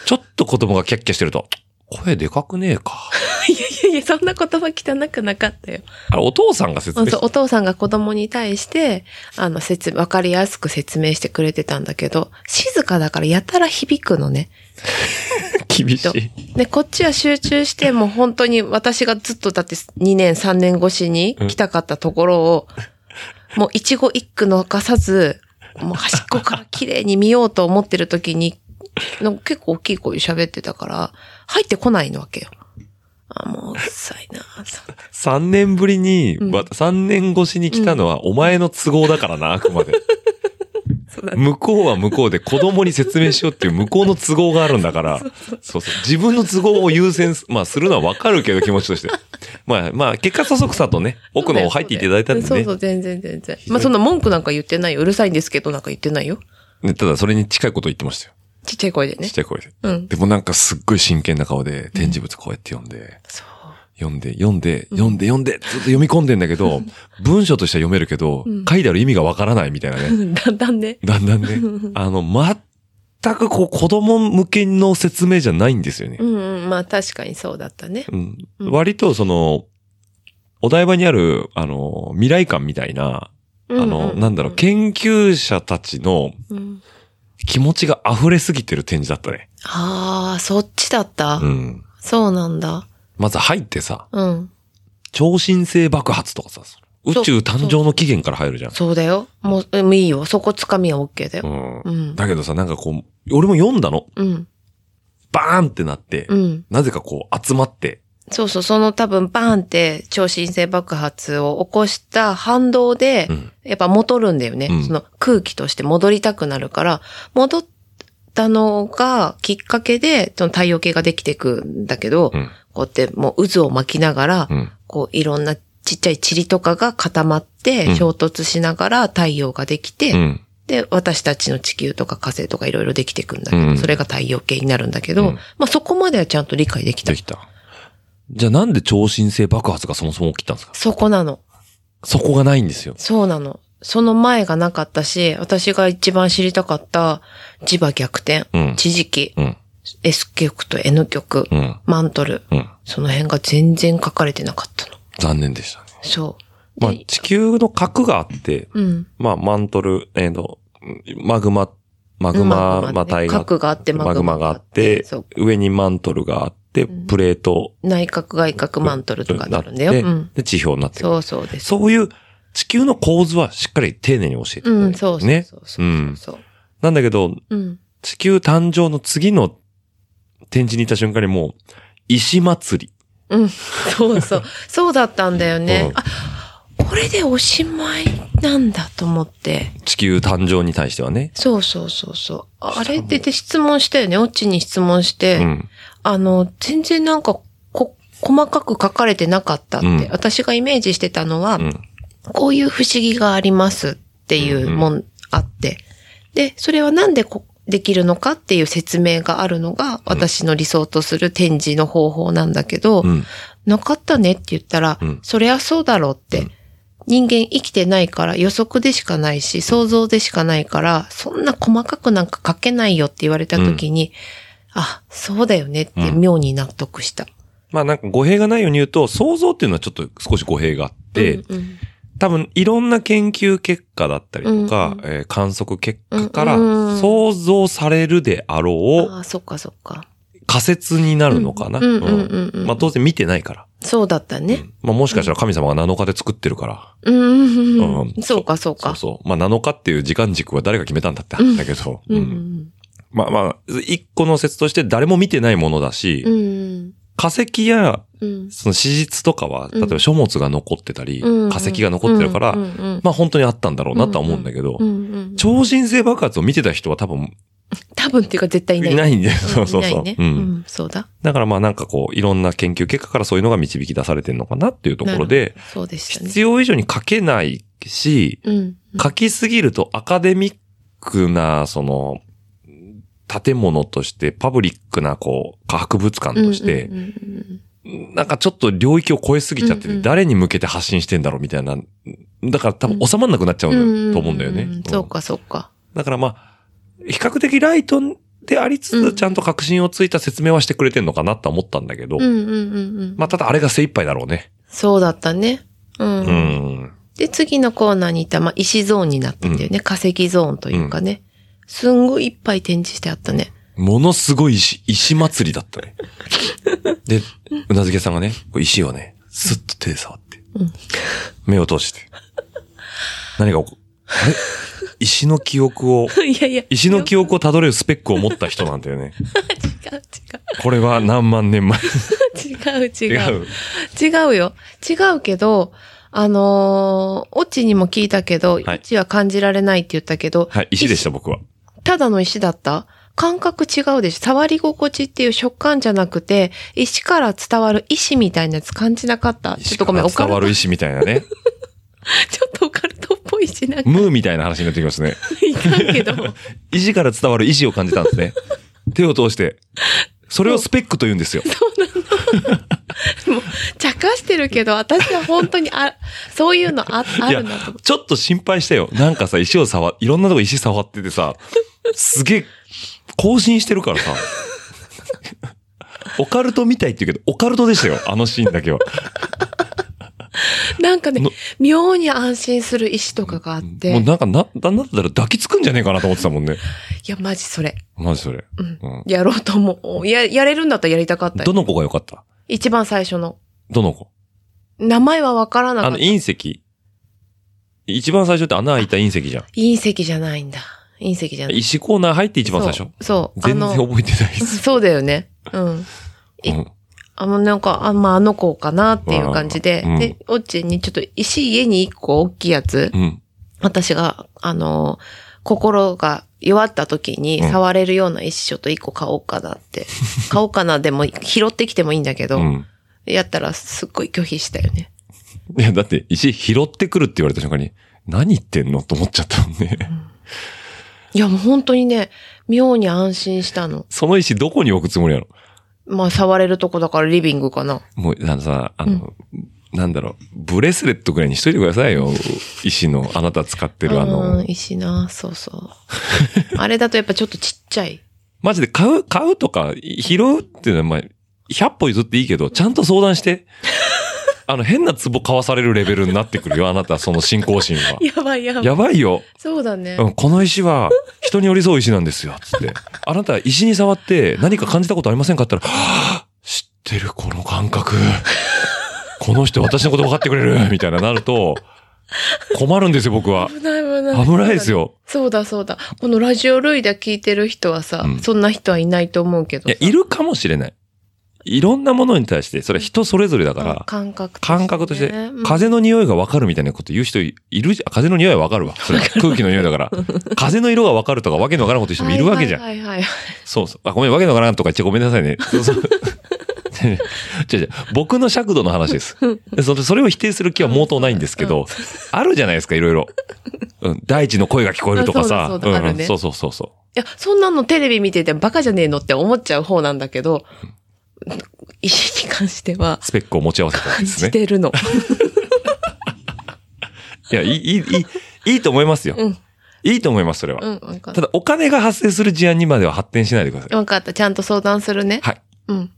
Speaker 2: ちょっと子供がキャッキャしてると、声でかくねえか。
Speaker 3: いやいやいや、そんな言葉汚くなかったよ。
Speaker 2: あれ、お父さんが説
Speaker 3: そう
Speaker 2: 明し
Speaker 3: そう
Speaker 2: て
Speaker 3: お父さんが子供に対して、あの、説、わかりやすく説明してくれてたんだけど、静かだからやたら響くのね。
Speaker 2: 厳しい。
Speaker 3: で、こっちは集中して、もう本当に私がずっとだって2年、3年越しに来たかったところ を、もう一期一句逃さず、もう端っこから綺麗に見ようと思ってる時に、なんか結構大きい声で喋ってたから、入ってこないのわけよ。あ、もううっさいな。
Speaker 2: 3年ぶりに、
Speaker 3: うん
Speaker 2: わ3年越しに来たのはお前の都合だからな、あくまで。
Speaker 3: そうだね
Speaker 2: 向こうは向こうで子供に説明しようっていう向こうの都合があるんだから、そうそう。自分の都合を優先す、まあするのはわかるけど気持ちとして。まあまあ、結果そそくさとね、奥の方入っていただいたんで
Speaker 3: そう
Speaker 2: ね
Speaker 3: そう、。全然全然。まあ、そんな文句なんか言ってないよ。うるさいんですけど、なんか言ってないよ。
Speaker 2: ねただそれに近いこと言ってましたよ。
Speaker 3: ちっちゃい声でね
Speaker 2: ちっ。ちゃい声で。
Speaker 3: うん。
Speaker 2: でもなんかすっごい真剣な顔で展示物こうやって読んで、
Speaker 3: そう。
Speaker 2: 読んで、読んで、読んで、読んで、ずっと読み込んでんだけ ど、文章としては読めるけど
Speaker 3: うん、
Speaker 2: 書いてある意味がわからないみたいな ね。
Speaker 3: だん だんね。
Speaker 2: だんだんね。あの、全くこう子供向けの説明じゃないんですよね
Speaker 3: う。んうん。まあ、確かにそうだったね。
Speaker 2: うん。
Speaker 3: うん
Speaker 2: 割とその、お台場にある、あの、未来館みたいな、あの、なんだろう、研究者たちの
Speaker 3: うん
Speaker 2: 気持ちが溢れすぎてる展示だったね。
Speaker 3: ああ、そっちだった。
Speaker 2: うん。
Speaker 3: そうなんだ。
Speaker 2: まず入ってさ、
Speaker 3: うん。
Speaker 2: 超新星爆発とかさ、宇宙誕生の起源から入るじゃん。
Speaker 3: そうだよ。もう、えもういいよ。そこつかみは OK だよ。
Speaker 2: うん
Speaker 3: う。ん。
Speaker 2: だけどさ、なんかこう、俺も読んだの。
Speaker 3: うん。
Speaker 2: バーンってなって、
Speaker 3: うん。
Speaker 2: なぜかこう集まって、
Speaker 3: そうそう、その多分バーンって超新星爆発を起こした反動で、
Speaker 2: うん
Speaker 3: やっぱ戻るんだよね、
Speaker 2: うん
Speaker 3: その空気として戻りたくなるから、戻ったのがきっかけで、その太陽系ができていくんだけど、
Speaker 2: うん
Speaker 3: こうやってもう渦を巻きながら、
Speaker 2: うん
Speaker 3: こういろんなちっちゃい塵とかが固まって、
Speaker 2: うん
Speaker 3: 衝突しながら太陽ができて、
Speaker 2: うん。
Speaker 3: で、私たちの地球とか火星とかいろいろできていくんだけど、
Speaker 2: うん
Speaker 3: それが太陽系になるんだけど、
Speaker 2: うん
Speaker 3: まあそこまではちゃんと理解できた
Speaker 2: で。きた。じゃあなんで超新星爆発がそもそも起きたんですか
Speaker 3: そこなの。
Speaker 2: そこがないんですよ。
Speaker 3: そうなの。その前がなかったし、私が一番知りたかった、磁場逆転、
Speaker 2: うん
Speaker 3: 地磁気、
Speaker 2: うん。
Speaker 3: S 極と N 極、
Speaker 2: うん。
Speaker 3: マントル、
Speaker 2: うん。
Speaker 3: その辺が全然書かれてなかったの。
Speaker 2: 残念でしたね。
Speaker 3: そう。
Speaker 2: まあ
Speaker 3: で、
Speaker 2: 地球の核があって、
Speaker 3: うん。
Speaker 2: まあ、マントル、えーの、マグマ、マグ
Speaker 3: うん
Speaker 2: マ、まあ、
Speaker 3: ね
Speaker 2: 体が、
Speaker 3: 核があって、
Speaker 2: マグマがあっ
Speaker 3: マグマがあって
Speaker 2: て
Speaker 3: そう、
Speaker 2: 上にマントルがあって、
Speaker 3: うん
Speaker 2: プレート
Speaker 3: 内角外角マントルとかになるんだよ。
Speaker 2: な
Speaker 3: う
Speaker 2: って
Speaker 3: ん。
Speaker 2: で、地表になってくる
Speaker 3: そうそうです。
Speaker 2: そういう地球の構図はしっかり丁寧に教えてくれる
Speaker 3: うんん、
Speaker 2: ですね
Speaker 3: そうそうそうそううんそう。
Speaker 2: なんだけど、
Speaker 3: うん。
Speaker 2: 地球誕生の次の展示に行った瞬間にもう、石祭り。
Speaker 3: うん。そ うそう。そうだったんだよ
Speaker 2: うん
Speaker 3: ね。あ、これでおしまいなんだと思って。
Speaker 2: 地球誕生に対してはね。
Speaker 3: そうそうそうそう。あれってで質問したよね。オッチに質問して、
Speaker 2: うん。
Speaker 3: あの、全然なんか、こ、細かく書かれてなかったって。
Speaker 2: うん
Speaker 3: 私がイメージしてたのは、
Speaker 2: うん。
Speaker 3: こういう不思議がありますっていうもんあって。で、それはなんでこできるのかっていう説明があるのが、私の理想とする展示の方法なんだけど、
Speaker 2: うん。
Speaker 3: なかったねって言ったら、
Speaker 2: うん
Speaker 3: そりゃそうだろうって。人間生きてないから予測でしかないし、想像でしかないから、そんな細かくなんか書けないよって言われた時に、あ、そうだよねって妙に納得した。
Speaker 2: まあなんか語弊がないように言うと、想像っていうのはちょっと少し語弊があって、
Speaker 3: うんうん
Speaker 2: 多分いろんな研究結果だったりとか、
Speaker 3: うん
Speaker 2: えー観測結果から
Speaker 3: うんうん
Speaker 2: 想像されるであろ
Speaker 3: ああ、そっかそっか。
Speaker 2: う仮説になるのかな。
Speaker 3: うんうんうんう
Speaker 2: うんんまあ当然見てないから。
Speaker 3: そうだったね。
Speaker 2: まあもしかしたら神様が7日で作ってるから。
Speaker 3: うんうんうん
Speaker 2: うん
Speaker 3: そうかそう
Speaker 2: そう
Speaker 3: か。
Speaker 2: そう。まあ7日っていう時間軸は誰が決めたんだって話だけど。
Speaker 3: うん
Speaker 2: うんまあまあ、一個の説として誰も見てないものだし、
Speaker 3: うんうん
Speaker 2: 化石や、
Speaker 3: うん。
Speaker 2: その史実とかは、
Speaker 3: うん
Speaker 2: 例えば書物が残ってたり、
Speaker 3: うん
Speaker 2: 化石が残ってるから、
Speaker 3: うんうん
Speaker 2: まあ本当にあったんだろうなとは思うんだけど、
Speaker 3: うんうんうん
Speaker 2: 超新星爆発を見てた人は多分
Speaker 3: 多分っていうか絶対い
Speaker 2: い
Speaker 3: ない。
Speaker 2: ないんで、
Speaker 3: う ん
Speaker 2: そうそう
Speaker 3: い
Speaker 2: そ
Speaker 3: な
Speaker 2: う
Speaker 3: いね。
Speaker 2: う。
Speaker 3: うんん、そうだ。
Speaker 2: だからまあなんかこう、いろんな研究結果からそういうのが導き出されてるのかなっていうところで、
Speaker 3: そうでしたね
Speaker 2: 必。要以上に書けないし、
Speaker 3: うん。
Speaker 2: 書きすぎるとアカデミックな、その、建物として、パブリックな、こう、博物館として、
Speaker 3: うんうんうんうん
Speaker 2: なんかちょっと領域を超えすぎちゃってて、
Speaker 3: うんうん
Speaker 2: 誰に向けて発信してんだろうみたいな、だから多分収まんなくなっちゃう
Speaker 3: うん
Speaker 2: だと思うんだよね。
Speaker 3: う
Speaker 2: うん
Speaker 3: そうか、そうか。
Speaker 2: だからまあ、比較的ライトでありつ
Speaker 3: う
Speaker 2: つ、
Speaker 3: ん
Speaker 2: ちゃんと確信をついた説明はしてくれてんのかなとは思ったんだけど、
Speaker 3: うんうんうんうん。
Speaker 2: まあただあれが精一杯だろうね。
Speaker 3: そうだったね。うん。
Speaker 2: うん。
Speaker 3: で、次のコーナーに行ったら、まあ、石ゾーンになったんだよね。化石ゾーンというかね。すんごいいっぱい展示してあったね。
Speaker 2: ものすごい石、石祭りだ ったね。で、うなずけさんがね、こう石をね、スッと手で触って、
Speaker 3: うん
Speaker 2: 目を通して、何が起こ、あれ石の記憶を、
Speaker 3: いやいや。
Speaker 2: 石の記憶をたどれるスペックを持った人なんだよね。
Speaker 3: 違う
Speaker 2: これは何万年前。
Speaker 3: 違う。違う違う。
Speaker 2: う。
Speaker 3: 違うよ。違うけど、あのー、オチにも聞いたけど、
Speaker 2: はい
Speaker 3: オチは感じられないって言ったけど、
Speaker 2: はい、石でした、僕は。
Speaker 3: ただの石だった感覚違うでしょ触り心地っていう食感じゃなくて、石から伝わる石みたいなやつ感じなかった。ちょっとごめん、オ
Speaker 2: 石か
Speaker 3: カ
Speaker 2: ら伝わ
Speaker 3: ルト、
Speaker 2: る
Speaker 3: ち
Speaker 2: 石みたいなね。
Speaker 3: ょっとオカルトっぽいしなんか
Speaker 2: ムーみたいな話になってきます ね。
Speaker 3: いか んけど、
Speaker 2: 石から伝わる意志を感じたんですね。手を通して。それをスペックと言うんですよ。
Speaker 3: 茶化してるけど、私は本当にあ、そういうのああ
Speaker 2: いや
Speaker 3: るんだと思、
Speaker 2: ちょっと心配したよ。なんかさ、石を触、いろんなとこ石触っててさ、すげえ、更新してるからさ。 オカルトみたいって言うけど、オカルトでしたよ。あのシーンだけは。
Speaker 3: う。なんかね
Speaker 2: の、
Speaker 3: 妙に安心する石とかがあって、
Speaker 2: もう
Speaker 3: い
Speaker 2: なんかな、なんだったら抱きつくんじゃねえかなと思ってたもんね。
Speaker 3: や、マジそれ。
Speaker 2: マジそれ。
Speaker 3: うん
Speaker 2: うん
Speaker 3: やろうと思う。や、やれるんだったらやりたかった
Speaker 2: ど
Speaker 3: よ。
Speaker 2: の子が良かった
Speaker 3: 一番最初の。
Speaker 2: どの子
Speaker 3: 名前はわからなか
Speaker 2: あ
Speaker 3: っ
Speaker 2: の、
Speaker 3: た。
Speaker 2: 隕石。一番最初って穴開いた隕石じゃん。
Speaker 3: 隕石じゃないんだ。隕石じゃない。
Speaker 2: 石コーナー入って一番最初。
Speaker 3: そう。そう
Speaker 2: 全然
Speaker 3: あの
Speaker 2: 覚えてないです。
Speaker 3: そうだよね。うん。い
Speaker 2: うん
Speaker 3: あの、なんか、あまあ、あの子かなっていう感じで、
Speaker 2: うん
Speaker 3: で、オッチにちょっと石家に一個大きいやつ、
Speaker 2: うん。
Speaker 3: 私が、あの、心が弱った時に
Speaker 2: うん
Speaker 3: 触れるような石ちょっと一個買おうかな って。買おうかなでも拾ってきてもいいんだけ
Speaker 2: う
Speaker 3: ど、
Speaker 2: ん。
Speaker 3: やったらすっごい拒否したよね。
Speaker 2: いや、だって石拾ってくるって言われた瞬間に、何言ってんのと思っちゃったもんね。
Speaker 3: いや、もう本当にね、妙に安心したの。
Speaker 2: その石どこに置くつもりなの
Speaker 3: まあ、触れるとこだからリビングかな。
Speaker 2: もう、あのさ、あの、なんだろう、ブレスレットぐらいにしといてくださいよ。石の、あなた使ってるあ
Speaker 3: う
Speaker 2: の
Speaker 3: ん、石な、そうそう。 あれだとやっぱちょっとちっちゃい。
Speaker 2: マジで買う、買うとか、拾うっていうのは、まあ、100歩譲っていいけど、ちゃんと相談 して。あの、変な壺買わされるレベルになってくるよ、あなた、その信仰心は。
Speaker 3: やばいやばい。
Speaker 2: やばいよ。
Speaker 3: そうだね
Speaker 2: う。ん、この石は人に寄り添う石なんですよ、つって。 あなた石に触って何か感じたことありませんかって言ったら、はぁ知ってる、この感覚。この人私のこと分かってくれる、みたいななると、困るんですよ、僕は。
Speaker 3: 危ない危ない。
Speaker 2: 危ないです。よ。
Speaker 3: そうだそうだ。このラジオ類で聞いてる人はさ、
Speaker 2: うん
Speaker 3: そんな人はいないと思うけど
Speaker 2: い
Speaker 3: さ
Speaker 2: や、いるかもしれない。いろんなものに対して、それは人それぞれだか
Speaker 3: あ
Speaker 2: ら、
Speaker 3: 感覚としてね、
Speaker 2: 感覚として
Speaker 3: うん、
Speaker 2: 風の匂いがわかるみたいなこと言う人いるじゃん。風の匂いはわかるわ。それは空気の匂いだ から。風の色がわかるとかわけのわからんこと言う人もいるわけじゃん。
Speaker 3: はいはいはいはい。
Speaker 2: そうそう。あ、ごめん、わけのわからんとか言っちゃごめんなさい ね。そうそう。 違う違う。僕の尺度の話です。でそれそれを否定する気は毛頭ないんですけど、あるじゃないですか、いろいろ。うん、大地の声が聞こえるとか
Speaker 3: あそ
Speaker 2: さ
Speaker 3: うだ。そうだ
Speaker 2: んん
Speaker 3: あるね
Speaker 2: そうそうそうそ
Speaker 3: いや、そんなのテレビ見ててバカじゃねえのって思っちゃう方なんだけど、石に関しては
Speaker 2: う。、スペックを持ち合わせたん
Speaker 3: 感
Speaker 2: です
Speaker 3: じ
Speaker 2: ね。
Speaker 3: てるの。
Speaker 2: いや、いい、いい、いい、いいと思いますよ。
Speaker 3: うん
Speaker 2: いいと思います、それは。
Speaker 3: うん、わかったた。
Speaker 2: だ、お金が発生する事案にまでは発展しないでください。
Speaker 3: わかった。ちゃんと相談するね。
Speaker 2: はい。
Speaker 3: うん。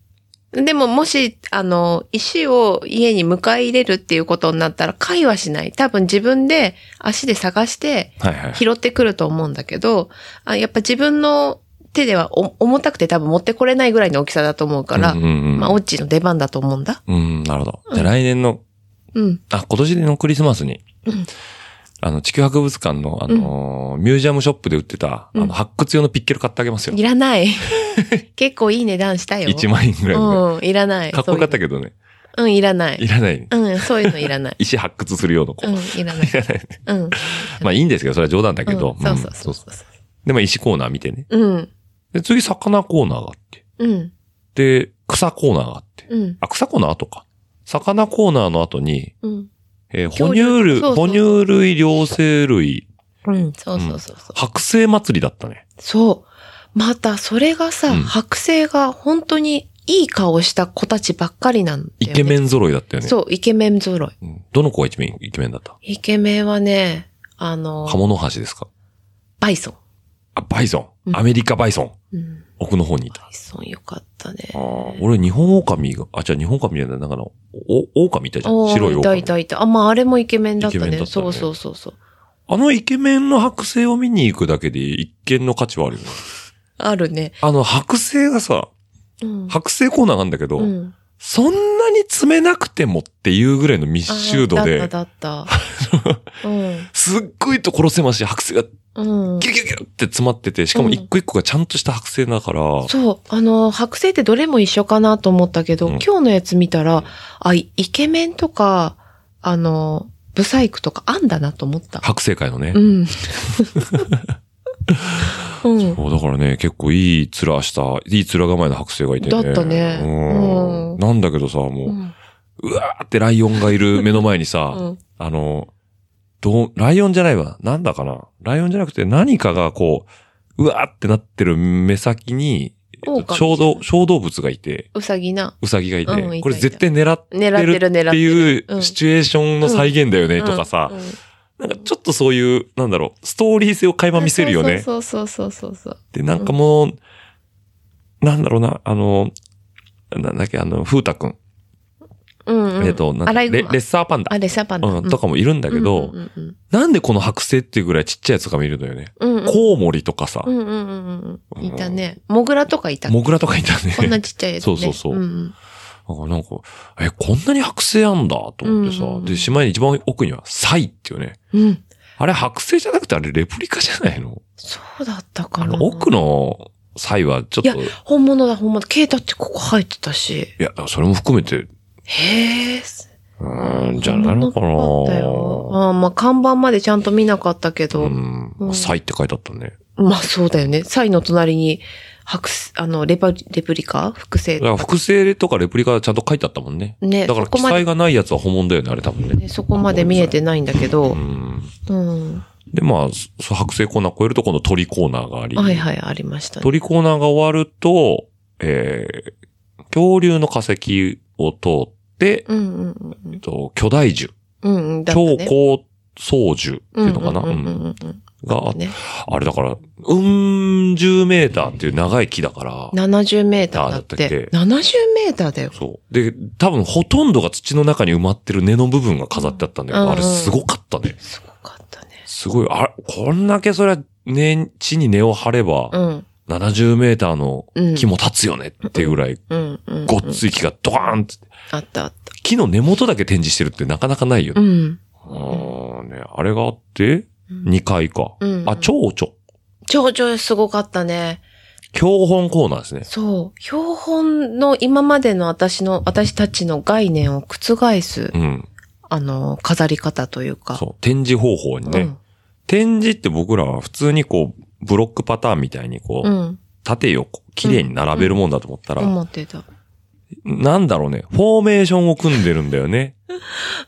Speaker 3: でも、もし、あの、石を家に迎え入れるっていうことになったら、会はしない。多分自分で足で探して
Speaker 2: はいはい。
Speaker 3: 拾ってくると思うんだけど、あやっぱ自分の手ではお重たくて多分持ってこれないぐらいの大きさだと思うから、
Speaker 2: うんうんうん
Speaker 3: まあ、オッチの出番だと思うんだ。
Speaker 2: うん、なるほど。じゃあ来年の
Speaker 3: うん。
Speaker 2: あ、今年のクリスマスに、あの、地球博物館の、あのーミュージアムショップで売ってた、あ
Speaker 3: う
Speaker 2: の、
Speaker 3: ん
Speaker 2: 発掘用のピッケル買ってあげますよ。
Speaker 3: いらない。結構いい値段したよ。
Speaker 2: 1万円ぐらいのね。
Speaker 3: うん、いらない。
Speaker 2: かっこよかった
Speaker 3: け
Speaker 2: けどね。
Speaker 3: ど。うん、いらない。
Speaker 2: いらない。。
Speaker 3: うん、そういうのいらない
Speaker 2: 石発掘するような子。
Speaker 3: うん、いらない。
Speaker 2: いらないね
Speaker 3: うん。
Speaker 2: まあいいんですけど、それは冗談だけど。
Speaker 3: うんそうそうそ
Speaker 2: ん
Speaker 3: うそう。
Speaker 2: で、まあ石コーナー見てね。
Speaker 3: うん。
Speaker 2: で、次魚コーナーがあって。
Speaker 3: うん。
Speaker 2: で、草コーナーがあって。
Speaker 3: うん。
Speaker 2: あ、草コーナー後か。魚コーナーの後に、
Speaker 3: うん。
Speaker 2: えー哺
Speaker 3: 恐
Speaker 2: 乳
Speaker 3: 竜
Speaker 2: 類、
Speaker 3: そうそ
Speaker 2: 哺
Speaker 3: う
Speaker 2: 乳類、両生類、
Speaker 3: うん。そうそうそうそう。
Speaker 2: 剥製祭りだったね。
Speaker 3: そう。また、それがさ、
Speaker 2: うん
Speaker 3: 剥製が本当にいい顔した子たちばっかりなんだよ、ね。
Speaker 2: イケメン揃いだったよね。
Speaker 3: そう、イケメン揃い。
Speaker 2: うんどの子がイケメン、イケメンだった
Speaker 3: イケメンはね、あの、
Speaker 2: カモノハシですか
Speaker 3: バイソ
Speaker 2: あ、バイソ
Speaker 3: う
Speaker 2: ン。
Speaker 3: ん
Speaker 2: アメリカバイソン。
Speaker 3: ン。うん。
Speaker 2: 奥の方にいた。
Speaker 3: バイソンよかったね。
Speaker 2: 俺、日本狼が、あ、じゃあ日本狼じゃない、なんかの、お、狼いたじゃん。
Speaker 3: おー
Speaker 2: 白い
Speaker 3: いたい
Speaker 2: 狼。
Speaker 3: たいた。あ、まあ、あれもイケメンだった
Speaker 2: イケメ
Speaker 3: ね。
Speaker 2: ンだったね
Speaker 3: そうそうそうそう。
Speaker 2: あのイケメンの剥製を見に行くだけで一見の価値はあるよね。
Speaker 3: あるね。
Speaker 2: あの、剥製がさ、
Speaker 3: うん。
Speaker 2: 剥製コーナーがあるんだけど、
Speaker 3: うん、
Speaker 2: そんなに詰めなくてもっていうぐらいの密
Speaker 3: あー
Speaker 2: 集度で、
Speaker 3: だっただ った。うん。
Speaker 2: すっごいところ狭し剥製が
Speaker 3: うん。
Speaker 2: ギュギュギュって詰まってて、しかも一個一個がちゃんとした剥製だから、
Speaker 3: そう。あの、剥製ってどれも一緒かなと思ったけど、
Speaker 2: うん
Speaker 3: 今日のやつ見たら、あ、イイケメンとか、あの、ブサイクとかあんだなと思った。
Speaker 2: 剥製界のね
Speaker 3: う、 ん。うん。
Speaker 2: そうだからね、結構いい面した、いい面構えの剥製がいてね。
Speaker 3: だったね
Speaker 2: うん
Speaker 3: うん
Speaker 2: なんだけどさ、もう、
Speaker 3: う
Speaker 2: うんわーってライオンがいる目の前にさ、
Speaker 3: うん
Speaker 2: あの、どう、ライオンじゃないわ。なんだかな。ライオンじゃなくて何かがこう、うわーってなってる目先に、
Speaker 3: 狼
Speaker 2: 小動、小動物がいて、
Speaker 3: うさぎな。
Speaker 2: ウサギがいて、
Speaker 3: うんいたいた
Speaker 2: これ絶対狙って
Speaker 3: 狙ってる
Speaker 2: る
Speaker 3: 狙
Speaker 2: っ
Speaker 3: っててる。
Speaker 2: いううんシチュエーションの再現だよね、とかさ、
Speaker 3: うんうん
Speaker 2: なんかちょっとそういう、なんだろう、ストーリー性を垣間見せるよね。
Speaker 3: そうそうそうそうそうそう。
Speaker 2: で、なんかもう、なんだろうな、あの、なんだっけ、あの、風太くん。
Speaker 3: うん、うん。
Speaker 2: えっと、なん
Speaker 3: アラ
Speaker 2: レ
Speaker 3: イ
Speaker 2: レ
Speaker 3: グマ
Speaker 2: ッサーパンダ
Speaker 3: あ、。レッサーパンダ。
Speaker 2: うん、とかもいるんだけど、
Speaker 3: うんうん
Speaker 2: なんでこの剥製っていうぐらいちっちゃいやつが見るのよね。
Speaker 3: うんうん。
Speaker 2: コウモリとかさ
Speaker 3: う、んうんうんうん。いたね。モグラとかいた。
Speaker 2: モグラとかいた
Speaker 3: こんな
Speaker 2: ね。
Speaker 3: ちっちゃいやつ、ね。
Speaker 2: そうそうそう
Speaker 3: うんん
Speaker 2: なんか、え、こんなに剥製あんだと思ってさ、
Speaker 3: うんうんうん
Speaker 2: で、しまいに一番奥にはサイっていうね。
Speaker 3: うん。
Speaker 2: あれ剥製じゃなくてあれレプリカじゃないの
Speaker 3: そうだった
Speaker 2: あ
Speaker 3: かな。
Speaker 2: の、奥の際はちょっと、い
Speaker 3: い本物だ、本物。毛だってここ入ってたし。
Speaker 2: や、それも含めて、
Speaker 3: へえ。
Speaker 2: うーん、じゃないのかな
Speaker 3: 本物っぽかったよあーまあ、看板までちゃんと見なかったけど。
Speaker 2: う。
Speaker 3: うんん
Speaker 2: サイって書いてあったね。
Speaker 3: まあ、そうだよね。サイの隣に、白す、あの、レパレプリカ複製
Speaker 2: だから、複製とかレプリカちゃんと書いてあったもんね。
Speaker 3: ね、
Speaker 2: だから、
Speaker 3: そこ
Speaker 2: 記
Speaker 3: まで
Speaker 2: 載がないやつは本物だよね、あれ多分ね。
Speaker 3: ねそこまで見えてないんだけど
Speaker 2: う。ん。
Speaker 3: うん。
Speaker 2: で、まあ、そ剥製コーナー超えると、この鳥コーナーがあり。
Speaker 3: はいはい、ありましたね。
Speaker 2: 鳥コーナーが終わると、えー、恐竜の化石を通って、
Speaker 3: うんうんうんう
Speaker 2: えっ
Speaker 3: ん。
Speaker 2: と、巨大樹、
Speaker 3: うんうん。だった
Speaker 2: 超
Speaker 3: ね
Speaker 2: 高層樹っていうのかな、
Speaker 3: うんうんう
Speaker 2: うんん
Speaker 3: うんうん
Speaker 2: があっ
Speaker 3: ね。
Speaker 2: あれだから、うん、10メーターっていう長い木だから、
Speaker 3: 70メーターだっ
Speaker 2: あだって
Speaker 3: て。70メーターだよ。
Speaker 2: そう。で、多分ほとんどが土の中に埋まってる根の部分が飾ってあったんだけど、
Speaker 3: うん
Speaker 2: あれすごかったね。
Speaker 3: すごかったね。
Speaker 2: すごい。あれ、こんだけそりゃ、ね、地に根を張れば
Speaker 3: う、ん。
Speaker 2: 70メーターの
Speaker 3: うん
Speaker 2: 木も立つよねっていうぐらい、
Speaker 3: うんうん。
Speaker 2: ごっつい木がドカーンって、
Speaker 3: あったあった。
Speaker 2: 木の根元だけ展示してるってなかなかないよ
Speaker 3: う
Speaker 2: ね。
Speaker 3: ん。
Speaker 2: うん、ね、あれがあって、
Speaker 3: うん
Speaker 2: 2階か。
Speaker 3: うん
Speaker 2: あ、蝶々。
Speaker 3: 蝶々すごかったね。
Speaker 2: 標本コーナーですね。
Speaker 3: そう。標本の今までの私の、私たちの概念を覆す
Speaker 2: う、ん。
Speaker 3: あの、飾り方というか。
Speaker 2: そう。展示方法にね。
Speaker 3: うん
Speaker 2: 展示って僕らは普通にこう、ブロックパターンみたいにこう、
Speaker 3: うん。
Speaker 2: 縦横、綺麗に並べるもんだと思ったら、
Speaker 3: 思ってた。
Speaker 2: なんだろうね、フォーメーションを組んでるんだよね。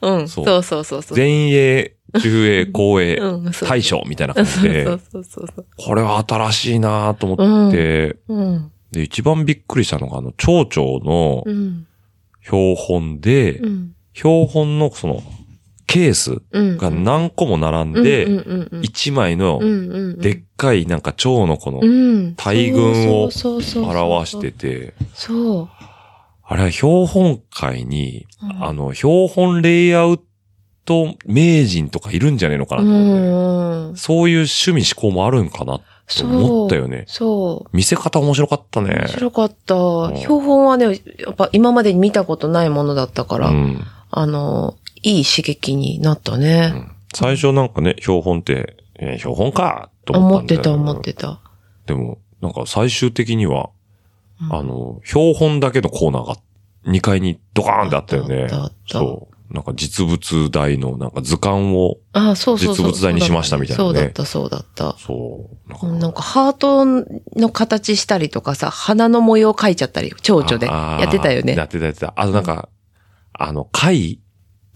Speaker 3: うん。
Speaker 2: そ
Speaker 3: そううそうそうそう。
Speaker 2: 前衛、中衛、後衛、
Speaker 3: うんそう
Speaker 2: 大将みたいな感じ
Speaker 3: そ
Speaker 2: で
Speaker 3: う、そうそうそう。
Speaker 2: これは新しいなと思って、
Speaker 3: うん。
Speaker 2: で、一番びっくりしたのが、あの、蝶々の
Speaker 3: うん。
Speaker 2: 標本で、
Speaker 3: うん。
Speaker 2: 標本のその、ケース
Speaker 3: うん。
Speaker 2: が何個も並ん
Speaker 3: う
Speaker 2: で、
Speaker 3: んうんうんうん
Speaker 2: 一枚の
Speaker 3: う、んうんうん
Speaker 2: でっかいなんか蝶のこの、
Speaker 3: うん
Speaker 2: 大群を
Speaker 3: そうそうそうそう
Speaker 2: 表してて、
Speaker 3: そう。
Speaker 2: あれは標本会に、
Speaker 3: うん
Speaker 2: あの、標本レイアウト名人とかいるんじゃねえのかな
Speaker 3: う
Speaker 2: と思って、
Speaker 3: んうん。
Speaker 2: そういう趣味思考もあるんかなと
Speaker 3: そう。
Speaker 2: 思ったよね。
Speaker 3: そう。
Speaker 2: 見せ方面白かったね
Speaker 3: 面。白かった。
Speaker 2: ん
Speaker 3: 標本はね、やっぱ今までに見たことないものだったから、
Speaker 2: うん
Speaker 3: あの、いい刺激になった
Speaker 2: う
Speaker 3: ね。
Speaker 2: ん最初なんかね、標本って、えー標本かと思っ
Speaker 3: 思った
Speaker 2: ん
Speaker 3: て
Speaker 2: だけ
Speaker 3: た
Speaker 2: ど
Speaker 3: 思ってた。
Speaker 2: でも、なんか最終的には、
Speaker 3: うん
Speaker 2: あの、標本だけのコーナーが2階にドカーンってあったよ
Speaker 3: あ
Speaker 2: ね
Speaker 3: ったあったあっ。た
Speaker 2: そう。なんか実物大の、なんか図鑑を、
Speaker 3: ああ、そうそうそう。
Speaker 2: 実物大にしましたみたいなね
Speaker 3: そうだった、そうだった。
Speaker 2: そう。なん
Speaker 3: なんかハートの形したりとかさ、花の模様描いちゃったり、蝶々で。
Speaker 2: あー
Speaker 3: やってたよね。
Speaker 2: やってたやってた。あとなんか、あの、貝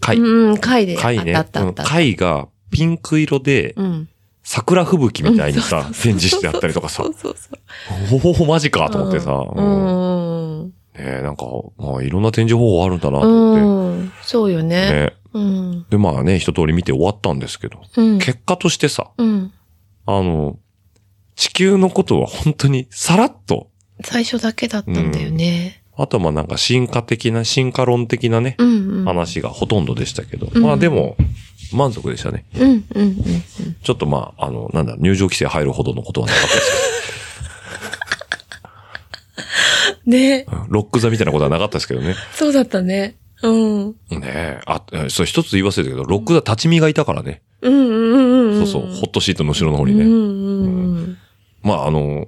Speaker 2: 貝
Speaker 3: うん、うん、貝で。
Speaker 2: 貝ね
Speaker 3: あったあっ。たあった。
Speaker 2: 貝がピンク色で、
Speaker 3: うん。
Speaker 2: 桜吹雪みたいにさ、
Speaker 3: うん
Speaker 2: 展示してあったりとかさ
Speaker 3: そ、うそうそ
Speaker 2: ほ
Speaker 3: う。
Speaker 2: ほほマジかと思ってさ、
Speaker 3: う
Speaker 2: うんね
Speaker 3: ん。うん
Speaker 2: えなんか、まあいろんな展示方法あるんだなと思っ
Speaker 3: うん。そうよ
Speaker 2: て、
Speaker 3: ね。
Speaker 2: ね。
Speaker 3: うん。
Speaker 2: で、まあね、一通り見て終わったんですけど、
Speaker 3: うん。
Speaker 2: 結果としてさ、
Speaker 3: うん。
Speaker 2: あの、地球のことは本当にさらっと、
Speaker 3: 最初だけだったんだよね。
Speaker 2: あとはまあなんか進化的な、進化論的なね、
Speaker 3: うん。うん。
Speaker 2: 話がほとんどでしたけど、
Speaker 3: うん
Speaker 2: まあでも、満足でしたね。
Speaker 3: うん。うん。うん。
Speaker 2: ちょっとまあ、あの、なんだ、入場規制入るほどのことはなかったです
Speaker 3: うんね
Speaker 2: けど、ロック座みたいなことはなかったですけどね。
Speaker 3: そうだったね。うん。
Speaker 2: ねえ、あ、えそう、一つ言い忘れたけど、ロック座立ち見がいたからね。
Speaker 3: うんうんうんうん。
Speaker 2: そうそう、ホットシートの後ろの方
Speaker 3: う
Speaker 2: に
Speaker 3: ん
Speaker 2: ね。
Speaker 3: うんうん。
Speaker 2: まあ、あの、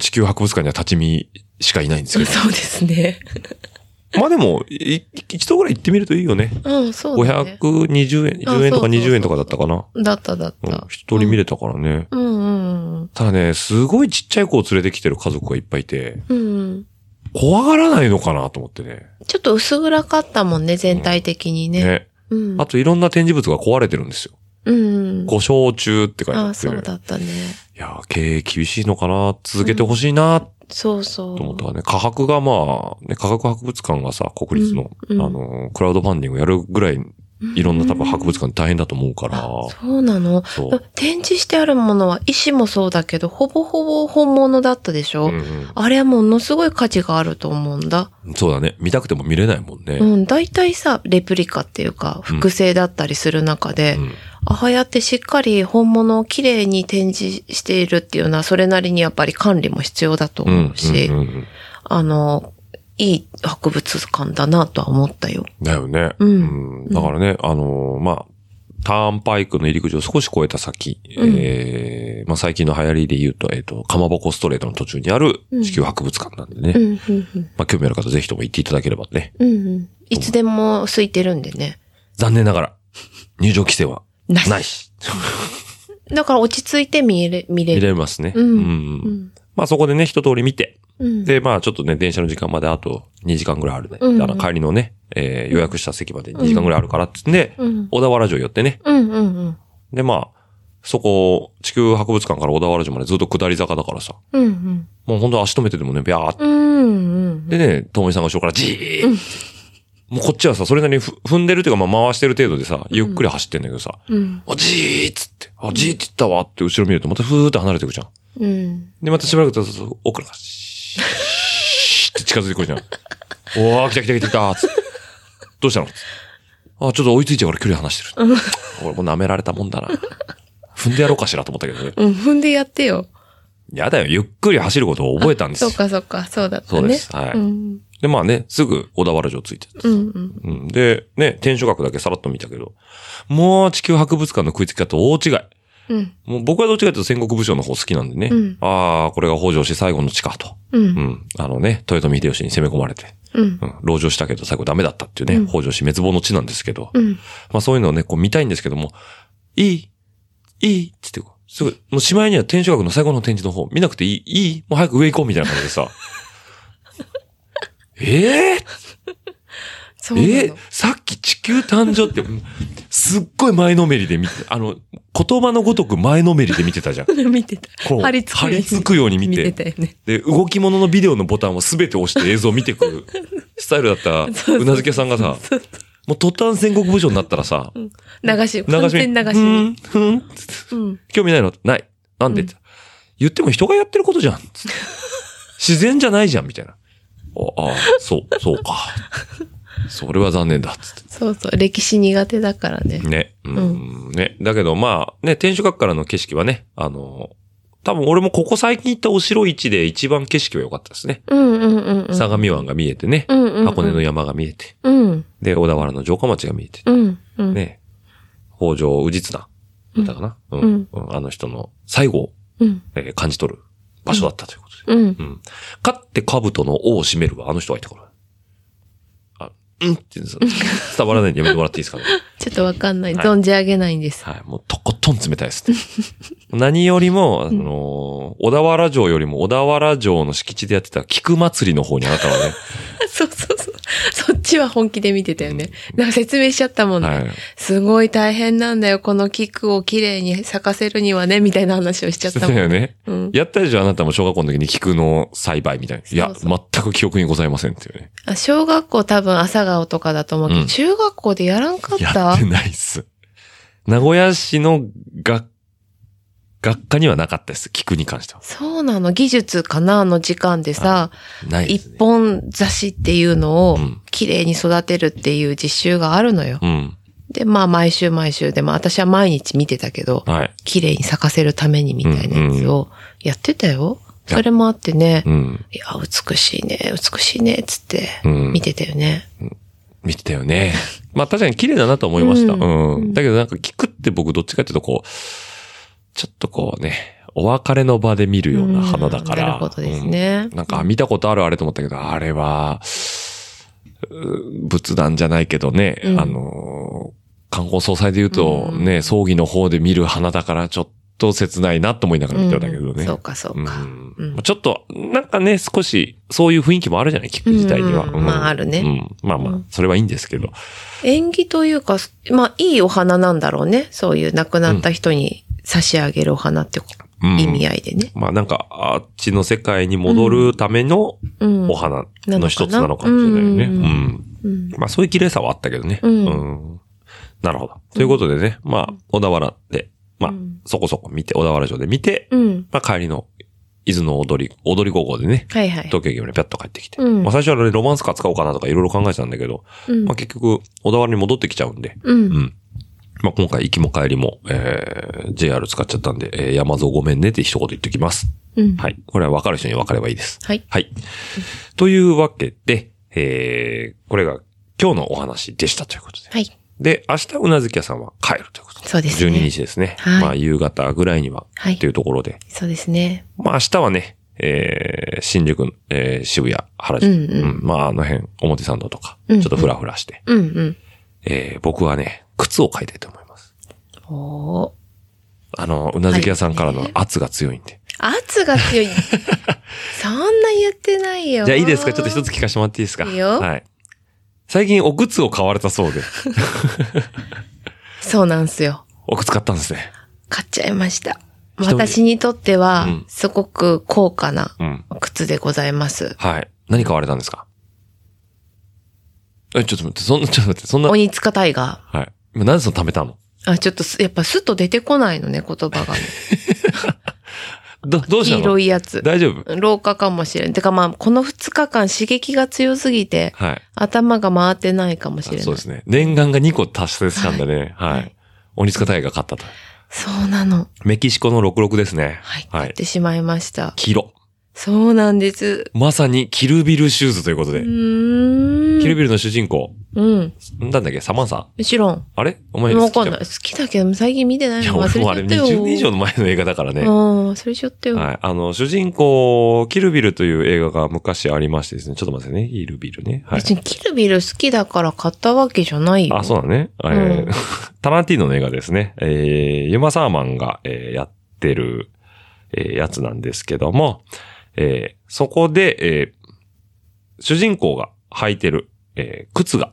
Speaker 2: 地球博物館には立ち見しかいないんですけど。
Speaker 3: そうですね。
Speaker 2: まあでも、いい一度ぐらい行ってみるといいよね。
Speaker 3: うん、そうだね。
Speaker 2: 520円、10円とか
Speaker 3: あそうそうそう
Speaker 2: 20円とかだったかな。
Speaker 3: だっただっ
Speaker 2: うん
Speaker 3: た。
Speaker 2: 一通り見れたからね。
Speaker 3: うんうん
Speaker 2: ただね、すごいちっちゃい子を連れてきてる家族がいっぱいいて、
Speaker 3: うん。うん。
Speaker 2: 怖がらないのかなと思ってね。
Speaker 3: ちょっと薄暗かったもんね、全体的にね。
Speaker 2: ね。
Speaker 3: うん。
Speaker 2: あといろんな展示物が壊れてるんですよ。
Speaker 3: うん。
Speaker 2: 故障中って書いて
Speaker 3: あ
Speaker 2: あ
Speaker 3: あ、
Speaker 2: って。
Speaker 3: そうだったね。
Speaker 2: いやー、経営厳しいのかな続けてほしいなと
Speaker 3: そうそう。
Speaker 2: 思ったわね。科学がまあ、ね、科学博物館がさ、国立の、
Speaker 3: うんうん
Speaker 2: あのー、クラウドファンディングやるぐらい、いろんな多分博物館大変だと思うから、
Speaker 3: そうなの
Speaker 2: そう。
Speaker 3: 展示してあるものは、石もそうだけど、ほぼほぼ本物だったでしょ、
Speaker 2: うんうん
Speaker 3: あれはものすごい価値があると思うんだ。
Speaker 2: そうだね。見たくても見れないもんね。
Speaker 3: うん、大体さ、レプリカっていうか、複製だったりする中で、
Speaker 2: うん
Speaker 3: ああやってしっかり本物をきれいに展示しているっていうのは、それなりにやっぱり管理も必要だと
Speaker 2: うん
Speaker 3: 思うし、
Speaker 2: うんうんうん
Speaker 3: あの、いい博物館だなとは思ったよ。
Speaker 2: だよね。
Speaker 3: うん
Speaker 2: うだからね、あのーまあ、ターンパイクの入り口を少し越えた先、
Speaker 3: うん
Speaker 2: えーまあ、最近の流行りで言うと、えっ、と、かまぼこストレートの途中にある
Speaker 3: うん
Speaker 2: 地球博物館なんでね。
Speaker 3: うん、うん、うん
Speaker 2: まあ、興味ある方ぜひとも行っていただければね。
Speaker 3: うん、うん。いつでも空いてるんでね。
Speaker 2: 残念ながら、入場規制は
Speaker 3: なし
Speaker 2: ないし。
Speaker 3: だから落ち着いて見れ、見れ
Speaker 2: 見
Speaker 3: る。
Speaker 2: れますね。
Speaker 3: うんうん
Speaker 2: まあ、そこでね、一通り見て。
Speaker 3: うん。
Speaker 2: で、まあ、ちょっとね、電車の時間まであと2時間ぐらいあるね。
Speaker 3: うん
Speaker 2: だから帰りのね、えー予約した席まで2時間ぐらいあるからってんで、
Speaker 3: うん。
Speaker 2: 小田原城寄ってね。
Speaker 3: うん、うん、うん。
Speaker 2: で、まあ、そこ、地球博物館から小田原城までずっと下り坂だからさ。
Speaker 3: うん、うん。
Speaker 2: もう本当足止めてでもね、ビャーって。
Speaker 3: うん、うん。
Speaker 2: でね、ともみさんが後ろからじーもうこっちはさ、それなりにふ踏んでるっていうか、まあ回してる程度でさ、ゆっくり走ってんだけどさ、
Speaker 3: うん、
Speaker 2: あ、じーっつって、あ、じーって言ったわって後ろ見ると、またふーって離れていくじゃん。
Speaker 3: うん。
Speaker 2: で、またしばらく経つと、奥からシーッって近づいてくるじゃん。おー、来た来た来た来たつってどうしたのつってあ、ちょっと追いついちゃうから距離離してる。俺もう舐められたもんだな。踏んでやろうかしらと思ったけどね。
Speaker 3: うん、踏んでやってよ。
Speaker 2: やだよ、ゆっくり走ることを覚えたんです
Speaker 3: そ
Speaker 2: よ
Speaker 3: う。か、そうか、そうだったね。
Speaker 2: そうですはい
Speaker 3: うん、
Speaker 2: で、まあね、すぐ小田原城ついてた。
Speaker 3: うん、うん。
Speaker 2: うん、で、ね、天守閣だけさらっと見たけど、もう地球博物館の食いつき方大違い。
Speaker 3: うん、
Speaker 2: もう僕はどっちかというと戦国武将の方好きなんでね。
Speaker 3: うん
Speaker 2: ああ、これが北条氏最後の地かと。
Speaker 3: う、
Speaker 2: うんん。あのね、豊臣秀吉に攻め込まれて、
Speaker 3: うん
Speaker 2: う。ん、籠城したけど最後ダメだったっていうね、
Speaker 3: うん
Speaker 2: 北条氏滅亡の地なんですけど、
Speaker 3: うん。
Speaker 2: まあそういうのをね、こう見たいんですけども、いいいいって言ってこう、すぐ、もうしまいには天守閣の最後の展示の方、見なくていいいいもう早く上行こうみたいな感じでさ。 ええ
Speaker 3: そうなの
Speaker 2: えーさっき地球誕生って、すっごい前のめりで見て、あの、言葉のごとく前のめりで見てたじゃん。
Speaker 3: 見てた。
Speaker 2: こう、
Speaker 3: 張り付くように
Speaker 2: くように見
Speaker 3: 見
Speaker 2: て
Speaker 3: てたよね。
Speaker 2: で、動き物のビデオのボタンを全て押して映像を見てくスタイルだった、
Speaker 3: そう
Speaker 2: うなずけさんがさ、もう途端戦国武将になったらさ、流
Speaker 3: 流し、
Speaker 2: し
Speaker 3: 完全流し見。
Speaker 2: ふん、ふん、
Speaker 3: うん。
Speaker 2: 興味ないのない。なんで、
Speaker 3: うん
Speaker 2: 言っても人がやってることじゃん。つって自然じゃないじゃん、みたいな。ああ、そう、そうか。それは残念だ、つって。
Speaker 3: そうそう、歴史苦手だからね。
Speaker 2: ね。うん。ね。だけど、まあ、ね、天守閣からの景色はね、あの、多分俺もここ最近行ったお城市で一番景色は良かったですね。
Speaker 3: うんうんうんうん。
Speaker 2: 相模湾が見えてね、
Speaker 3: うんうんうん
Speaker 2: 箱根の山が見えて、
Speaker 3: うん。
Speaker 2: で、小田原の城下町が見えて、
Speaker 3: うん。うん。
Speaker 2: ね、北条氏綱だったかな、うん
Speaker 3: うん
Speaker 2: うんあの人の最後を、
Speaker 3: うん。
Speaker 2: えー感じ取る場所だったということで。
Speaker 3: うん。
Speaker 2: うん。かって兜の尾を締めるはあの人がいたから。あ、うんって言うん です伝わらないんでやめてもらっていいですかね。
Speaker 3: ちょっとわかんない。
Speaker 2: はい
Speaker 3: 存じ上げないんです。
Speaker 2: はい。もうとことん冷たいですね。何よりも、あのー小田原城よりも小田原城の敷地でやってた菊祭りの方にあなたはね、
Speaker 3: そうそうそう。そっちは本気で見てたよね。なんか説明しちゃったもんね。
Speaker 2: はい
Speaker 3: すごい大変なんだよ。この菊をきれいに咲かせるにはね、みたいな話をしちゃっ
Speaker 2: して
Speaker 3: た
Speaker 2: た
Speaker 3: もん。
Speaker 2: よね。
Speaker 3: うん。
Speaker 2: やったでしょあなたも小学校の時に菊の栽培みたいな。いや、
Speaker 3: そうそ
Speaker 2: 全く記憶にございませんっていうね。
Speaker 3: あ小学校多分朝顔とかだと思うけど、
Speaker 2: うん
Speaker 3: 中学校でやらんかっ
Speaker 2: や
Speaker 3: た
Speaker 2: ってないっす。名古屋市の学、学科にはなかったです。菊に関しては。
Speaker 3: そうなの。技術かなあの時間でさ、
Speaker 2: ないです、
Speaker 3: 一
Speaker 2: ね。
Speaker 3: 本雑誌っていうのを
Speaker 2: うん
Speaker 3: きれいに育てるっていう実習があるのよ。
Speaker 2: うん。
Speaker 3: で、まあ毎週毎週で、まあ私は毎日見てたけど、
Speaker 2: はい。
Speaker 3: 綺麗に咲かせるためにみたいなやつをやってたよ。
Speaker 2: や
Speaker 3: それもあってね
Speaker 2: う、ん。
Speaker 3: いや、美しいね、美しいね、っつって
Speaker 2: うん
Speaker 3: 見てたよね。
Speaker 2: 見てたよね。まあ確かに綺麗だなと思いました。
Speaker 3: う
Speaker 2: うんん。だけどなんか菊って僕どっちかっていうとこう、ちょっとこうね、お別れの場で見るような花だから。
Speaker 3: うんなるほどですね
Speaker 2: うんなんかあ見たことあるあれと思ったけど、あれは、う仏壇じゃないけどね、
Speaker 3: うん
Speaker 2: あのー、観光総裁で言うと
Speaker 3: うん
Speaker 2: ね、葬儀の方で見る花だからちょっと切ないなと思いながら見てたけど
Speaker 3: う
Speaker 2: ね。
Speaker 3: んそうか、そうか。
Speaker 2: うん
Speaker 3: うん
Speaker 2: まあちょっと、なんかね、少し、そういう雰囲気もあるじゃない、菊自体には。
Speaker 3: うんまああるね
Speaker 2: うんまあま
Speaker 3: う
Speaker 2: あ
Speaker 3: ん、
Speaker 2: それはいいんですけど。
Speaker 3: 縁起というか、まあいいお花なんだろうね。そういう亡くなった人に差し上げるお花って
Speaker 2: うん
Speaker 3: 意味合いでね。
Speaker 2: まあなんか、あっちの世界に戻るための
Speaker 3: うん。
Speaker 2: お花の一つなのかもしれないよね。
Speaker 3: うん
Speaker 2: うん。
Speaker 3: うん
Speaker 2: まあそういう綺麗さはあったけどね。
Speaker 3: うん
Speaker 2: んなるほど。ということでね、まあ、小田原で、まあ
Speaker 3: うん、
Speaker 2: そこそこ見て、小田原城で見て、
Speaker 3: うん。
Speaker 2: まあ帰りの、伊豆の踊り、踊り高校でね、
Speaker 3: はいはい。
Speaker 2: 東京駅までピャッと帰ってきて。
Speaker 3: うん
Speaker 2: まあ最初はねロマンスカー使おうかなとかいろいろ考えてたんだけど、
Speaker 3: うん
Speaker 2: まあ結局、小田原に戻ってきちゃうんで、
Speaker 3: う。
Speaker 2: うんん。まあ今回行きも帰りも、えー、JR 使っちゃったんで、えー、山蔵ごめんねって一言言っておきます。
Speaker 3: うん。
Speaker 2: はい。これは分かる人に分かればいいです。
Speaker 3: はい。
Speaker 2: はい。というわけで、えー、これが今日のお話でしたということで。
Speaker 3: はい。
Speaker 2: で、明日、うなずき屋さんは帰るということで。
Speaker 3: そうですね
Speaker 2: 12日ですね。
Speaker 3: はい
Speaker 2: まあ、夕方ぐらいには、
Speaker 3: はい
Speaker 2: っていうところで。
Speaker 3: そうですね。
Speaker 2: まあ、明日はね、えー、新宿、えー、渋谷、原宿。
Speaker 3: うんうん
Speaker 2: まあ、あの辺、表参道とか、
Speaker 3: うんうん
Speaker 2: ちょっとフラフラして。
Speaker 3: うんうん。
Speaker 2: えー、僕はね、靴を買いたいと思います。
Speaker 3: おー。
Speaker 2: あの、うなずき屋さんからの圧が強いんで。
Speaker 3: 圧が 強い。そんな言ってないよ。
Speaker 2: じゃあいいですかちょっと一つ。聞かせてもらっていいですか
Speaker 3: いいよ
Speaker 2: はい。最近お靴を買われたそうで。
Speaker 3: そうなんですよ。
Speaker 2: お靴買ったんですね。
Speaker 3: 買っちゃいました。
Speaker 2: 一人で
Speaker 3: 私にとっては
Speaker 2: うん、
Speaker 3: すごく高価な
Speaker 2: うん。
Speaker 3: 靴でございます。
Speaker 2: はい。何買われたんですかえ、ちょっと待って、そんな、ちょっと待って、そんな。はい。
Speaker 3: 鬼塚大河。
Speaker 2: 今なんでその貯めたの
Speaker 3: あ、ちょっとす、やっぱスッと出てこないのね、言 葉がね。
Speaker 2: ど、どうした
Speaker 3: 黄
Speaker 2: の
Speaker 3: 色いやつ。
Speaker 2: 大丈夫
Speaker 3: 廊下かもしれん。てかまあ、この2日間刺激が強すぎて、
Speaker 2: はい。
Speaker 3: 頭が回ってないかもしれない。
Speaker 2: そうですね。念願が2個達成したんだね。
Speaker 3: はい
Speaker 2: は
Speaker 3: はい
Speaker 2: い。鬼塚大が勝ったと。
Speaker 3: そうなの。
Speaker 2: メキシコの66ですね。
Speaker 3: はい。
Speaker 2: は
Speaker 3: 買っ
Speaker 2: い。
Speaker 3: てしまいました。
Speaker 2: 黄色。
Speaker 3: そうなんです。
Speaker 2: まさにキルビルシューズということで
Speaker 3: う。ーん。
Speaker 2: キルビルの主人公。
Speaker 3: うん。
Speaker 2: なんだっけサマンサ
Speaker 3: もちろん。
Speaker 2: あれお前
Speaker 3: わかん
Speaker 2: 好
Speaker 3: ない。
Speaker 2: き
Speaker 3: 好きだけど、最近見てない
Speaker 2: じゃんいや、
Speaker 3: の忘
Speaker 2: 俺
Speaker 3: れち
Speaker 2: も
Speaker 3: ゃ
Speaker 2: あ
Speaker 3: っ
Speaker 2: れ
Speaker 3: たよ。
Speaker 2: 20年以上の前の映画だからね。
Speaker 3: ああ、それちゃったよ。
Speaker 2: はい。あの、主人公、キルビルという映画が昔ありましてですね。ちょっと待ってね。キルビルね。はい
Speaker 3: 別。にキルビル好きだから買ったわけじゃないよ。
Speaker 2: あ、そうだね。え
Speaker 3: う
Speaker 2: ー
Speaker 3: ん
Speaker 2: タランティーノの映画ですね。えー、ユマサーマンが、えーやってる、えーやつなんですけども、えーそこで、えー主人公が履いてる、えー靴が、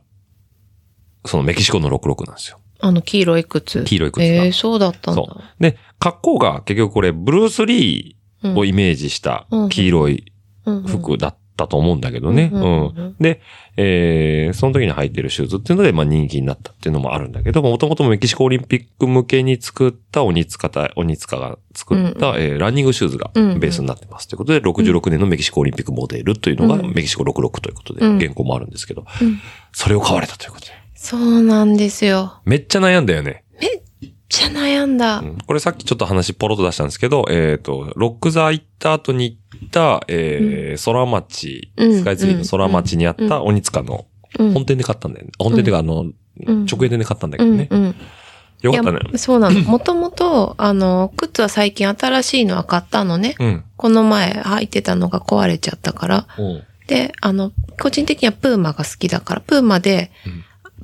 Speaker 2: そのメキシコの66なんですよ。
Speaker 3: あの、黄色い靴。
Speaker 2: 黄色い靴が
Speaker 3: ええそうだったんだ。
Speaker 2: そう。で、格好が結局これ、ブルース・リ
Speaker 3: うん
Speaker 2: ーをイメージした
Speaker 3: うん
Speaker 2: 黄色い
Speaker 3: うんうん
Speaker 2: 服だったと思うんだけどね。
Speaker 3: う
Speaker 2: うんん
Speaker 3: うんうん
Speaker 2: で、えーその時に履いてるシューズっていうので、まあ人気になったっていうのもあるんだけども、もともとメキシコオリンピック向けに作った鬼塚た、鬼塚が作った、えーランニングシューズがベ
Speaker 3: うんうん
Speaker 2: ースになってます。ということで、66年のメキシコオリンピックモデルというのが
Speaker 3: うん
Speaker 2: メキシコ66ということで、
Speaker 3: うん
Speaker 2: 原稿もあるんですけど、
Speaker 3: うん
Speaker 2: それを買われたということで。
Speaker 3: そうなんですよ。
Speaker 2: めっちゃ悩んだよね。
Speaker 3: じゃ悩んだ。
Speaker 2: うんこれさっきちょっと話ポロッと出したんですけど、えっ、と、ロック座行った後に行った、えー、空町、
Speaker 3: うん
Speaker 2: スカイツリーの空町にあった鬼塚の
Speaker 3: うん。
Speaker 2: 本店で買ったんだよね。本店っていうか、あの、
Speaker 3: うん
Speaker 2: 直営店で買ったんだけどね。
Speaker 3: うんうん
Speaker 2: よかったね。
Speaker 3: いやそうなの。 もともと、あの、靴は最近新しいのは買ったのね。
Speaker 2: うん。
Speaker 3: この前履いてたのが壊れちゃったから。
Speaker 2: おう
Speaker 3: で、あの、個人的にはプーマが好きだから、プーマで、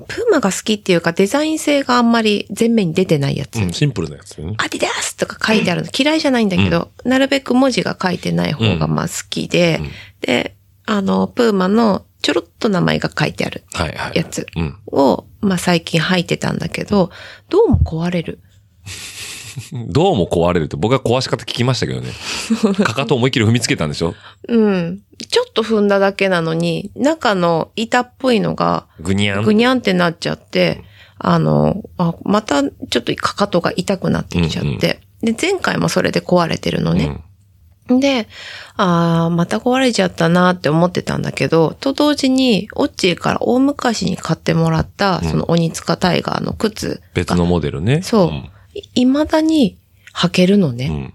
Speaker 3: プーマが好きっていうかデザイン性があんまり前面に出てないやつ。
Speaker 2: うん、シンプルなやつよね。
Speaker 3: アディダスとか書いてあるの嫌いじゃないんだけど、なるべく文字が書いてない方がまあ好きで、
Speaker 2: うん
Speaker 3: で、あの、プーマのちょろっと名前が書いてある
Speaker 2: はいはい。
Speaker 3: やつ
Speaker 2: うん。
Speaker 3: を、まあ最近履いてたんだけど、どうも壊れる。
Speaker 2: どうも壊れるって、僕は壊し方聞きましたけ どね。かかと思いっきり踏みつけたんでしょ
Speaker 3: うん。ちょっと踏んだだけなのに、中の板っぽいのが、
Speaker 2: ぐにゃん。
Speaker 3: ぐにゃんってなっちゃって、あの、あまたちょっとかかとが痛くなってきちゃって、
Speaker 2: うんうん
Speaker 3: で、前回もそれで壊れてるの
Speaker 2: うん
Speaker 3: ね。で、ああ、また壊れちゃったなって思ってたんだけど、と同時に、オッチーから大昔に買ってもらった、その鬼塚タイガーの靴
Speaker 2: 別のモデルね。
Speaker 3: そうい、未だに履けるのね。
Speaker 2: うん。うん。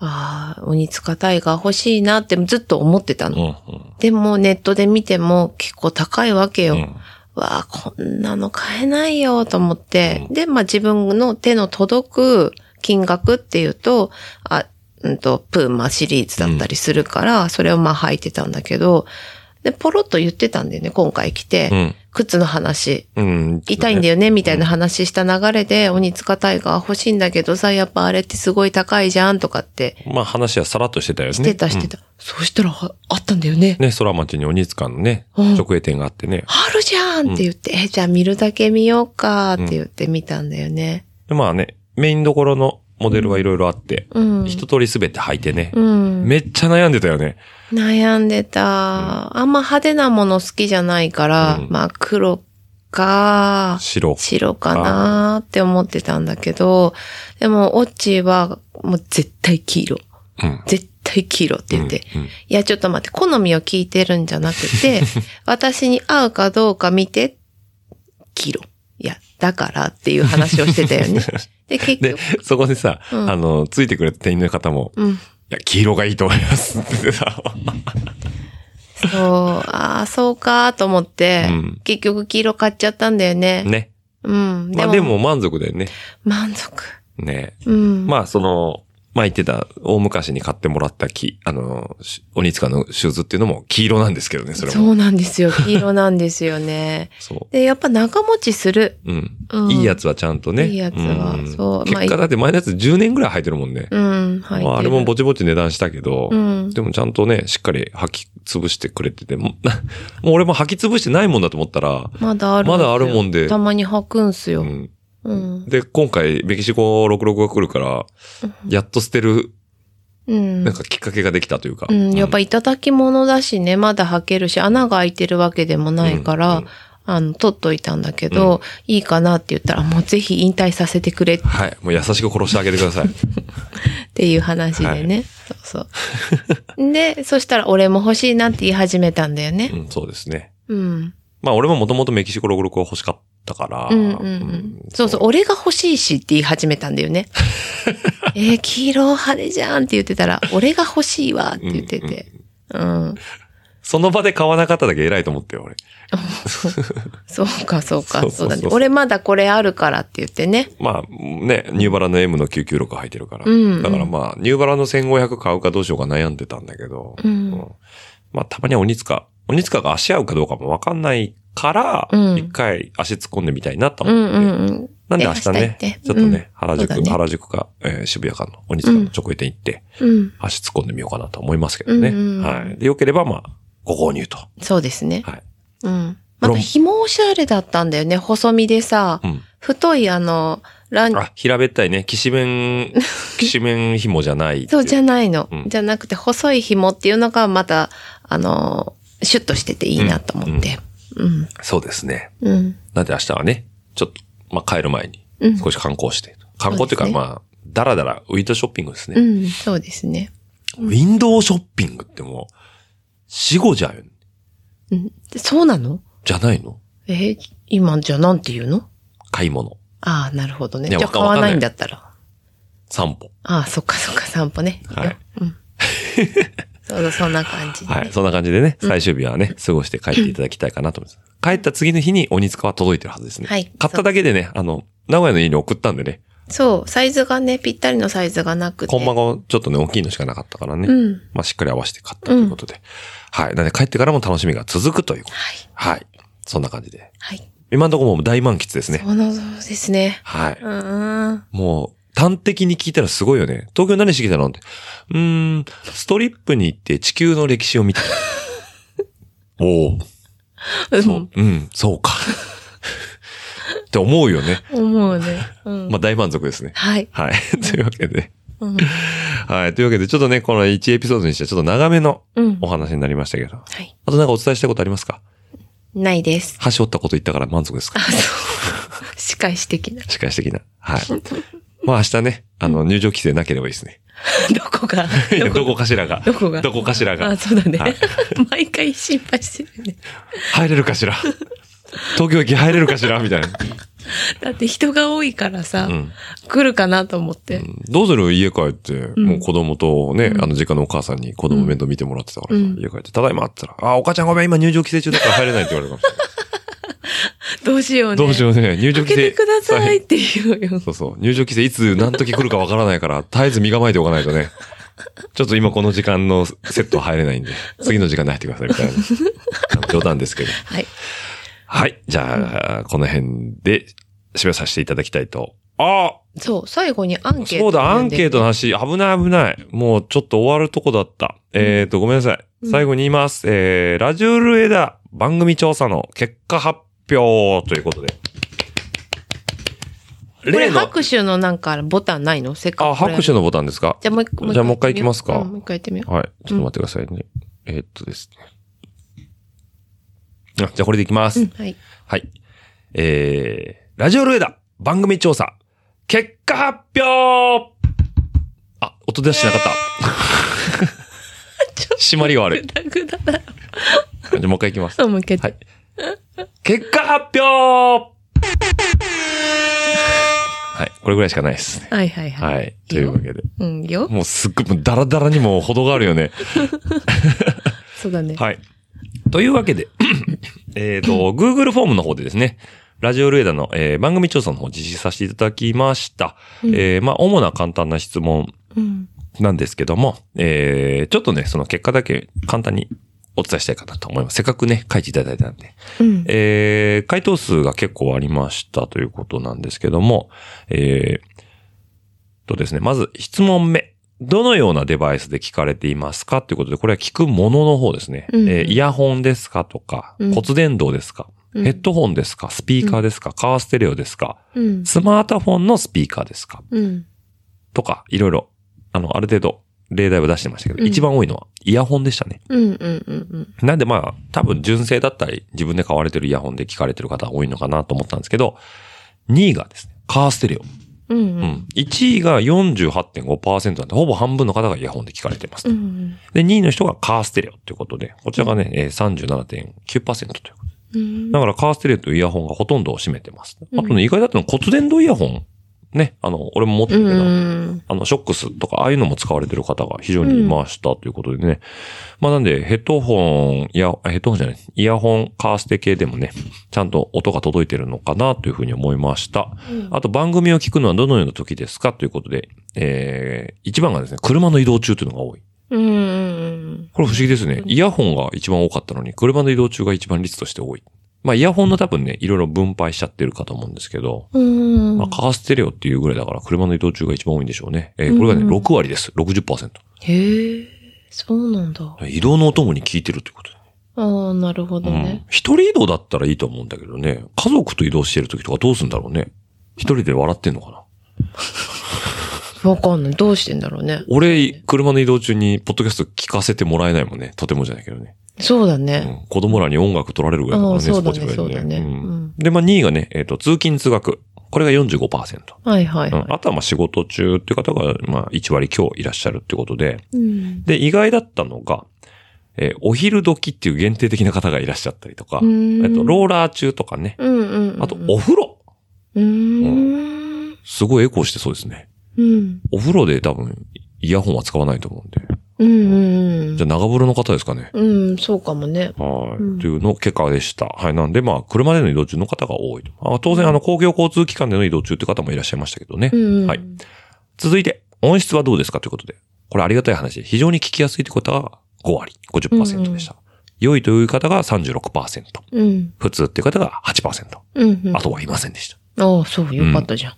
Speaker 3: ああ、鬼塚タイガー欲しいなってずっと思ってたの。
Speaker 2: うん。
Speaker 3: でもネットで見ても結構高いわけよ。
Speaker 2: うん
Speaker 3: わあ、こんなの買えないよと思って、で、まあ自分の手の届く金額っていうと、あ、うんと、プーマシリーズだったりするから、それをまあ履いてたんだけど、で、ポロッと言ってたんだよね、今回来て。
Speaker 2: うん。
Speaker 3: 靴の話。
Speaker 2: うん。
Speaker 3: 痛いんだよね、みたいな話した流れで、鬼塚タイガー欲しいんだけどさ、やっぱあれってすごい高いじゃんとかって、
Speaker 2: まあ話はさらっとしてたよね。
Speaker 3: してたしてた。そうしたら、はあったんだよね。
Speaker 2: ね、空町に鬼塚のね、
Speaker 3: うん
Speaker 2: 直営店があってね。
Speaker 3: あるじゃんって言って、え、じゃあ見るだけ見ようかって言って見たんだよね。
Speaker 2: でまあね、メインどころのモデルはいろいろあって、
Speaker 3: うん。
Speaker 2: 一通りすべて履いてね
Speaker 3: う、ん。
Speaker 2: めっちゃ悩んでたよね。
Speaker 3: 悩んでた。あんま派手なもの好きじゃないから、
Speaker 2: うん
Speaker 3: まあ黒か、
Speaker 2: 白。
Speaker 3: 白かなーって思ってたんだけど、でも、オッチーは、もう絶対黄色。
Speaker 2: うん。
Speaker 3: 絶対黄色って言って。
Speaker 2: うんうん
Speaker 3: いや、ちょっと待って、好みを聞いてるんじゃなくて、 私に合うかどうか見て、黄色。いや、だからっていう話をしてたよね。 で、結
Speaker 2: で
Speaker 3: 局、、
Speaker 2: そこでさ、
Speaker 3: うん
Speaker 2: あの、ついてくれた店員の方も、
Speaker 3: うん。
Speaker 2: いや、黄色がいいと思いますって言ってさ、
Speaker 3: そう、ああ、そうかと思って、
Speaker 2: うん
Speaker 3: 結局黄色買っちゃったんだよね。
Speaker 2: ね。
Speaker 3: うん。
Speaker 2: まあでも満足だよね。
Speaker 3: 満足。
Speaker 2: ね。
Speaker 3: うん。
Speaker 2: まあその、まあ言ってた、大昔に買ってもらったき、あの、し鬼塚のシューズっていうのも黄色なんですけどね、それ
Speaker 3: そ
Speaker 2: も。
Speaker 3: うなんですよ。 黄色なんですよね。
Speaker 2: そ
Speaker 3: で、やっぱ長持ちする。
Speaker 2: う。うん。
Speaker 3: うん
Speaker 2: いいやつはちゃんとね。
Speaker 3: いいやつは
Speaker 2: ん
Speaker 3: そうまあ
Speaker 2: 結果だって前のやつ10年ぐらい履いてるもんね。
Speaker 3: うん、はいてる。
Speaker 2: まあ、あれもぼちぼち値段したけど、
Speaker 3: うん
Speaker 2: でもちゃんとね、しっかり履き潰してくれてて、もうもう俺 も履き潰してないもんだと思ったら、
Speaker 3: まだある。
Speaker 2: まだあるもんで
Speaker 3: たまに履くんす
Speaker 2: う
Speaker 3: よ。
Speaker 2: ん、
Speaker 3: うん。
Speaker 2: で、今回メキシコ66が来るから、やっと捨てる、
Speaker 3: うん。
Speaker 2: なんかきっかけができたというか。
Speaker 3: うん、やっぱいただき物だしね、まだ履けるし、穴が開いてるわけでもないから、
Speaker 2: うんうん
Speaker 3: あの、取っといたんだけど、いいかなって言ったら、もうぜひ引退させてくれっ
Speaker 2: はい。もう優しく殺してあげてくだ さい。
Speaker 3: ていう話でね。そうそう。で、そしたら俺も欲しいなって言い始めたんだよね。
Speaker 2: うん、そうですね。
Speaker 3: うん。
Speaker 2: まあ俺ももともとメキシコ66が欲しかったから、
Speaker 3: うんうんうん。そうそう、俺が欲しいしって言い始めたんだよ ね。えー、黄色派手じゃんって言ってたら、俺が欲しいわって言ってて。うん。
Speaker 2: その場で買わなかっただけ偉いと思ってよ、俺。
Speaker 3: そうか、そう
Speaker 2: そ
Speaker 3: か、
Speaker 2: うそ
Speaker 3: そう
Speaker 2: そう
Speaker 3: うだね。俺まだこれあるからって言ってね。
Speaker 2: まあね、ニューバラの M の996履いてるから。
Speaker 3: うんうん
Speaker 2: だからまあ、ニューバラの1500買うかどうしようか悩んでたんだけど。
Speaker 3: うん
Speaker 2: まあ、たまには鬼塚、鬼塚が足合うかどうかもわかんないから、一、
Speaker 3: うん
Speaker 2: 回足突っ込んでみたいなと
Speaker 3: う
Speaker 2: 思
Speaker 3: ん
Speaker 2: って。
Speaker 3: うんうん。
Speaker 2: なんで明日ね、
Speaker 3: え明日行って
Speaker 2: ちょっとね、
Speaker 3: うん
Speaker 2: 原宿、
Speaker 3: そうだね
Speaker 2: 原宿か、えー渋谷間の鬼塚の直営店行って、
Speaker 3: うん。
Speaker 2: 足突っ込んでみようかなと思いますけどね。
Speaker 3: うんうんうん
Speaker 2: はい。で、良ければまあ、ご購入と。
Speaker 3: そうですね。
Speaker 2: はい。
Speaker 3: うん。
Speaker 2: ブ
Speaker 3: ま
Speaker 2: ロン
Speaker 3: た紐おしゃれだったんだよね。細身でさ、
Speaker 2: うん。
Speaker 3: 太いあの、ラン、
Speaker 2: あ、平べったいね。きしめ ん、きしめん紐じゃない。
Speaker 3: そうじゃないの。
Speaker 2: うん
Speaker 3: じゃなくて、細い紐っていうのがまた、あの、シュッとしてていいなと思って。うん。
Speaker 2: そうですね。
Speaker 3: うん。
Speaker 2: なんで明日はね、ちょっと、まあ、帰る前
Speaker 3: う
Speaker 2: に、
Speaker 3: ん
Speaker 2: 少し観光して。観光っていうか、
Speaker 3: そうです
Speaker 2: ま
Speaker 3: ね
Speaker 2: あ、だらだらウィンドウショッピングです
Speaker 3: う
Speaker 2: ね。
Speaker 3: ん。そうですね。
Speaker 2: ウィンドウショッピングってもう、死後じゃん。
Speaker 3: うん。そうなの
Speaker 2: じゃないの
Speaker 3: えー今じゃなんて言うの
Speaker 2: 買い物。
Speaker 3: ああ、なるほどね。
Speaker 2: いや
Speaker 3: じゃあ
Speaker 2: わか
Speaker 3: 買わ
Speaker 2: わかんな
Speaker 3: ないいんだったら。
Speaker 2: 散歩。
Speaker 3: ああ、そっかそっか、散歩ね。
Speaker 2: はい
Speaker 3: ようん。そうそう、そんな感じでね。
Speaker 2: はい。そんな感じでね、最終日はね、過ごして帰っていただきたいかなと思います。帰った次の日に鬼塚は届いてるはずですね。
Speaker 3: はい
Speaker 2: 買っただけでね、あの、名古屋の家に送ったんでね。
Speaker 3: そう、サイズがね、ぴったりのサイズがなくて。
Speaker 2: コンマがちょっとね、大きいのしかなかったからね。
Speaker 3: うん
Speaker 2: まあ、しっかり合わせて買ったということで。はい。なので、帰ってからも楽しみが続くということ。
Speaker 3: はい。
Speaker 2: はい。そんな感じで。
Speaker 3: はい。
Speaker 2: 今のところもう大満喫ですね。
Speaker 3: この、そうですね。
Speaker 2: はい。
Speaker 3: うーん。
Speaker 2: もう、端的に聞いたらすごいよね。東京何してきたのって。うーん、ストリップに行って地球の歴史を 見た。おお。
Speaker 3: うん
Speaker 2: うん、そうか。って思うよね。
Speaker 3: 思うね。うん。
Speaker 2: まあ大満足ですね。
Speaker 3: はい。
Speaker 2: はい。というわけで。
Speaker 3: うん。
Speaker 2: はい。というわけで、ちょっとね、この1エピソードにしてはちょっと長めの
Speaker 3: うん
Speaker 2: お。話になりましたけど。
Speaker 3: はい。
Speaker 2: あとなんかお伝えしたいことありますか
Speaker 3: ないです。
Speaker 2: 箸折ったこと言ったから満足ですか
Speaker 3: あ、 そう。仕返し的な。
Speaker 2: しかし的な。 はい。まあ明日ね、あの、入場規制なければいいですね。
Speaker 3: どこが。
Speaker 2: いや どこかしらが。
Speaker 3: どこが
Speaker 2: どこかしらが
Speaker 3: あ、。そうだね
Speaker 2: はい。
Speaker 3: 毎回心配してるね。
Speaker 2: 入れるかし ら東京駅入れるかしらみたいな。
Speaker 3: だって人が多いからさ
Speaker 2: う、ん。
Speaker 3: 来るかなと思って。
Speaker 2: どうする家帰って、
Speaker 3: ん
Speaker 2: もう子供とね、あの、実家のお母さんに子供面倒見てもらってたからさ、
Speaker 3: うん
Speaker 2: 家帰って、ただいまって言ったら、あ、お母ちゃんごめん、今入場規制中だから入れないって言われるかもし れ
Speaker 3: どうしよ
Speaker 2: な
Speaker 3: うね。
Speaker 2: い。どうしようね、入場
Speaker 3: 開
Speaker 2: 規
Speaker 3: け
Speaker 2: 制。
Speaker 3: てくださいって言うよ。
Speaker 2: そうそう。入場規制いつ何時来るかわからないから、絶えず身構えておかない とね。ちょっと今この時間のセットは入れ ないんで、次の時間で入ってくださいみたいな。冗談ですけど。
Speaker 3: はい。
Speaker 2: はい。じゃあ、この辺で締めさせていただきたいと。あ
Speaker 3: そう、最後にアンケート。
Speaker 2: そうだ、アンケートの。話。危ない危ない。もうちょっと終わるとこだった。えっ、と、ごめんなさい。
Speaker 3: うん
Speaker 2: 最後に言います。えー、ラジオルエダ番組調査の結果発表ということで。
Speaker 3: これ拍手のなんかボタンないのせっかく。
Speaker 2: あ、拍手
Speaker 3: の。
Speaker 2: のボタンですか
Speaker 3: じゃあもう一
Speaker 2: じゃあもう一回行きますか
Speaker 3: うんもう一回やってみよう。
Speaker 2: はい。ちょっと待ってくださいね。えーっとですね。あ、じゃあこれでいきます。
Speaker 3: うん、はい。
Speaker 2: はい。えー、ラジオルエダ番組調査、結果発表あ、音出してなかった。締まりが悪い。
Speaker 3: グダグダ
Speaker 2: じ
Speaker 3: だ。
Speaker 2: ゃあもう一回いきます。
Speaker 3: そう、もう一回やって。
Speaker 2: 結果発表はい。これぐらいしかないですね。
Speaker 3: はいはいはい。
Speaker 2: はい。というわけで。
Speaker 3: うん、いいよ。
Speaker 2: もうすっごい、もうダラダラにも程があるよね。
Speaker 3: そうだね。
Speaker 2: はい。というわけで、 えっと、Google フォームの方でですね、ラジオルエダの、えー番組調査の方を実施させていただきました。
Speaker 3: うん
Speaker 2: えーまあ、主な簡単な質問
Speaker 3: うん。
Speaker 2: なんですけども、えーちょっとね、その結果だけ簡単にお伝えしたいかなと思います。せっかくね、書いていただいたんで。
Speaker 3: うん。
Speaker 2: えー回答数が結構ありましたということなんですけども、えーとですね、まず質問目。どのようなデバイスで聞かれていますかということで、これは聞くものの方ですね。
Speaker 3: うんうん
Speaker 2: えーイヤホンですかとか、
Speaker 3: うん
Speaker 2: 骨伝導ですか、
Speaker 3: うん
Speaker 2: ヘッドホンですかスピーカーですか、カーステレオですか
Speaker 3: うん。
Speaker 2: スマートフォンのスピーカーですか
Speaker 3: うん。
Speaker 2: とか、いろいろ、あの、ある程度、例題を出してましたけど、
Speaker 3: うん
Speaker 2: 一番多いのはイヤホンでしたね。
Speaker 3: うん。うん。うん。
Speaker 2: なんでまあ、多分純正だったり、自分で買われてるイヤホンで聞かれてる方多いのかなと思ったんですけど、2位がですね、カーステレオ。
Speaker 3: うん。うん
Speaker 2: う。ん。1位が48.5%なんで、ほぼ半分の方がイヤホンで聞かれてます。
Speaker 3: うん。
Speaker 2: で、2位の人がカーステレオということで、こちらがね、えー37.9%ということで。
Speaker 3: うん。
Speaker 2: だからカーステレオというイヤホンがほとんどを占めてます。あ
Speaker 3: うん
Speaker 2: とね、意外だったのは骨伝導イヤホン。ね、あの、俺も持って
Speaker 3: う
Speaker 2: るけど、
Speaker 3: ん。
Speaker 2: あの、ショックスとか、ああいうのも使われてる方が非常にいましたということでね。まあなんで、ヘッドホン、いや、ヘッドホンじゃない、イヤホン、カーステ系でもね、ちゃんと音が届いてるのかなというふうに思いました。あと番組を聞くのはどのような時ですかということで、えー、一番がですね、車の移動中というのが多い。
Speaker 3: うん。
Speaker 2: これ不思議ですね。イヤホンが一番多かったのに、車の移動中が一番率として多い。まあイヤホンの多分ね、いろいろ分配しちゃってるかと思うんですけど、
Speaker 3: うん。
Speaker 2: まあ、カーステレオっていうぐらいだから、車の移動中が一番多いんでしょうね。えーこれがね、
Speaker 3: うん
Speaker 2: 6割です。60%。
Speaker 3: へえ、そうなんだ。
Speaker 2: 移動のお供に聞いてるってこと
Speaker 3: ああ、なるほど
Speaker 2: だね
Speaker 3: ね。
Speaker 2: うん一人移動だったらいいと思うんだけどね。家族と移動してる時とかどうするんだろうね。一人で笑ってんのかな。
Speaker 3: わかんない。どうしてんだろうね。
Speaker 2: 俺、車の移動中に、ポッドキャスト聞かせてもらえないもんね。とてもじゃないけどね。
Speaker 3: そうだ
Speaker 2: う
Speaker 3: ね。
Speaker 2: ん、子供らに音楽取られるぐらいだからね、
Speaker 3: ああそうだね
Speaker 2: Spotify で
Speaker 3: そうだね
Speaker 2: うん
Speaker 3: うん
Speaker 2: で、まあ2位がね、えっ、と、通勤通学。これが45%。
Speaker 3: はいはい
Speaker 2: うん
Speaker 3: は
Speaker 2: あとはまあ仕事中っていう方が、まあ1割強いらっしゃるってことで、
Speaker 3: い。うん。
Speaker 2: で、意外だったのが、えーお昼時っていう限定的な方がいらっしゃったりとか、
Speaker 3: うーん
Speaker 2: えっと、ローラー中とかね、
Speaker 3: うんうんうん。
Speaker 2: あと、お風呂。
Speaker 3: うーん。
Speaker 2: すごいエコーしてそうですね。
Speaker 3: うん。
Speaker 2: お風呂で多分、イヤホンは使わないと思うんで。
Speaker 3: うんうん
Speaker 2: じゃあ長風呂の方ですかね。
Speaker 3: うん。うん、そうかもね。
Speaker 2: はい。
Speaker 3: うん
Speaker 2: というの結果でした。はい。なんで、まあ、車での移動中の方が多いと。あ当然、あの、公共交通機関での移動中って方もいらっしゃいましたけどね。
Speaker 3: うん。
Speaker 2: はい。続いて、音質はどうですかということで。これありがたい話で、非常に聞きやすいという方が5割、50%でした。良いという方が36%。
Speaker 3: うん。
Speaker 2: 普通っていう方が8%。
Speaker 3: うん、うん。
Speaker 2: あとはいませんでした。
Speaker 3: ああ、そう、よかったじゃん。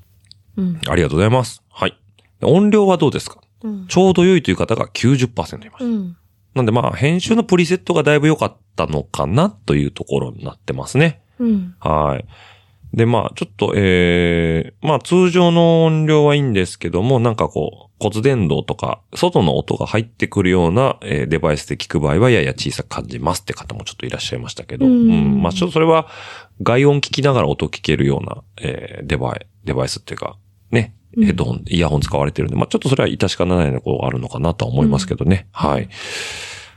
Speaker 3: うん。
Speaker 2: ありがとうございます。はい。音量はどうですか
Speaker 3: うん。
Speaker 2: ちょうど良いという方が90%いました。
Speaker 3: うん。
Speaker 2: なんでまあ、編集のプリセットがだいぶ良かったのかなというところになってますね。
Speaker 3: うん。
Speaker 2: はい。で、まあ、ちょっと、えー、まあ、通常の音量はいいんですけども、なんかこう、骨伝導とか、外の音が入ってくるような、えーデバイスで聞く場合は、やや小さく感じますって方もちょっといらっしゃいましたけど、
Speaker 3: うん
Speaker 2: まあ、ちょっとそれは、外音聞きながら音聞けるような、えーデバイ、デバイスっていうか、ね、
Speaker 3: うん
Speaker 2: ヘッドホン、イヤホン使われてるんで、まあ、ちょっとそれは致し方ないのこうあるのかなとは思いますけどね。はい。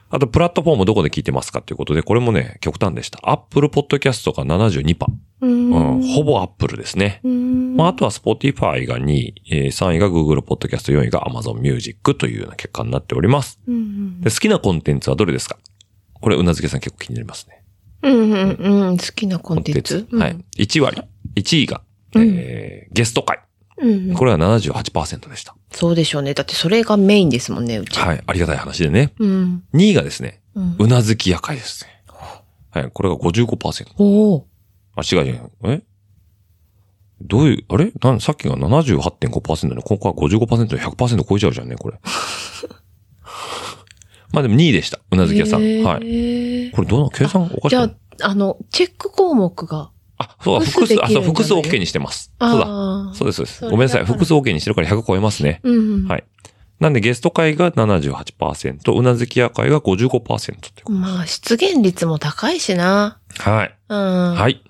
Speaker 2: あと、プラットフォームどこで聞いてますかということで、これもね、極端でした。Apple Podcast が72%。
Speaker 3: うん。
Speaker 2: うん、ほぼ Apple ですね。
Speaker 3: うん。
Speaker 2: まあ、あとは Spotify が2位、えー3位が Google Podcast、4位が Amazon Music というような結果になっております。
Speaker 3: うんうん
Speaker 2: で好きなコンテンツはどれですかこれ、うなずけさん結構気になりますね。
Speaker 3: うんうんうん。好きなコンテンツ
Speaker 2: は。
Speaker 3: う
Speaker 2: い
Speaker 3: ん。
Speaker 2: 1割。1位が、えーゲスト会。
Speaker 3: うんうん。
Speaker 2: これは78%でした。
Speaker 3: そうでしょうね。だってそれがメインですもんね、うち。
Speaker 2: はい。ありがたい話でね。
Speaker 3: うん。
Speaker 2: 2位がですね、
Speaker 3: うん。
Speaker 2: うなずき屋会ですね。はい。これが55%。
Speaker 3: おお。
Speaker 2: あ、違う違う。えどういう、あれなんさっきが78.5%で、今回は55%で100%超えちゃうじゃんね、これ。 まあでも2位でした。うなずき屋さん。はい。
Speaker 3: い。
Speaker 2: これどうなの計算おかしく
Speaker 3: じ
Speaker 2: な
Speaker 3: ゃ
Speaker 2: い
Speaker 3: あ、あの、チェック項目が。
Speaker 2: あ、そうだ、
Speaker 3: 複
Speaker 2: 複
Speaker 3: 数
Speaker 2: 数、
Speaker 3: できる
Speaker 2: あ、
Speaker 3: んじ
Speaker 2: そ
Speaker 3: ゃ
Speaker 2: う、
Speaker 3: ない
Speaker 2: 複数 OK にしてます。そうだ。
Speaker 3: ああ。
Speaker 2: そうです、そうで
Speaker 3: そ
Speaker 2: す。
Speaker 3: れ
Speaker 2: ごめんなさい。
Speaker 3: だから
Speaker 2: 複数 OK にしてるから100超えますね。
Speaker 3: うん。
Speaker 2: はいなんでゲスト会が78%、うなずき屋会が55%ってこ
Speaker 3: まあ、出現率も高いしな。
Speaker 2: と。はい。
Speaker 3: うん。。
Speaker 2: はいい。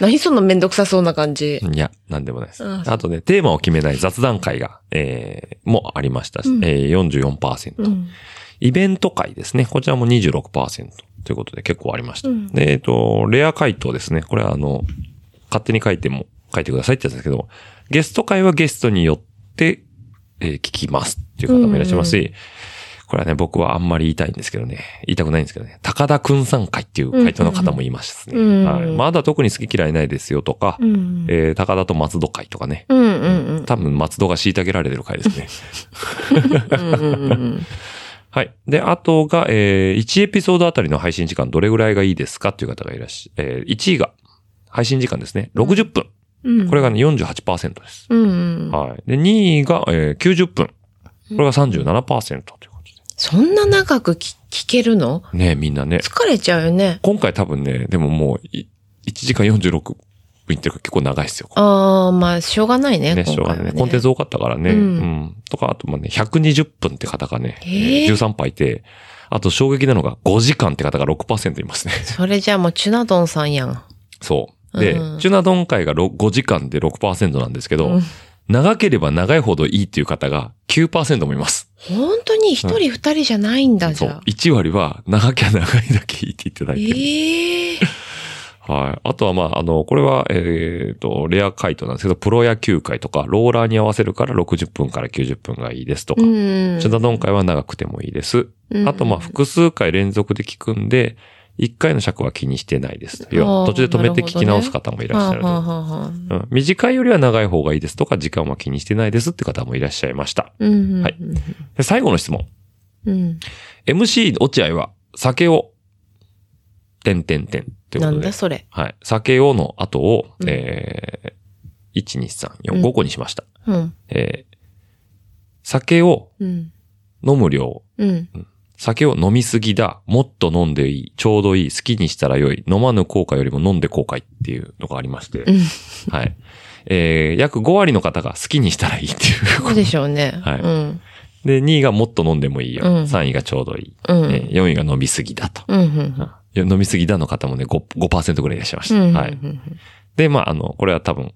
Speaker 3: 何そのめんどくさそうな感じ。
Speaker 2: いや、なんでもないです。
Speaker 3: うん
Speaker 2: あとね、テーマを決めない雑談会が、えー、もありましたし、
Speaker 3: うん
Speaker 2: えー、44%、
Speaker 3: うん。
Speaker 2: イベント会ですね。こちらも26%ということで結構ありました。
Speaker 3: うん
Speaker 2: でえっ、と、レア回答ですね。これはあの、勝手に書いても、書いてくださいってやつですけど、ゲスト会はゲストによって、えー聞きますっていう方もいらっしゃいますし、これはね、僕はあんまり言いたいんですけどね。言いたくないんですけどね。高田くんさん会っていう回答の方もいましたね。
Speaker 3: うんうんうん
Speaker 2: はい。まだ特に好き嫌いないですよとか、
Speaker 3: うん。
Speaker 2: えー高田と松戸会とかね。
Speaker 3: うんうんうん。
Speaker 2: 多分松戸が虐げられてる会ですね。
Speaker 3: うんうんうん
Speaker 2: はい。で、あとが、えー、1エピソードあたりの配信時間どれぐらいがいいですかっていう方がいらっしゃ、えー、1位が配信時間ですね。60分。
Speaker 3: うん。
Speaker 2: これがね、48%です。
Speaker 3: うんうん。
Speaker 2: はい。で、2位が、えー、90分。これが37%ということ
Speaker 3: そんな長くき聞けるの
Speaker 2: で。ねえみんなね。
Speaker 3: 疲れちゃうよね。
Speaker 2: 今回多分ね、でももうい、1時間46分いってるから結構長いですよ。
Speaker 3: ああ、まあ、しょうがないね。
Speaker 2: ね、
Speaker 3: 今
Speaker 2: しょう
Speaker 3: 回
Speaker 2: が
Speaker 3: は
Speaker 2: ないね。コンテンツ多かったからね。
Speaker 3: う
Speaker 2: うんん。とか、あとまあね、120分って方がね、
Speaker 3: えー
Speaker 2: 13杯いて、あと衝撃なのが5時間って方が6%いますね。
Speaker 3: それじゃあもうチュナドンさんやん。
Speaker 2: そう。で、
Speaker 3: うん
Speaker 2: チュナ丼会がろ5時間で6%なんですけど、
Speaker 3: うん
Speaker 2: 長ければ長いほどいいっていう方が9%もいます。
Speaker 3: 本当に一人二人じゃないんだ、じ
Speaker 2: そ
Speaker 3: ゃ
Speaker 2: う
Speaker 3: あ。。
Speaker 2: 1割は長きゃ長いだけいいって言っていただいてる。
Speaker 3: ええ
Speaker 2: はい。あとは、まあ、あの、これは、えっ、と、レア回答なんですけど、プロ野球回とか、ローラーに合わせるから60分から90分がいいですとか、
Speaker 3: うん。
Speaker 2: チュナ丼会は長くてもいいです。あと、まあ、複数回連続で聞くんで、1回の尺は気にしてないです。要
Speaker 3: あ
Speaker 2: は
Speaker 3: ー
Speaker 2: 途中で止めて聞き直す方もいらっしゃる
Speaker 3: はあは
Speaker 2: と。
Speaker 3: あはあはあ
Speaker 2: うん短いよりは長い方がいいですとか、時間は気にしてないですって方もいらっしゃいました。
Speaker 3: うん。
Speaker 2: はいで最後の質問。
Speaker 3: うん。
Speaker 2: MC 落合は、酒を、てんてんてん。というこ
Speaker 3: な
Speaker 2: と
Speaker 3: ん
Speaker 2: で
Speaker 3: だ。それ。
Speaker 2: はい。酒をの後を、
Speaker 3: うん
Speaker 2: えー、1、2、3、
Speaker 3: うん
Speaker 2: 4、5個にしました。
Speaker 3: うん。
Speaker 2: えー、酒を
Speaker 3: うん。
Speaker 2: 飲む量、
Speaker 3: うん。
Speaker 2: 酒を飲みすぎだ、もっと飲んでいい、ちょうどいい、好きにしたらよい、飲まぬ後悔よりも飲んで後悔っていうのがありまして、
Speaker 3: うん
Speaker 2: はい。えー、約5割の方が好きにしたらいいっていう
Speaker 3: そうでしょうね。
Speaker 2: はい
Speaker 3: うん。
Speaker 2: で、2位がもっと飲んでもいいよ。
Speaker 3: うん
Speaker 2: 3位がちょうどいい。
Speaker 3: うん。う
Speaker 2: え
Speaker 3: ん
Speaker 2: ー4位が飲みすぎだと。
Speaker 3: うんうん。
Speaker 2: うん飲みすぎだの方もね、5%, 5ぐらいいらっしゃいまし
Speaker 3: う
Speaker 2: た。
Speaker 3: ん。
Speaker 2: はい。で、まあ、あの、これは多分、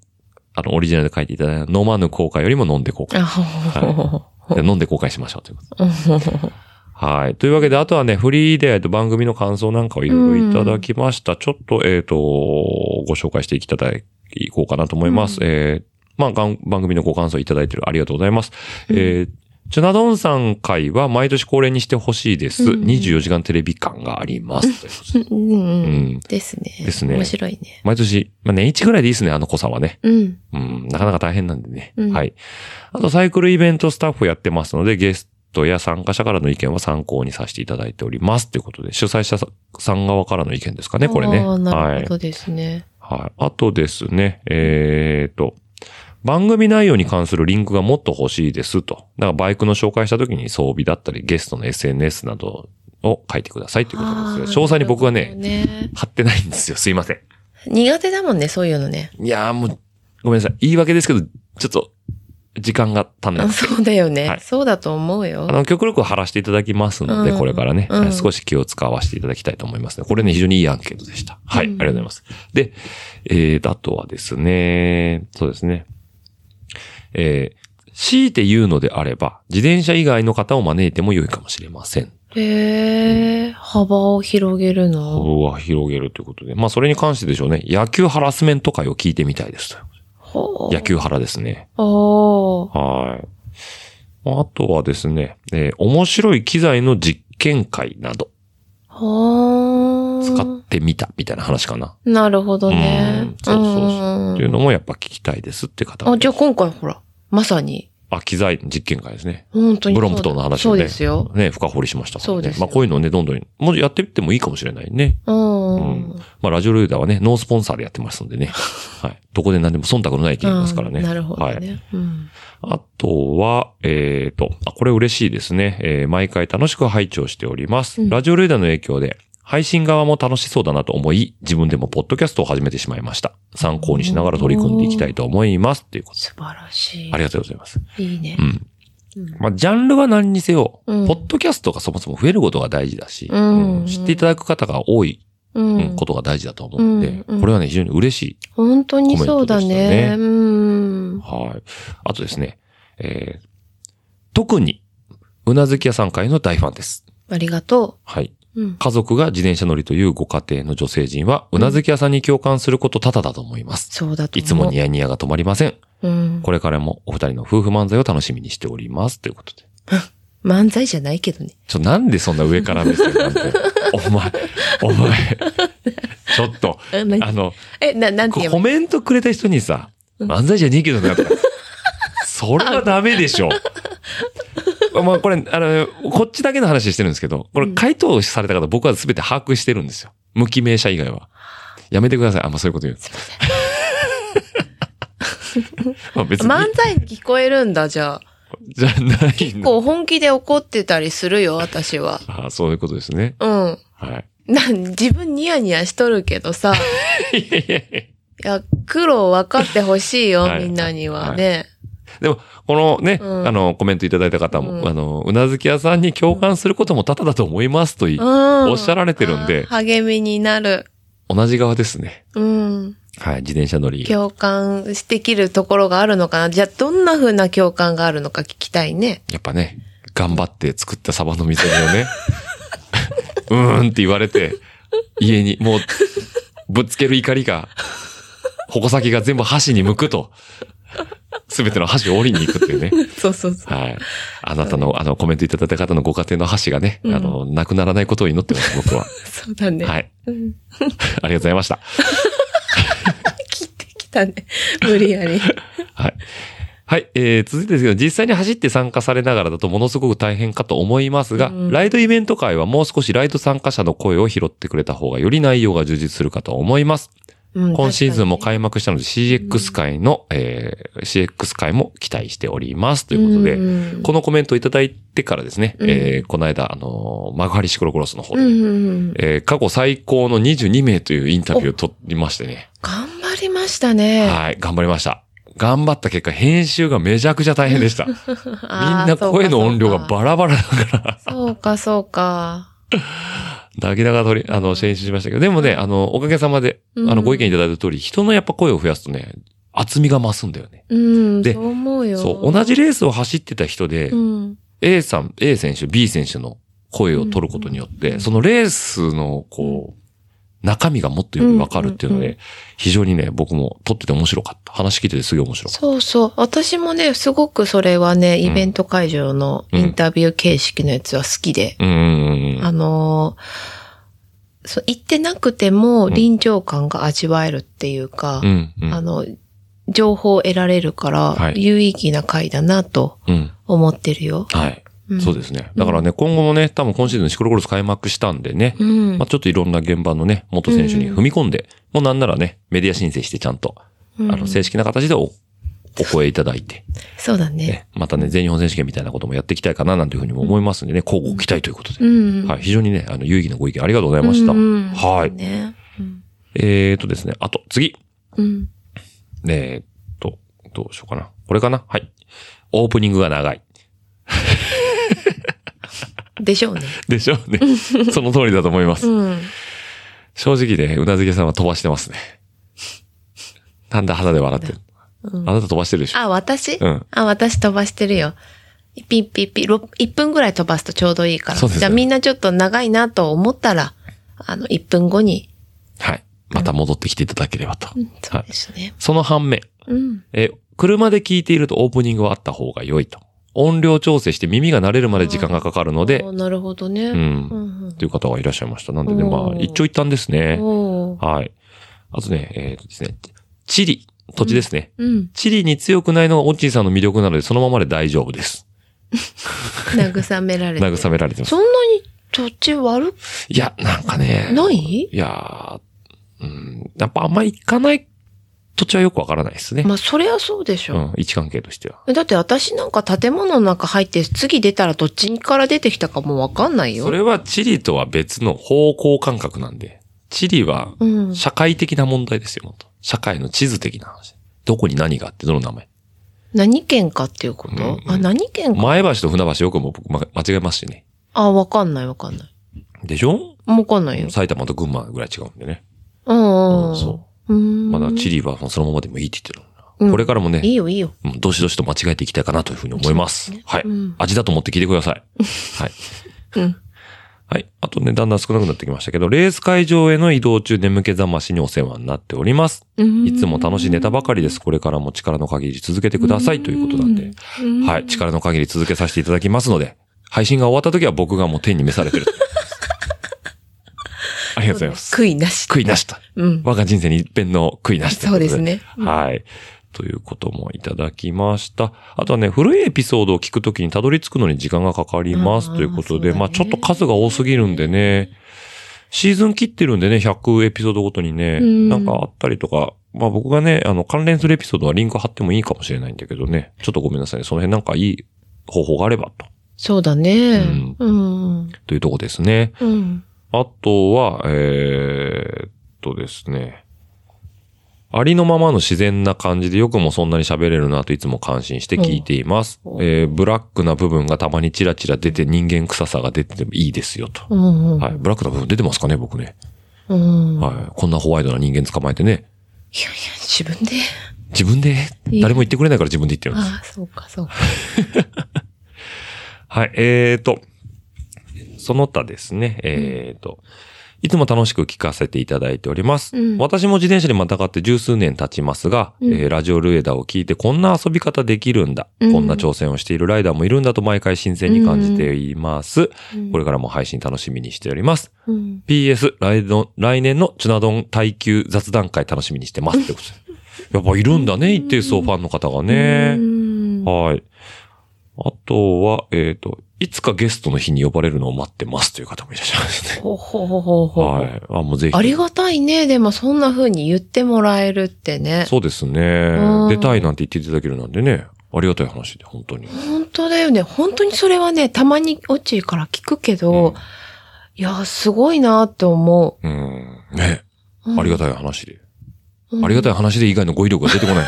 Speaker 2: あの、オリジナルで書いていただいた、飲まぬ後悔よりも飲んで後悔。
Speaker 3: あほほほほ
Speaker 2: で飲んで後悔しましょうということで。
Speaker 3: うんほほほ
Speaker 2: はい。というわけで、あとはね、フリーでと番組の感想なんかをいろいろいただきました。ちょっと、えっ、と、ご紹介していきただいていこうかなと思います。えーまあ、がん番組のご感想いただいてるありがとうございます。えーチュナドンさん会は毎年恒例にしてほしいです。
Speaker 3: うんうん
Speaker 2: 24時間テレビ感があります。
Speaker 3: うんうんう
Speaker 2: うん
Speaker 3: ん。ですね。
Speaker 2: ですね
Speaker 3: 面白いね。
Speaker 2: 毎年、まあ、年一ぐらいでいいですね、あの濃さはね。
Speaker 3: うん。
Speaker 2: うん、なかなか大変なんでね。
Speaker 3: うん
Speaker 2: はい。あと、サイクルイベントスタッフやってますので、ゲストや参加者からの意見は参考にさせていただいております。ということで、主催者さん側からの意見ですかね、これね。
Speaker 3: ああ、な
Speaker 2: は
Speaker 3: る
Speaker 2: い
Speaker 3: ほ。どですね。
Speaker 2: はい。あとですね、えーと、番組内容に関するリンクがもっと欲しいですと。だからバイクの紹介した時に装備だったり、ゲストの SNS などを書いてくださいということなんですが、詳細に僕は
Speaker 3: ああ
Speaker 2: ね、
Speaker 3: なるほどね
Speaker 2: 貼ってないんですよ。すいません。
Speaker 3: 苦手だもんね、そういうのね。
Speaker 2: いやーもう、ごめんなさい。言い訳ですけど、ちょっと、時間が足んな
Speaker 3: あ
Speaker 2: い。
Speaker 3: そうだよ
Speaker 2: は
Speaker 3: ね
Speaker 2: い。
Speaker 3: そうだと思うよ
Speaker 2: あ。の、極力貼らせていただきますので、
Speaker 3: うん
Speaker 2: これからね、
Speaker 3: うん
Speaker 2: 少し気を使わせていただきたいと思いますね。これね、非常にいいアンケートでした。はい、
Speaker 3: うん
Speaker 2: ありがとうございます。で、えーと、あとはですね、そうですね。えー、強いて言うのであれば、自転車以外の方を招いても良いかもしれません。
Speaker 3: へえ、幅を広げるの。
Speaker 2: をは広げるということで。まあ、それに関してでしょうね。野球ハラスメント会を聞いてみたいですと。
Speaker 3: ほう
Speaker 2: 野。球ハラですね。
Speaker 3: おー。
Speaker 2: はい。あとはですね、えー面白い機材の実験会など
Speaker 3: ほ
Speaker 2: 使っ
Speaker 3: ー。
Speaker 2: てみたみたいな話かな。
Speaker 3: なるほど
Speaker 2: う
Speaker 3: ね
Speaker 2: ん。そうそうそう。っていうの
Speaker 3: も。
Speaker 2: もやっぱ聞きたいですって方が
Speaker 3: あ、じゃあ今回ほら、まさに、
Speaker 2: あ、機材実験会ですね。
Speaker 3: 本当に
Speaker 2: ブ
Speaker 3: そう
Speaker 2: ロ
Speaker 3: だ。
Speaker 2: ンプトンの話
Speaker 3: そ
Speaker 2: を
Speaker 3: う
Speaker 2: ね。
Speaker 3: ですよ。
Speaker 2: ね、深掘りしましたからね。
Speaker 3: そうですよ
Speaker 2: まあこういうのをね、どんどん、もうやってみてもいいかもしれないね。
Speaker 3: うん。
Speaker 2: うんまあラジオルーダーはね、ノースポンサーでやってますん でね。はい。どこで何でも忖度のないって言いますからね。
Speaker 3: うんなるほど
Speaker 2: はい。
Speaker 3: ね。うん。
Speaker 2: あとは、えー、と、あ、これ嬉しいですね。えー毎回楽しく拝聴しております。
Speaker 3: うん
Speaker 2: ラジオレーダーの影響で、配信側も楽しそうだなと思い、自分でもポッドキャストを始めてしまいました。参考にしながら取り組んでいきたいと思います。っていうこと。
Speaker 3: 素晴らしい。
Speaker 2: ありがとうございます。
Speaker 3: いいね
Speaker 2: う。ん。
Speaker 3: うん
Speaker 2: まあ、ジャンルは何にせよ、
Speaker 3: うん
Speaker 2: ポッドキャストがそもそも増えることが大事だし、
Speaker 3: うん
Speaker 2: 知っていただく方が多い、
Speaker 3: う
Speaker 2: うん
Speaker 3: ん
Speaker 2: ことが大事だと思うんで、
Speaker 3: うんうん
Speaker 2: これはね、非常に嬉しい
Speaker 3: 本当にそう
Speaker 2: コメントで
Speaker 3: だ
Speaker 2: し
Speaker 3: ね。
Speaker 2: たね
Speaker 3: うん。
Speaker 2: はい。あとですね、えー、特に、うなずき屋さん会の大ファンです。
Speaker 3: ありがと
Speaker 2: はい。
Speaker 3: う。うん。
Speaker 2: 家族が自転車乗りというご家庭の女性陣は、うなずき屋さんに共感すること多々だと思います。
Speaker 3: そうだと
Speaker 2: い
Speaker 3: 思
Speaker 2: つ
Speaker 3: う。
Speaker 2: もニヤニヤが止まりません。
Speaker 3: うん。
Speaker 2: これからもお二人の夫婦漫才を楽しみにしております。ということで。
Speaker 3: 漫才じゃないけどね。
Speaker 2: ちょ、なんでそんな上から目線なんて。お前、お 前、ちょっと、
Speaker 3: え何
Speaker 2: あの、
Speaker 3: え、な、なんて
Speaker 2: こ
Speaker 3: 言えば
Speaker 2: コメントくれた人にさ、漫才じゃねえけどなとか、それはダメでし ょ。まあこれ、あの、こっちだけの話してるんですけど、これ
Speaker 3: うん
Speaker 2: 回答された方僕は全て把握してるんですよ。無記名者以外は。やめてください。あんまそういうこと言う。まあ別に、
Speaker 3: 漫才に聞こえるんだ、じゃあ。
Speaker 2: じゃない
Speaker 3: 結
Speaker 2: の。
Speaker 3: 構本気で怒ってたりするよ、私は。
Speaker 2: ああそういうことですね。
Speaker 3: うん。
Speaker 2: はい。
Speaker 3: な、自分ニヤニヤしとるけどさ。
Speaker 2: いやいやいや
Speaker 3: いや、苦労分かってほしいよ
Speaker 2: は、い
Speaker 3: みんなにはね。
Speaker 2: でも、このね、
Speaker 3: うん
Speaker 2: あの、コメントいただいた方も、
Speaker 3: うん
Speaker 2: あの、うなずき屋さんに共感することも多々だと思いますとい、
Speaker 3: うん。
Speaker 2: おっしゃられてるんで
Speaker 3: あー励みになる。
Speaker 2: 同じ側ですね。
Speaker 3: うん。
Speaker 2: はい、自転車乗り。
Speaker 3: 共感できるところがあるのかな。じゃあ、どんな風な共感があるのか聞きた いね。
Speaker 2: やっぱね、頑張って作ったサバの味噌煮をね、 うーんって言われて、家にもう、ぶつける怒りが、矛先が全部箸に向くと、すべての箸を折りに行くっていうね。
Speaker 3: そうそうそう。
Speaker 2: はい。あなたの、あの、コメントいただいた方のご家庭の箸がね、
Speaker 3: うん
Speaker 2: あの、なくならないことを祈ってます、僕 は。
Speaker 3: そうだね。
Speaker 2: はい。
Speaker 3: うん。
Speaker 2: ありがとうございました。
Speaker 3: 切ってき たね。無理やり。
Speaker 2: はい。はい。えー、続いてですけど、実際に走って参加されながらだとものすごく大変かと思いますが、
Speaker 3: うん
Speaker 2: ライドイベント会はもう少しライド参加者の声を拾ってくれた方がより内容が充実するかと思います。
Speaker 3: うん
Speaker 2: 今シーズンも
Speaker 3: 確か
Speaker 2: 開幕したので CX 会の、えー、CX 会も期待しております。とい
Speaker 3: に
Speaker 2: うことで、
Speaker 3: ん
Speaker 2: このコメントをいただいてからですね、
Speaker 3: うん
Speaker 2: えー、この間、あのー、マグハリシクロクロスの方
Speaker 3: う
Speaker 2: で、
Speaker 3: んうんうん。
Speaker 2: えー、過去最高の22名というインタビューを取りましてね、
Speaker 3: 頑張りましたね。
Speaker 2: はい、頑張りました。頑張った結果、編集がめちゃくちゃ大変で した。
Speaker 3: み
Speaker 2: みんな声の音量がバラバラだから、
Speaker 3: そうか、そうか。
Speaker 2: 泣きながら取り、あの、練習しましたけど、でもね、あの、おかげさまで、
Speaker 3: うん
Speaker 2: あの、ご意見いただいた通り、人のやっぱ声を増やすとね、厚みが増すんだよね。
Speaker 3: うん、
Speaker 2: で
Speaker 3: そう思うよ。
Speaker 2: そう、同じレースを走ってた人で、
Speaker 3: うん。
Speaker 2: A さん、A 選手、B 選手の声を取ることによって、
Speaker 3: うん
Speaker 2: そのレースの、こう、中身がもっとよくわかるっていうので、非常にね、僕も撮ってて面白かった。話聞いててすげえ面白かっ
Speaker 3: そうそう。私もね、すごくそれはね、イベント会場のインタビュー形式のやつは好きで、
Speaker 2: た。うんうんうん。
Speaker 3: あのーそう、行ってなくても臨場感が味わえるっていうか、
Speaker 2: うんうん。
Speaker 3: あの、情報を得られるから、
Speaker 2: はい
Speaker 3: 有意義な回だなと
Speaker 2: うん。
Speaker 3: 思ってるよ。
Speaker 2: はい。
Speaker 3: うん
Speaker 2: そうですね。だからね、今後もね、多分今シーズンシクロクロス開幕したんでね、
Speaker 3: うん
Speaker 2: まあ、ちょっといろんな現場のね、元選手に踏み込んで、もうなんならね、メディア申請してちゃんと、
Speaker 3: うん
Speaker 2: あの、正式な形でお、お声いただいて、
Speaker 3: そうだね。
Speaker 2: ね、またね、全日本選手権みたいなこともやっていきたいかな、なんていうふうにも思いますんでね、交互期待ということ
Speaker 3: う
Speaker 2: で。
Speaker 3: ん。
Speaker 2: はい、非常にね、あの、有意義なご意見ありがとうございました。
Speaker 3: うんうん
Speaker 2: はい。
Speaker 3: ね。うん
Speaker 2: えーとですね、あと、次。
Speaker 3: うん。
Speaker 2: えーっと、どうしようかな。これかなはい。オープニングが長い。
Speaker 3: でしょうね。
Speaker 2: でしょ うね。その通りだと思います。
Speaker 3: うん。
Speaker 2: 正直ね、うなずけさんは飛ばしてますね。なんだ肌で笑ってる。あなた飛ばしてるでしょ。
Speaker 3: あ、私、
Speaker 2: うん
Speaker 3: あ、私飛ばしてるよ。ピッピッピ、ろ1分ぐらい飛ばすとちょうどいいから。
Speaker 2: そうですね
Speaker 3: じゃあみんなちょっと長いなと思ったら、あの、1分後に。
Speaker 2: はい。また戻ってきていただければと。
Speaker 3: うん、そ
Speaker 2: は
Speaker 3: う
Speaker 2: い
Speaker 3: で。すね。
Speaker 2: その反面、
Speaker 3: うん。
Speaker 2: え、車で聞いているとオープニングはあった方が良いと。音量調整して耳が慣れるまで時間がかかるので
Speaker 3: お、ーなるほどね。
Speaker 2: うん
Speaker 3: う。ん
Speaker 2: という方がいらっしゃいました。なんでね、ま
Speaker 3: お
Speaker 2: あ、
Speaker 3: ー
Speaker 2: 一長一短です
Speaker 3: う
Speaker 2: ね
Speaker 3: ん。。おー
Speaker 2: はい。あとね、えっ、とですね、チリ、土地ですね。
Speaker 3: うん。
Speaker 2: チリに強くないのがオッチーさんの魅力なので、そのままで大丈夫です。
Speaker 3: 慰められて。
Speaker 2: 慰められてます。
Speaker 3: そんなに土地悪く
Speaker 2: いや、なんかね。
Speaker 3: ない
Speaker 2: いやー、うん、やっぱあんま行かない土地はよくわからないですね。
Speaker 3: まあ、そりゃそうでし
Speaker 2: う
Speaker 3: ょ。
Speaker 2: ん、位置関係としては。
Speaker 3: だって私なんか建物の中入って、次出たらどっちから出てきたかもわかんないよ。
Speaker 2: それはチリとは別の方向感覚なんで、チリは
Speaker 3: うん。
Speaker 2: 社会的な問題ですよ、本当社会の地図的な話。どこに何があって、どの名前。
Speaker 3: 何県かっていうこと、
Speaker 2: うんうん
Speaker 3: あ、何県か
Speaker 2: 前橋と船橋よくも僕ま間違えますしね。
Speaker 3: あ、わかんないわかんない。
Speaker 2: でしょ
Speaker 3: わかんないよ。
Speaker 2: 埼玉と群馬ぐらい違うんでね。
Speaker 3: うん、
Speaker 2: う
Speaker 3: う。。
Speaker 2: んんそう
Speaker 3: ん。
Speaker 2: まだチリはそのままでもいいって言ってる。
Speaker 3: うん
Speaker 2: これからもね、
Speaker 3: いいよいいよ。
Speaker 2: うんどしどしと間違えていきたいかなというふうに思います。はい、
Speaker 3: うん
Speaker 2: 味だと思って聞いてください。 はい。
Speaker 3: うん。
Speaker 2: はい。あとね、だんだん少なくなってきましたけど、レース会場への移動中、眠気覚ましにお世話になっております。いつも楽しいネタばかりです。これからも力の限り続けてくださいということなんで、
Speaker 3: うん
Speaker 2: はい。力の限り続けさせていただきますので、配信が終わった時は僕がもう天に召されて る。ありがとうございます。
Speaker 3: 悔いなし。
Speaker 2: 悔いなした。
Speaker 3: うん。
Speaker 2: 我が人生に一遍の悔いなしとい
Speaker 3: そう
Speaker 2: こと
Speaker 3: ですね。
Speaker 2: はい。ということもいただきました。あとはね、古いエピソードを聞くときにたどり着くのに時間がかかります
Speaker 3: あー
Speaker 2: ということ
Speaker 3: そう
Speaker 2: で、
Speaker 3: だね
Speaker 2: まあちょっと数が多すぎるんでね、シーズン切ってるんでね、100エピソードごとにね、
Speaker 3: うん
Speaker 2: なんかあったりとか、まあ僕がね、あの、関連するエピソードはリンク貼ってもいいかもしれないんだけどね、ちょっとごめんなさいね、その辺なんかいい方法があればと、
Speaker 3: そうだね。
Speaker 2: うん
Speaker 3: うん。
Speaker 2: というとこですね。
Speaker 3: うん。
Speaker 2: あとは、えーっとですね。ありのままの自然な感じでよくもそんなに喋れるなといつも感心して聞いています。
Speaker 3: うん
Speaker 2: えーブラックな部分がたまにチラチラ出て人間臭さが出ててもいいですよと。
Speaker 3: うん。うん
Speaker 2: はい。。ブラックな部分出てますかね、僕ね。
Speaker 3: うん。
Speaker 2: はい。こんなホワイトな人間捕まえてね。
Speaker 3: いやいや、自分で。
Speaker 2: 自分で、
Speaker 3: いい
Speaker 2: 誰も言ってくれないから自分で言ってるんです。
Speaker 3: ああ、そうか、そうか。
Speaker 2: はい。えーと、その他ですね。えーと、いつも楽しく聞かせていただいております。
Speaker 3: うん
Speaker 2: 私も自転車にまたがって十数年経ちますが、
Speaker 3: うん
Speaker 2: えーラジオルエダを聞いてこんな遊び方できるんだ、
Speaker 3: うん
Speaker 2: こんな挑戦をしているライダーもいるんだと毎回新鮮に感じています。
Speaker 3: うん
Speaker 2: これからも配信楽しみにしております。
Speaker 3: うん。
Speaker 2: PS、来の来年のチュナ丼耐久雑談会楽しみにしてます。ってこと でやっぱいるんだね、一定数ファンの方がね。
Speaker 3: うん。
Speaker 2: はい。あとは、えっ、と、いつかゲストの日に呼ばれるのを待ってますという方もいらっしゃいますね。
Speaker 3: ほほほほほ。
Speaker 2: はい。あ、もうぜひ。
Speaker 3: ありがたいね。でも、そんな風に言ってもらえるってね。
Speaker 2: そうです
Speaker 3: う
Speaker 2: ね
Speaker 3: ん。
Speaker 2: 出たいなんて言っていただけるなんでね。ありがたい話で、本当に。
Speaker 3: 本当だよね。本当にそれはね、たまにオチから聞くけど、
Speaker 2: うん
Speaker 3: いや、すごいなって思
Speaker 2: うん。ね。
Speaker 3: う。
Speaker 2: ありが
Speaker 3: い。
Speaker 2: たい話で。
Speaker 3: うん
Speaker 2: ありがたい話で以外の語彙力が出てこない。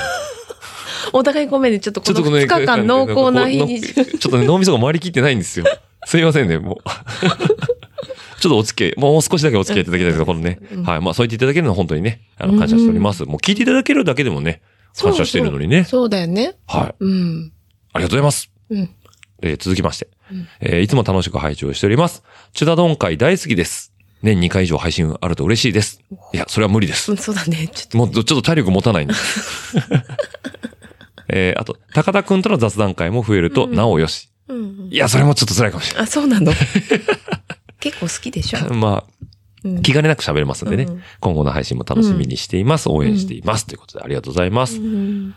Speaker 3: お互いごめんね。ちょっとこの
Speaker 2: ごめ
Speaker 3: 2
Speaker 2: ん
Speaker 3: 日間濃厚な日 に。
Speaker 2: ちょっとね、脳みそが回りきってないんですよ。すいませんね、もう。ちょっとお付き合い、もう少 しだけお付き合いいただきたいですけど、このね
Speaker 3: うん。
Speaker 2: はい。まあ、そう言っていただけるのは本当にね、あの、感謝しております。もう聞いていただけるだけでもね、感謝しているのにね。
Speaker 3: そうそうそうだよね。
Speaker 2: はい。
Speaker 3: うん。
Speaker 2: ありがとうございます。
Speaker 3: うん。
Speaker 2: えー続きまして
Speaker 3: うん。
Speaker 2: えーいつも楽しく拝聴しております。チュダドン会大好きです。年2回以上配信あると嬉しいです。いや、それは無理です
Speaker 3: う。んそうだね。ちょ
Speaker 2: も
Speaker 3: っ
Speaker 2: う、ちょっと体力持た ないんです。えーあと、高田くんとの雑談会も増えると、
Speaker 3: うん
Speaker 2: なおよし。
Speaker 3: と。うんうん
Speaker 2: いや、それもちょっと辛いかもしれ
Speaker 3: あ、そう なの結構好きでしょ
Speaker 2: ない。 まあ、
Speaker 3: うん
Speaker 2: 気兼ねなく喋れますんでね、
Speaker 3: うん
Speaker 2: 今後の配信も楽しみにしています。応援しています。ということで、ありがとうございます。
Speaker 3: うん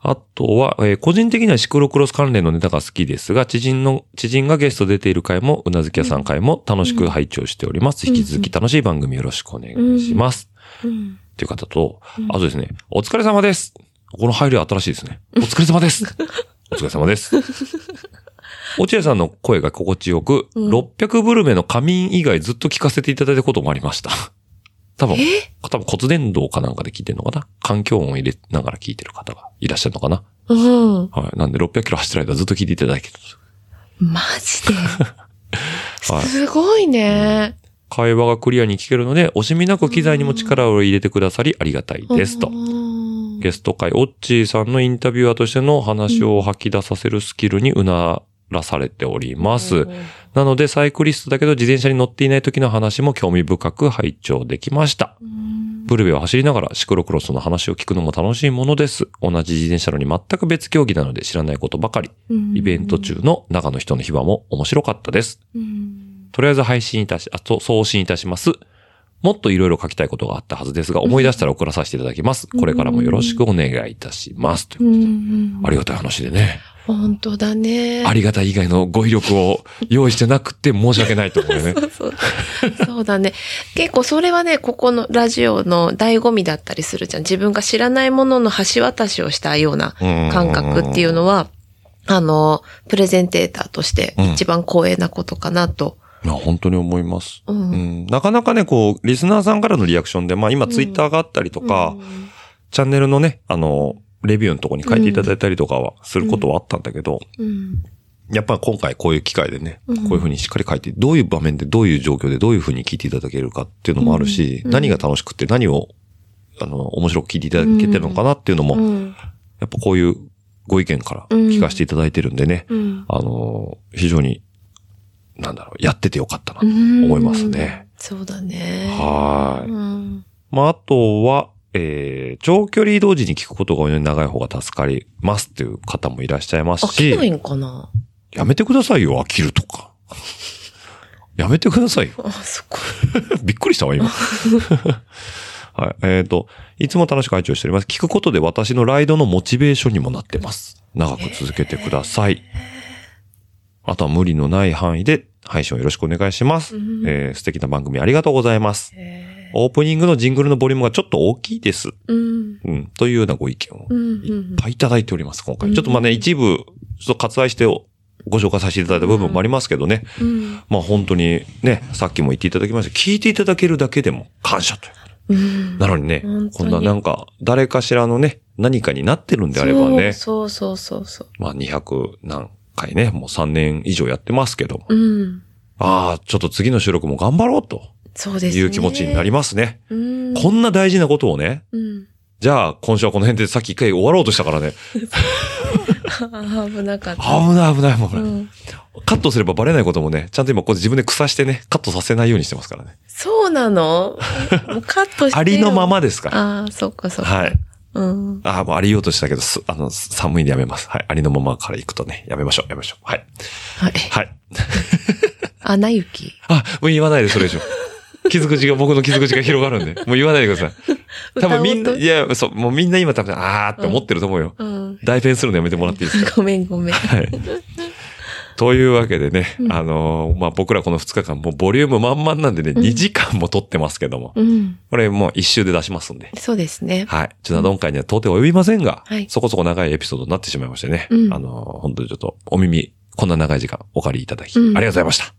Speaker 2: あとは、えー個人的にはシクロクロス関連のネタが好きですが、知人の、知人がゲスト出ている回も、うなずき屋さん回も楽しく拝聴しております。
Speaker 3: うん
Speaker 2: 引き続き楽しい番組よろしくお願いします。
Speaker 3: うん
Speaker 2: っていう方と、
Speaker 3: うん
Speaker 2: あとですね、お疲れ様です。この配慮は新しいです ね。お疲れ様です。お疲れ様です。落合さんの声が心地よく、
Speaker 3: うん
Speaker 2: 600ブルメの仮眠以外ずっと聞かせていただいたこともありま した。多分、
Speaker 3: え
Speaker 2: 多分骨伝導かなんかで聞いてるのかな環境音を入れながら聞いてる方がいらっしゃるのかな
Speaker 3: うん。
Speaker 2: はい。なんで600キロ走ってる間ずっと聞いていただけてる
Speaker 3: マ ジで。
Speaker 2: はい
Speaker 3: すごいね。
Speaker 2: 会話がクリアに聞けるので、惜しみなく機材にも力を入れてくださりありがたいですと
Speaker 3: う。ん
Speaker 2: ゲスト会、オッチーさんのインタビュアーとしての話を吐き出させるスキルにうならされております。なので、サイクリストだけど自転車に乗っていない時の話も興味深く拝聴できました。
Speaker 3: うん
Speaker 2: ブルベを走りながらシクロクロスの話を聞くのも楽しいものです。同じ自転車なのに全く別競技なので知らないことばかり。イベント中の中の人の秘話も面白かったです。
Speaker 3: うん
Speaker 2: とりあえず配信いたし、あ、そう送信いたします。もっといろいろ書きたいことがあったはずですが、思い出したら送らさせていただきます。これからもよろしくお願いいたします。という
Speaker 3: うん
Speaker 2: ありがたい話でね。
Speaker 3: 本当だね。
Speaker 2: ありがたい以外の語彙力を用意してなくて申し訳ないと思う よね。
Speaker 3: そうそう。そうだね。結構それはね、ここのラジオの醍醐味だったりするじゃん。自分が知らないものの橋渡しをしたような感覚っていうのは、あの、プレゼンテーターとして一番光栄なことかなと。
Speaker 2: いや、本当に思います。
Speaker 3: う。
Speaker 2: うんん、なかなかね、こう、リスナーさんからのリアクションで、まあ今ツイッターがあったりとか、
Speaker 3: うん
Speaker 2: チャンネルのね、あの、レビューのとこに書いていただいたりとかは、することはあったんだけど、
Speaker 3: うん。
Speaker 2: やっぱり今回こういう機会でね、
Speaker 3: うん
Speaker 2: こういうふうにしっかり書いて、どういう場面でどういう状況でどういうふうに聞いていただけるかっていうのもあるし、
Speaker 3: うん
Speaker 2: 何が楽しくて何を、あの、面白く聞いていただけてるのかなっていうのも、
Speaker 3: う
Speaker 2: や
Speaker 3: ん。
Speaker 2: っぱこういうご意見から聞かせていただいてるんでね、
Speaker 3: うん。
Speaker 2: あの、非常に、なんだろう、やっててよかったなと
Speaker 3: 思
Speaker 2: 思いますね。。
Speaker 3: そうだね。
Speaker 2: はーい。
Speaker 3: うん。
Speaker 2: まあ、あとは、えー、長距離移動時に聞くことが多いので長い方が助かりますっていう方もいらっしゃいます
Speaker 3: 飽きない
Speaker 2: し、
Speaker 3: んかな
Speaker 2: やめてくださいよ、飽きるとか。 やめてくださいよ。
Speaker 3: あ、そこ。
Speaker 2: びっくりしたわ、 今。はい。えっ、と、いつも楽しく拝聴しております。聞くことで私のライドのモチベーションにもなってます。長く続けてください。あとは無理のない範囲で配信をよろしくお願いします。
Speaker 3: うん
Speaker 2: えー素敵な番組ありがとうございます。
Speaker 3: へ
Speaker 2: オープニングのジングルのボリュームがちょっと大きいです。
Speaker 3: ーうん。
Speaker 2: うん、というようなご意見を
Speaker 3: うん。う
Speaker 2: いっ
Speaker 3: ん。
Speaker 2: ぱいいただいております、今
Speaker 3: う
Speaker 2: 回。
Speaker 3: ん
Speaker 2: ちょっとまあね、一部、ちょっと割愛しておご紹介させていただいた部分もありますけどね。
Speaker 3: うん。
Speaker 2: まあ本当にね、さっきも言っていただきました。聞いていただけるだけでも感謝という。
Speaker 3: うん。
Speaker 2: なのにね
Speaker 3: 本、当
Speaker 2: こ
Speaker 3: に
Speaker 2: んななんか、誰かしらのね、何かになってるんであればね、
Speaker 3: そうそうそうそうそ
Speaker 2: まあ200何回ね、もう3年以上やってますけど、
Speaker 3: う。うん。
Speaker 2: ああ、ちょっと次の収録も頑張ろうと
Speaker 3: そうですね。
Speaker 2: いう気持ちになりますね。
Speaker 3: うん。
Speaker 2: こんな大事なことをね、
Speaker 3: うん。
Speaker 2: じゃあ今週はこの辺でさっき一回終わろうとしたからね、
Speaker 3: あ危なかった。
Speaker 2: 危ない危ない危ない。
Speaker 3: うん
Speaker 2: カットすればバレないこともね、ちゃんと今こう自分で草してね、カットさせないようにしてますからね。
Speaker 3: そう なのもうカットしてよ。
Speaker 2: ありのままですから。
Speaker 3: ああ、そっかそっか。
Speaker 2: はい。
Speaker 3: うん。
Speaker 2: ああ、もうありようとしたけど、すあの、す寒いんでやめます。はい。ありのままから行くとね、やめましょう、やめましょう。はい。
Speaker 3: はい。
Speaker 2: はい。
Speaker 3: アナ雪。
Speaker 2: あ、もう言わないで、それ以 上。傷口が、僕の傷口が広がるんで、もう言わないでくださ い。多分みんな、
Speaker 3: 歌おうと
Speaker 2: いや、そう、もうみんな今多分、あーって思ってると思うよ。
Speaker 3: うん。
Speaker 2: 代弁するのやめてもらっていいですか
Speaker 3: ごめんごめん。
Speaker 2: はい。というわけでね、あのーまあ、僕らこの2日間、もうボリューム満々なんでね、2時間も撮ってますけども。
Speaker 3: うん。
Speaker 2: これもう一周で出しますんで。
Speaker 3: そうですね。
Speaker 2: はい。ちょっと今回には到底及びませんが、
Speaker 3: はい
Speaker 2: そこそこ長いエピソードになってしまいましてね。
Speaker 3: うん
Speaker 2: あの、本当にちょっとお耳、こんな長い時間お借りいただき、
Speaker 3: うん
Speaker 2: ありがとうございました。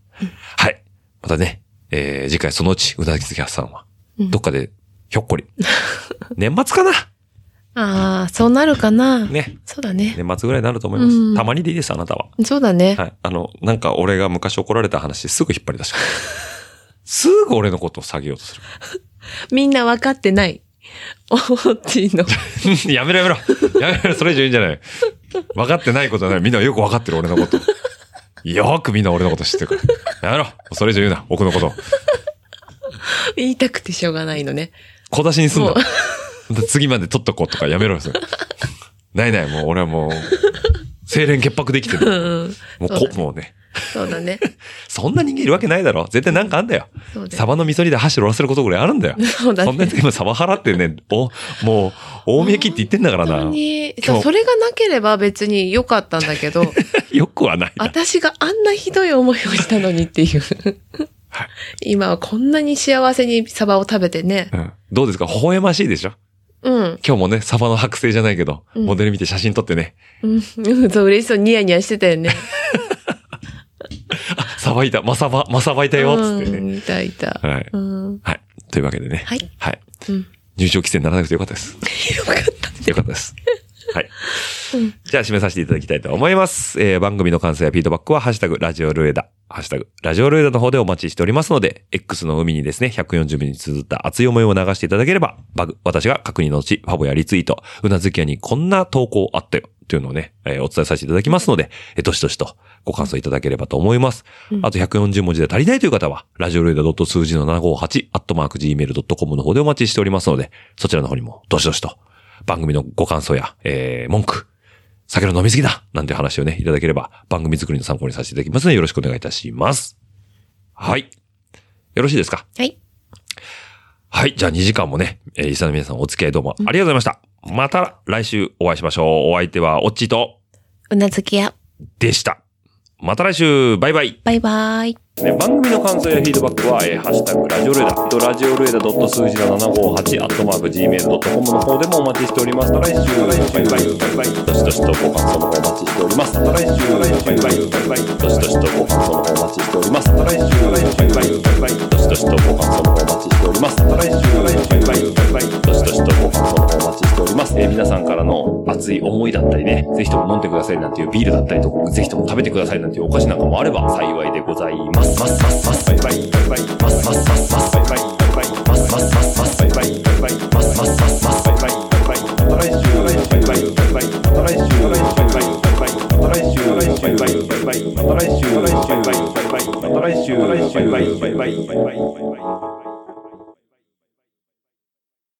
Speaker 2: はい。またね、えー、次回そのうち、うなぎつきはさんは、
Speaker 3: うん
Speaker 2: どっかで、ひょっこ り。年末かな
Speaker 3: ああ、そうなるかな。
Speaker 2: ね。
Speaker 3: そうだね。
Speaker 2: 年末ぐらいになると思います。
Speaker 3: うん
Speaker 2: たまにでいいです、あなたは。
Speaker 3: そうだね。
Speaker 2: はい。あの、なんか俺が昔怒られた話、すぐ引っ張り出 してくるすぐ俺のことを下げようとする。
Speaker 3: みんな分かってない。おーちー の。
Speaker 2: やめろやめろ。やめろ、それ以上いいんじゃない。分かってないことはない。みんなよく分かってる、俺のこと。よくみんな俺のこと知ってるから。やめろ、それ以上言うな、僕のこと。
Speaker 3: 言いたくてしょうがないのね。
Speaker 2: 小出しにすん
Speaker 3: も
Speaker 2: だ
Speaker 3: う。
Speaker 2: 次まで取っとこうとかやめろよ、それ。ないない、もう俺はもう、清廉潔白できて
Speaker 3: う
Speaker 2: る。
Speaker 3: んうん。
Speaker 2: もう
Speaker 3: そう
Speaker 2: こ
Speaker 3: だ、ね
Speaker 2: もうね。
Speaker 3: そうだね。
Speaker 2: そんな人間いるわけないだろ。絶対なんかあんだよ。
Speaker 3: そうだ
Speaker 2: サ
Speaker 3: よ。
Speaker 2: バの味噌煮で箸折らせることぐらいあるんだよ。
Speaker 3: そうだ
Speaker 2: そんな
Speaker 3: ね
Speaker 2: や。つ今サバ払ってね、お、もう、大見え切って言ってんだから
Speaker 3: 本当
Speaker 2: な。
Speaker 3: に、
Speaker 2: 今
Speaker 3: そう
Speaker 2: 日
Speaker 3: それがなければ別に良かったんだ けど、
Speaker 2: よくはないな。
Speaker 3: 私があんなひどい思いをしたのにっていう。今はこんなに幸せにサバを食べてね。
Speaker 2: うんどうですか微笑ましいでしょ
Speaker 3: うん。
Speaker 2: 今日もね、サバの剥製じゃないけど、
Speaker 3: うん
Speaker 2: モデル見て写真撮ってね、
Speaker 3: うん。うんそう、嬉しそう。ニヤニヤしてたよね。
Speaker 2: サバいた、マサバ、マサバいたよ、つって
Speaker 3: う
Speaker 2: ね。
Speaker 3: んいたいた。
Speaker 2: はい。
Speaker 3: うん。
Speaker 2: はい。というわけでね。
Speaker 3: はい。
Speaker 2: はい。
Speaker 3: うん。
Speaker 2: 入賞規制にならなくてよかったです。
Speaker 3: よかった。
Speaker 2: よ かったです。はい。じゃあ、締めさせていただきたいと思います。えー番組の感想やフィードバックは、ハッシュタグ、ラジオルエダ、ハッシュタグ、ラジオルエダの方でお待ちしておりますので、X の海にですね、140ミリに綴った熱い思いを流していただければ、バグ、私が確認の後、ファボやリツイート、うなずき屋にこんな投稿あったよ、というのをね、えーお伝えさせていただきますので、えーどしどしとご感想いただければと思います。あと140文字で足りないという方は、ラジオルエダ数字の758、アットマーク gmail.com の方でお待ちしておりますので、そちらの方にも、どしどしと、番組のご感想や、えー文句、酒の飲みすぎだなんて話をね、いただければ番組作りの参考にさせていただきますのでよろしくお願いいたします。はい。よろしいですか
Speaker 3: はい。
Speaker 2: はい。じゃあ2時間もね、えー、リスナーの皆さんお付き合いどうもありがとうございました。また来週お会いしましょう。お相手はオッチーと
Speaker 3: うなずきや。
Speaker 2: でした。また来週バイバイ
Speaker 3: バイバイ。
Speaker 2: ね、番組の感想やフィードバックは、えーハッシュタグラジオルエダ、えっとラジオルエダ数字の758、アットマーク Gmail.com の方でもお待ちしております。また来週、バイバイ、バイバイ、どしどしとご感想の方お待ちしております。また来週、バイバイ、バイバイ、どしどしとご感想の方お待ちしております。また来週、バイバイ、バイバイ、どしどしとご感想の方お待ちしております。また来週、バイバイ、バイバイ、どしどしとご感想の方お待ちしております。えー皆さんからの熱い思いだったりね、ぜひとも飲んでくださいなんていうビールだったりとか、ぜひとも食べてくださいなんていうお菓子なんかもあれば幸いでございます。ますますますバイバイバイバイますますますますバイバイバイバイますますますますバイバイバイバイますますますますバイバイバイバイまた来週バイバイバイバイまた来週バイバイバイバイまた来週バイバイバイバイまた来週バイバイバイバイまた来週バイバイバイバイまた来週バイバイバイバイ